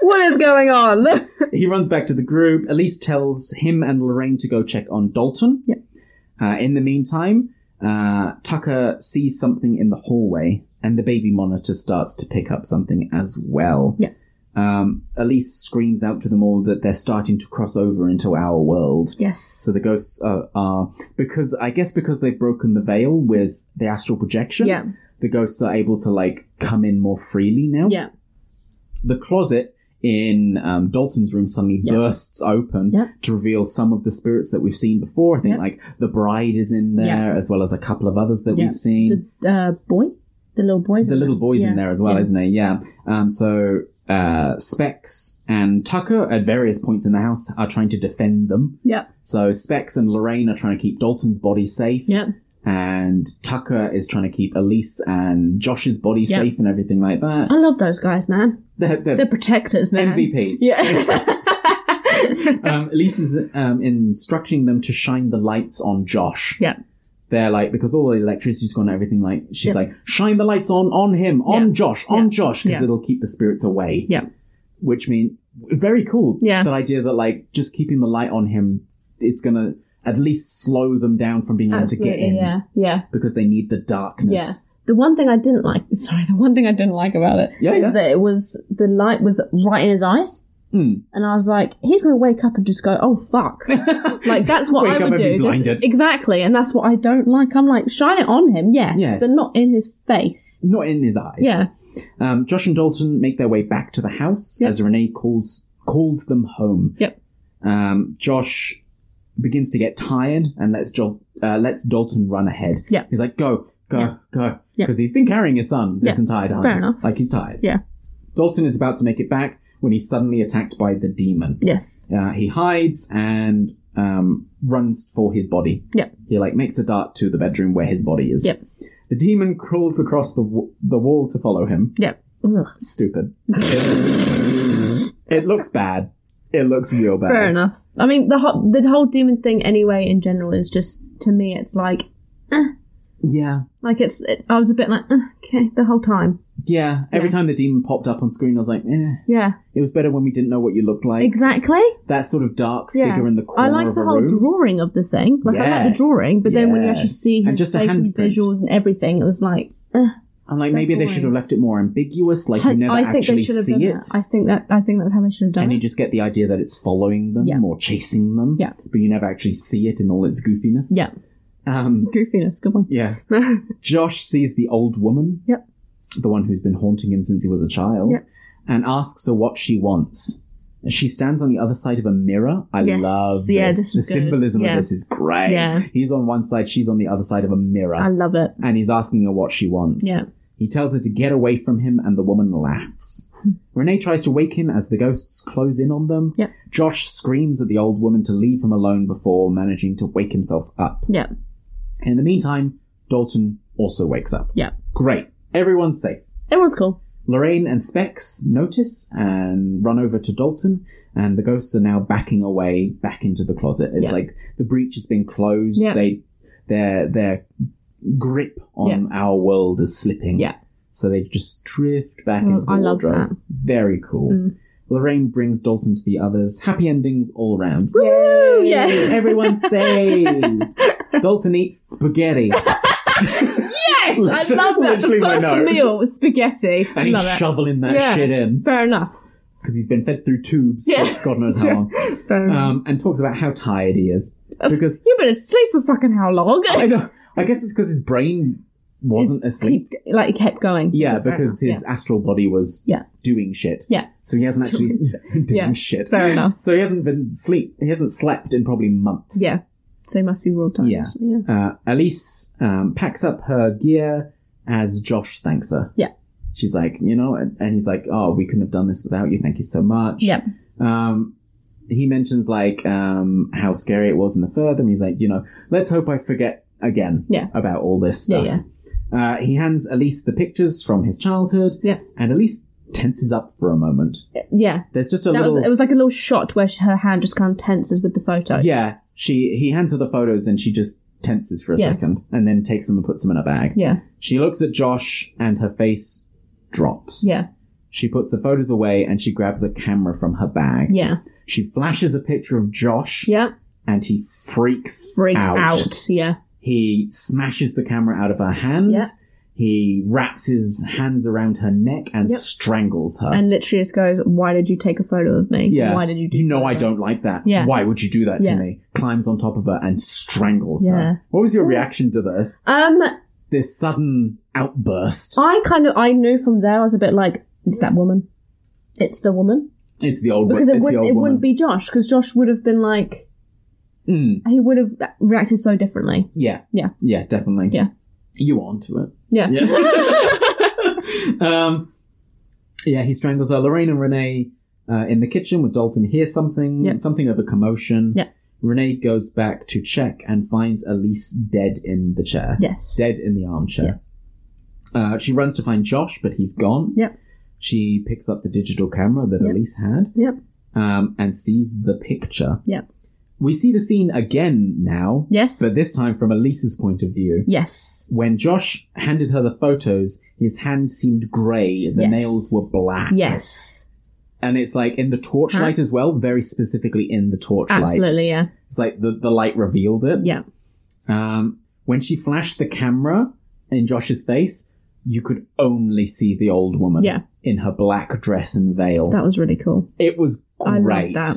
what is going on? he runs back to the group. Elise tells him and Lorraine to go check on Dalton. Yep. Uh, in the meantime, uh, Tucker sees something in the hallway, and the baby monitor starts to pick up something as well. Yeah. Um, Elise screams out to them all that they're starting to cross over into our world. yes, So the ghosts are, are because I guess because they've broken the veil with the astral projection. yeah, The ghosts are able to like come in more freely now yeah. the closet in um, Dalton's room suddenly Yeah. bursts open Yeah. to reveal some of the spirits that we've seen before. I think Yeah. like the bride is in there, Yeah. as well as a couple of others that Yeah. we've seen. The uh, boy, the little boy's The, in little there. boy's Yeah. in there as well, Yeah. isn't he? Yeah. Um, so uh, Specs and Tucker at various points in the house are trying to defend them. Yeah. So Specs and Lorraine are trying to keep Dalton's body safe. Yeah. And Tucker is trying to keep Elise and Josh's body Yeah. safe and everything like that. I love those guys, man. They're- they're- They're protectors, man. MVPs. Yeah. um, Elise is um, instructing them to shine the lights on Josh. Yeah. They're like, because all the electricity's gone and everything, like, she's Yeah. like, shine the lights on, on him, on Yeah. Josh, Yeah. on Josh, because Yeah. it'll keep the spirits away. Yeah. Which mean very cool. Yeah. That idea that, like, just keeping the light on him, it's going to at least slow them down from being able to get Absolutely. in Yeah. Yeah. because they need the darkness. Yeah. The one thing I didn't like, sorry, the one thing I didn't like about it Yeah, is yeah. that it was the light was right in his eyes, Mm. and I was like, he's going to wake up and just go, oh fuck, like that's what Wake I up would and be do. blinded. exactly, and that's what I don't like. I'm like, shine it on him, yes, Yes. but not in his face. Not in his eyes. Yeah, Um, Josh and Dalton make their way back to the house Yep. as Renee calls calls them home. Yep. Um, Josh begins to get tired and lets jo- uh, lets Dalton run ahead. Yep. He's like, "Go, go, go," Yep. because he's been carrying his son this Yeah. entire time. Fair enough. Like he's tired. Yeah. Dalton is about to make it back when he's suddenly attacked by the demon. yes, Uh, he hides and um, runs for his body. Yep. He like makes a dart to the bedroom where his body is. Yep. The demon crawls across the w- the wall to follow him. Yep. Ugh. Stupid. it, it looks bad. It looks real bad. Fair enough. I mean, the whole, the whole demon thing, anyway, in general, is just to me, it's like, Yeah. like it's. It, I was a bit like, "Uh, okay, the whole time. Yeah. Every time the demon popped up on screen, I was like, eh. Yeah, It was better when we didn't know what you looked like. exactly. That sort of dark Yeah, figure in the corner I liked of a the whole room. drawing of the thing. Like I like Yes. the drawing, but then when you Yes. actually see And his just a face and handprint. visuals and everything, it was like, I'm like, maybe they the should way. have left it more ambiguous, like you never I think they actually should have done see it. that. I think that I think that's how they should have done And you it. just get the idea that it's following them Yeah. or chasing them, Yeah. but you never actually see it in all its goofiness. Yeah, Um, goofiness, good one. yeah. Josh sees the old woman, Yep. the one who's been haunting him since he was a child, Yep. and asks her what she wants. She stands on the other side of a mirror. I Yes, love yeah, this. this the was good. symbolism Yeah. of this is great. Yeah. He's on one side, she's on the other side of a mirror, I love it. and he's asking her what she wants. Yeah. He tells her to get away from him, and the woman laughs. Hmm. Renee tries to wake him as the ghosts close in on them. Yep. Josh screams at the old woman to leave him alone before managing to wake himself up. Yeah. In the meantime, Dalton also wakes up. Yeah. Great. Everyone's safe. Everyone's cool. Lorraine and Specs notice and run over to Dalton, and the ghosts are now backing away back into the closet. It's Yeah. like the breach has been closed. Yeah. They, their their grip on our world is slipping. Yeah. So they just drift back Well, into the I love wardrobe. that. Very cool. Mm. Lorraine brings Dalton to the others. Happy endings all round. Woo! Yay! Yeah. Everyone's saved. Dalton eats spaghetti. Yes, I Literally- love that. The literally my first note. meal was spaghetti. I And he's love it. shoveling that Yeah. shit in Fair enough. because he's been fed through tubes Yeah. for God knows how long. Fair enough. um, and talks about how tired he is because You've been asleep for fucking how long? I, know, I guess it's because his brain wasn't asleep. Keep- like it kept going. Yeah, That's fair because enough. his astral body was Yeah. doing shit. Yeah. so he hasn't actually doing Yeah. shit. Yeah. fair enough. So he hasn't been sleep. He hasn't slept in probably months. Yeah, so he must be real tired. Yeah. yeah. Uh, Elise um, packs up her gear as Josh thanks her. Yeah. She's like, you know, and, and he's like, oh, we couldn't have done this without you. Thank you so much. Yeah. Um, he mentions like um, how scary it was in the further, and he's like, you know, let's hope I forget again Yeah. about all this Yeah, stuff. Uh, he hands Elise the pictures from his childhood. Yeah. And Elise tenses up for a moment. Yeah. There's just a That little. was, it was like a little shot where she, her hand just kind of tenses with the photo. yeah. She he hands her the photos, and she just tenses for a Yeah. second, and then takes them and puts them in a bag. Yeah. She looks at Josh and her face drops. Yeah. She puts the photos away and she grabs a camera from her bag. Yeah. She flashes a picture of Josh Yeah. and he freaks, Freaks out. out. Yeah. He smashes the camera out of her hand. Yeah. He wraps his hands around her neck and Yep. strangles her. And literally just goes, Why did you take a photo of me? Uh. yeah. Why did you do You know I that?" don't like that. Yeah. Why would you do that to Yeah. me? Climbs on top of her and strangles Yeah. her. What was your reaction to this? Um, This sudden outburst. I kind of I knew from there I was a bit like, It's that woman. It's the woman. It's the old Because it's it, the would, old it woman. wouldn't be Josh, because Josh would have been like, Mm. he would have reacted so differently. Yeah. Yeah. Yeah, definitely. Yeah. You on to it. Yeah. Yeah. um, yeah, he strangles her. Lorraine and Renee uh, in the kitchen with Dalton hear something, Yeah. something of a commotion. Yeah. Renee goes back to check and finds Elise dead in the chair. Yes. Dead in the armchair. Uh, she runs to find Josh, but he's gone. Yep. She picks up the digital camera that Yep. Elise had. Yep. Um, and sees the picture. Yep. We see the scene again now. Yes. But this time from Elise's point of view. yes. When Josh handed her the photos, his hand seemed grey, the Yes. nails were black. Yes. And it's like in the torchlight as well, very specifically in the torchlight. Absolutely, yeah. It's like the, the light revealed it. Yeah. Um, when she flashed the camera in Josh's face, you could only see the old woman Yeah. in her black dress and veil. That was really cool. it was I love great. that.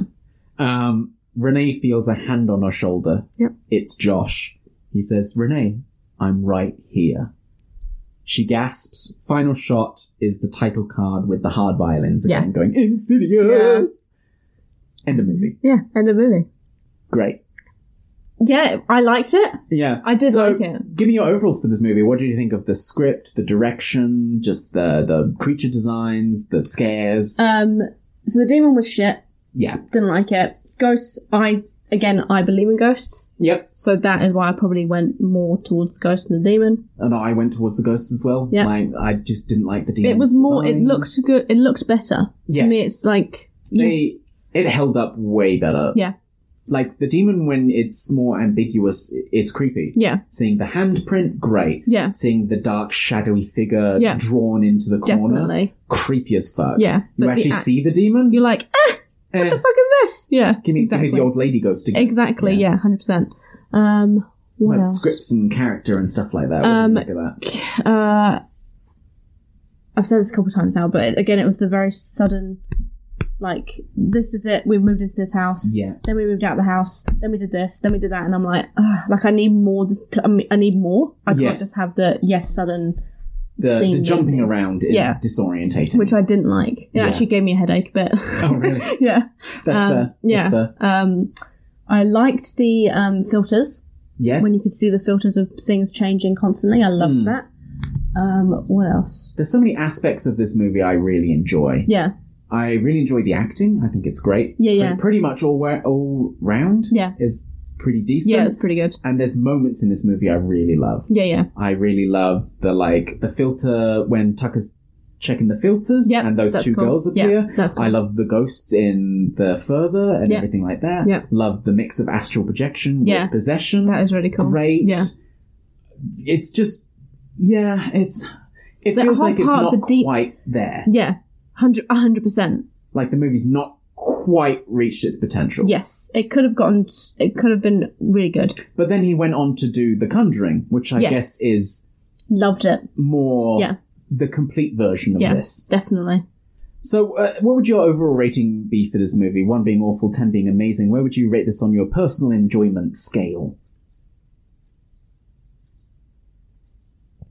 Um, Renee feels a hand on her shoulder. Yep. It's Josh. He says, Renee, I'm right here. She gasps. Final shot is the title card with the hard violins again Yeah. going, Insidious! End of movie. Yeah, end of movie. Great. Yeah, I liked it. Yeah. I did So, like it. give me your overalls for this movie. What do you think of the script, the direction, just the, the creature designs, the scares? Uh, Um, so the demon was shit. yeah. Didn't like it. Ghosts, I again, I believe in ghosts. Yep. So that is why I probably went more towards the ghost and the demon. And I went towards the ghosts as well. Yeah. Like, I just didn't like the demon. it was more. It looked good. It looked better. Yes. To me, it's like yes, They, it held up way better. yeah, Like the demon, when it's more ambiguous, i- is creepy. yeah, Seeing the handprint, great. Yeah. Seeing the dark, shadowy figure Yeah. drawn into the corner, definitely. creepy as fuck. Yeah, but You the actually act- see the demon. You're like, eh, Eh, what the fuck is this? Yeah, give me, exactly. give me the old lady ghost again. Exactly. Yeah. Yeah, hundred percent. Um, what Like else? scripts and character and stuff like that. What Um, did you make of that? uh, I've said this a couple times now, but it, again, it was the very sudden, like, this is it. We moved into this house. Yeah. Then we moved out the house. Then we did this. Then we did that, and I'm like, "Ugh," like I need more. To, I mean, I need more. I can't Yes. just have the yes sudden, The, the scene jumping maybe. around is Yeah. disorientating. which I didn't like. It Yeah. actually gave me a headache a bit. oh, really? yeah. That's Um, fair. Yeah. That's fair. Um, I liked the um, filters. Yes. when you could see the filters of things changing constantly. I loved Mm. that. Um, what else? There's so many aspects of this movie I really enjoy. Yeah, I really enjoy the acting. I think it's great. Yeah, Pre- yeah. pretty much all wa- all round. Yeah. is pretty decent. yeah, it's pretty good. and there's moments in this movie I really love. Yeah, yeah, I really love the like the filter when Tucker's checking the filters yeah. and those that's two cool. girls yeah, appear. That's cool. I love the ghosts in the further and Yeah. everything like that. Yeah. Love the mix of astral projection Yeah. with possession. that is really cool. great. Yeah, It's just yeah, it's it That feels whole like it's part of not the deep- quite there. yeah, hundred, hundred percent. Like the movie's not quite reached its potential. Yes, it could have gotten. It could have been really good. But then he went on to do The Conjuring, which I Yes. guess is Loved it. more Yeah. the complete version of Yeah. this. Definitely. So, uh, what would your overall rating be for this movie? One being awful, ten being amazing. Where would you rate this on your personal enjoyment scale?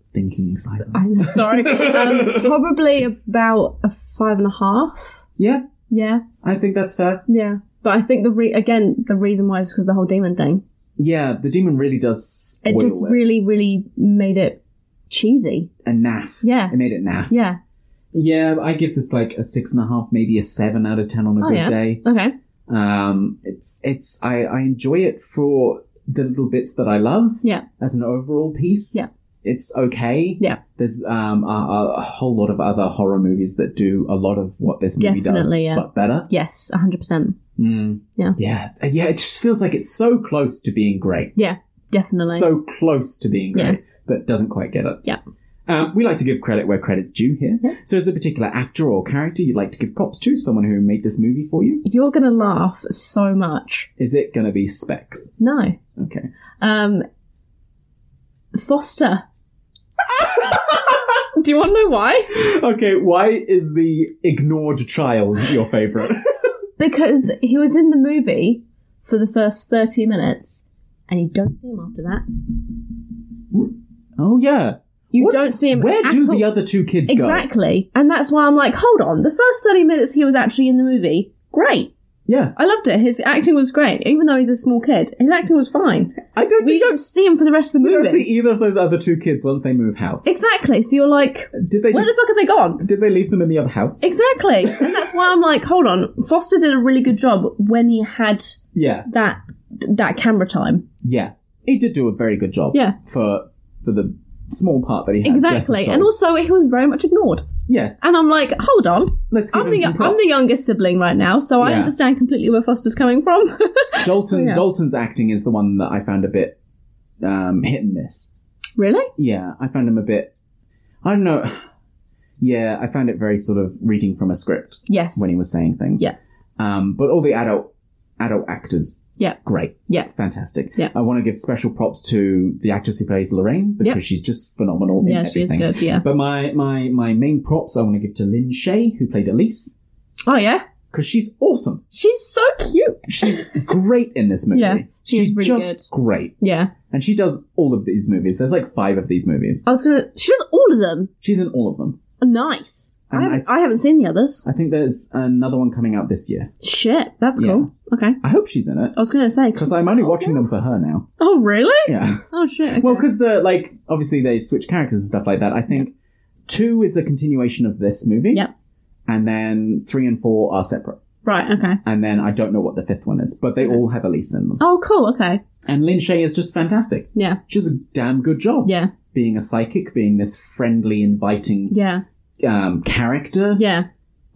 Thinking silence. I'm sorry. um, probably about a five and a half. Yeah, Yeah, I think that's fair. yeah. But I think the re- again the reason why is because of the whole demon thing. Yeah, the demon really does spoil it it, just really, really made it cheesy. and naff. Yeah. it made it naff. Yeah. yeah. I give this like a six and a half, maybe a seven out of ten on a Oh, good yeah. day. Okay. Um, it's it's I, I enjoy it for the little bits that I love. Yeah. As an overall piece. Yeah. It's okay. Yeah. There's um a, a a whole lot of other horror movies that do a lot of what this movie does, Definitely, yeah. but better. Yes, hundred percent. Mm. Yeah. Yeah. Uh, Yeah. It just feels like it's so close to being great. Definitely. So close to being great, Yeah. but doesn't quite get it. Yeah. Um, we like to give credit where credit's due here. Yeah. So, is there a particular actor or character you'd like to give props to? Someone who made this movie for you? You're gonna laugh so much. Is it going to be Specs? No. Okay. Um Foster. Do you wanna know why? Okay, why is the ignored child your favorite? Because he was in the movie for the first thirty minutes and you don't see him after that. oh yeah. You What- don't see him. Where at do all. the other two kids go? Exactly. And that's why I'm like, hold on, the first thirty minutes he was actually in the movie, great. Yeah. I loved it. His acting was great, even though he's a small kid. His acting was fine. I don't We think don't see him for the rest of the you don't see movie. either of those other two kids once they move house. Exactly. So you're like, did they where just the fuck have they gone? did they leave them in the other house? Exactly. And that's why I'm like, hold on. Foster did a really good job when he had yeah. that that camera time. Yeah. He did do a very good job. Yeah. For for the small part that he had. Bless his exactly. soul. And also, he was very much ignored. Yes. And I'm like, hold on. Let's give I'm him the, some props. I'm the youngest sibling right now, so I Yeah. understand completely where Foster's coming from. Dalton Yeah. Dalton's acting is the one that I found a bit um, hit and miss. really? yeah, I found him a bit. I don't know. Yeah, I found it very sort of reading from a script Yes. when he was saying things. Yeah. Um, but all the adult adult actors. Yeah. Great. Yeah. Fantastic. Yeah. I want to give special props to the actress who plays Lorraine because Yeah. she's just phenomenal in Yeah, she is everything. good. Yeah. But my my my main props I want to give to Lynn Shay who played Elise Oh yeah. because she's awesome. She's so cute. She's great in this movie. Yeah, she is she's really just good. great, Yeah. and she does all of these movies. There's like five of these movies. I was gonna. She does all of them. She's in all of them. Nice. I And haven't, I haven't seen the others. I think there's another one coming out this year. Shit, that's Yeah. cool. Okay. I hope she's in it I was gonna say because I'm only watching them for her now. Oh really? Yeah. Oh shit. Okay. Well, because the like obviously they switch characters and stuff like that. I think two is the continuation of this movie. Yep. And then three and four are separate. Right, okay. And then I don't know what the fifth one is, but they all have Elise in them. Oh, cool, okay. And Lin Shay is just fantastic. Yeah. She does a damn good job. Yeah. Being a psychic, being this friendly, inviting Yeah. um, character, Yeah.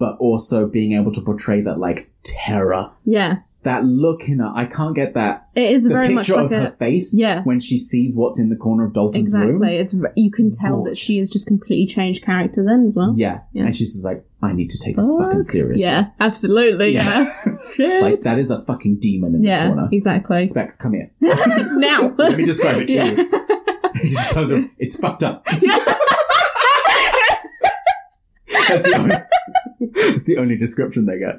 but also being able to portray that, like, terror. Yeah. That look in her, I can't get that. It is the very picture much like of a her face yeah. when she sees what's in the corner of Dalton's Exactly. room. It's ve- you can tell that she has just completely changed character then as well. Yeah. Yeah. And she's just like, I need to take this Fuck. fucking seriously. Yeah, absolutely. Yeah. Shit. Like, that is a fucking demon in yeah, the corner. exactly. Specs, come here. now. Let me describe it to Yeah. you. She just tells her, it's fucked up. that's, the only, that's the only description they get.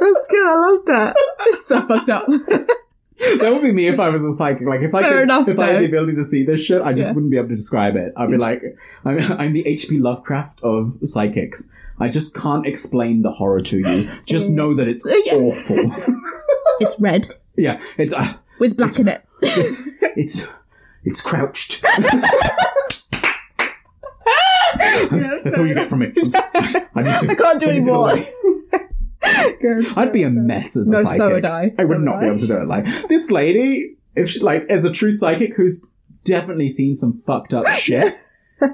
That's good. I love that. It's so fucked up. that would be me if I was a psychic. Like if I Fair could, enough, if I though. had the ability to see this shit, I just Yeah. wouldn't be able to describe it. I'd be like, I'm, I'm the H.P. Lovecraft of psychics. I just can't explain the horror to you. Just know that it's Yeah. awful. It's red yeah, it's uh, with black in it. it's it's, it's crouched. That's, that's all you get from me. I'm s- I, need to, I can't do need to any get more. away. I'd be a mess as a No, psychic. so would I. I So would would not be I. able to do it. Like this lady, if she, like as a true psychic who's definitely seen some fucked up shit,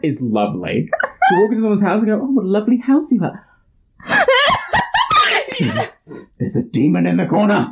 is lovely. To walk into someone's house and go, "Oh, what a lovely house you have." There's a demon in the corner.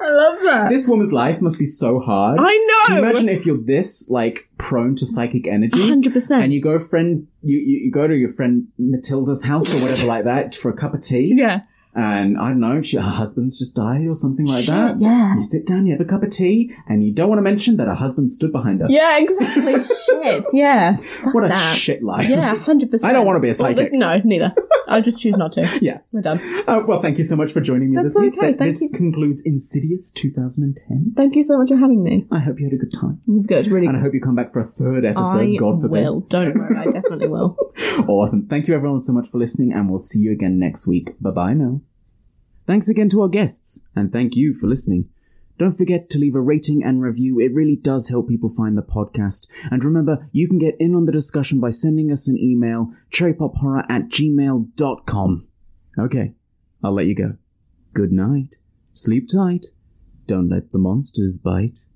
I love that. this woman's life must be so hard. I Can know. you imagine if you're this like prone to psychic energies? 100%. And you go friend, you, you you go to your friend Matilda's house or whatever like that for a cup of tea. yeah. and I don't know, she, her husband's just died or something like Shit, that. yeah. You sit down, you have a cup of tea, and you don't want to mention that her husband stood behind her. Yeah, exactly. Shit. Yeah. Fuck What a that. shit life. Yeah, 100%. I don't wanna be a psychic. no, neither. I just choose not to. Yeah. We're done. Uh, well, thank you so much for joining me That's this week. okay, Th- thank this you. concludes Insidious 2010. Thank you so much for having me. I hope you had a good time. It was good, really And I hope you come back for a third episode, I God forbid. will. Don't worry, I definitely will. Awesome. Thank you everyone so much for listening, and we'll see you again next week. Bye bye now. Thanks again to our guests, and thank you for listening. Don't forget to leave a rating and review. It really does help people find the podcast. And remember, you can get in on the discussion by sending us an email, cherrypophorror at gmail.com. Okay, I'll let you go. Good night. Sleep tight. Don't let the monsters bite.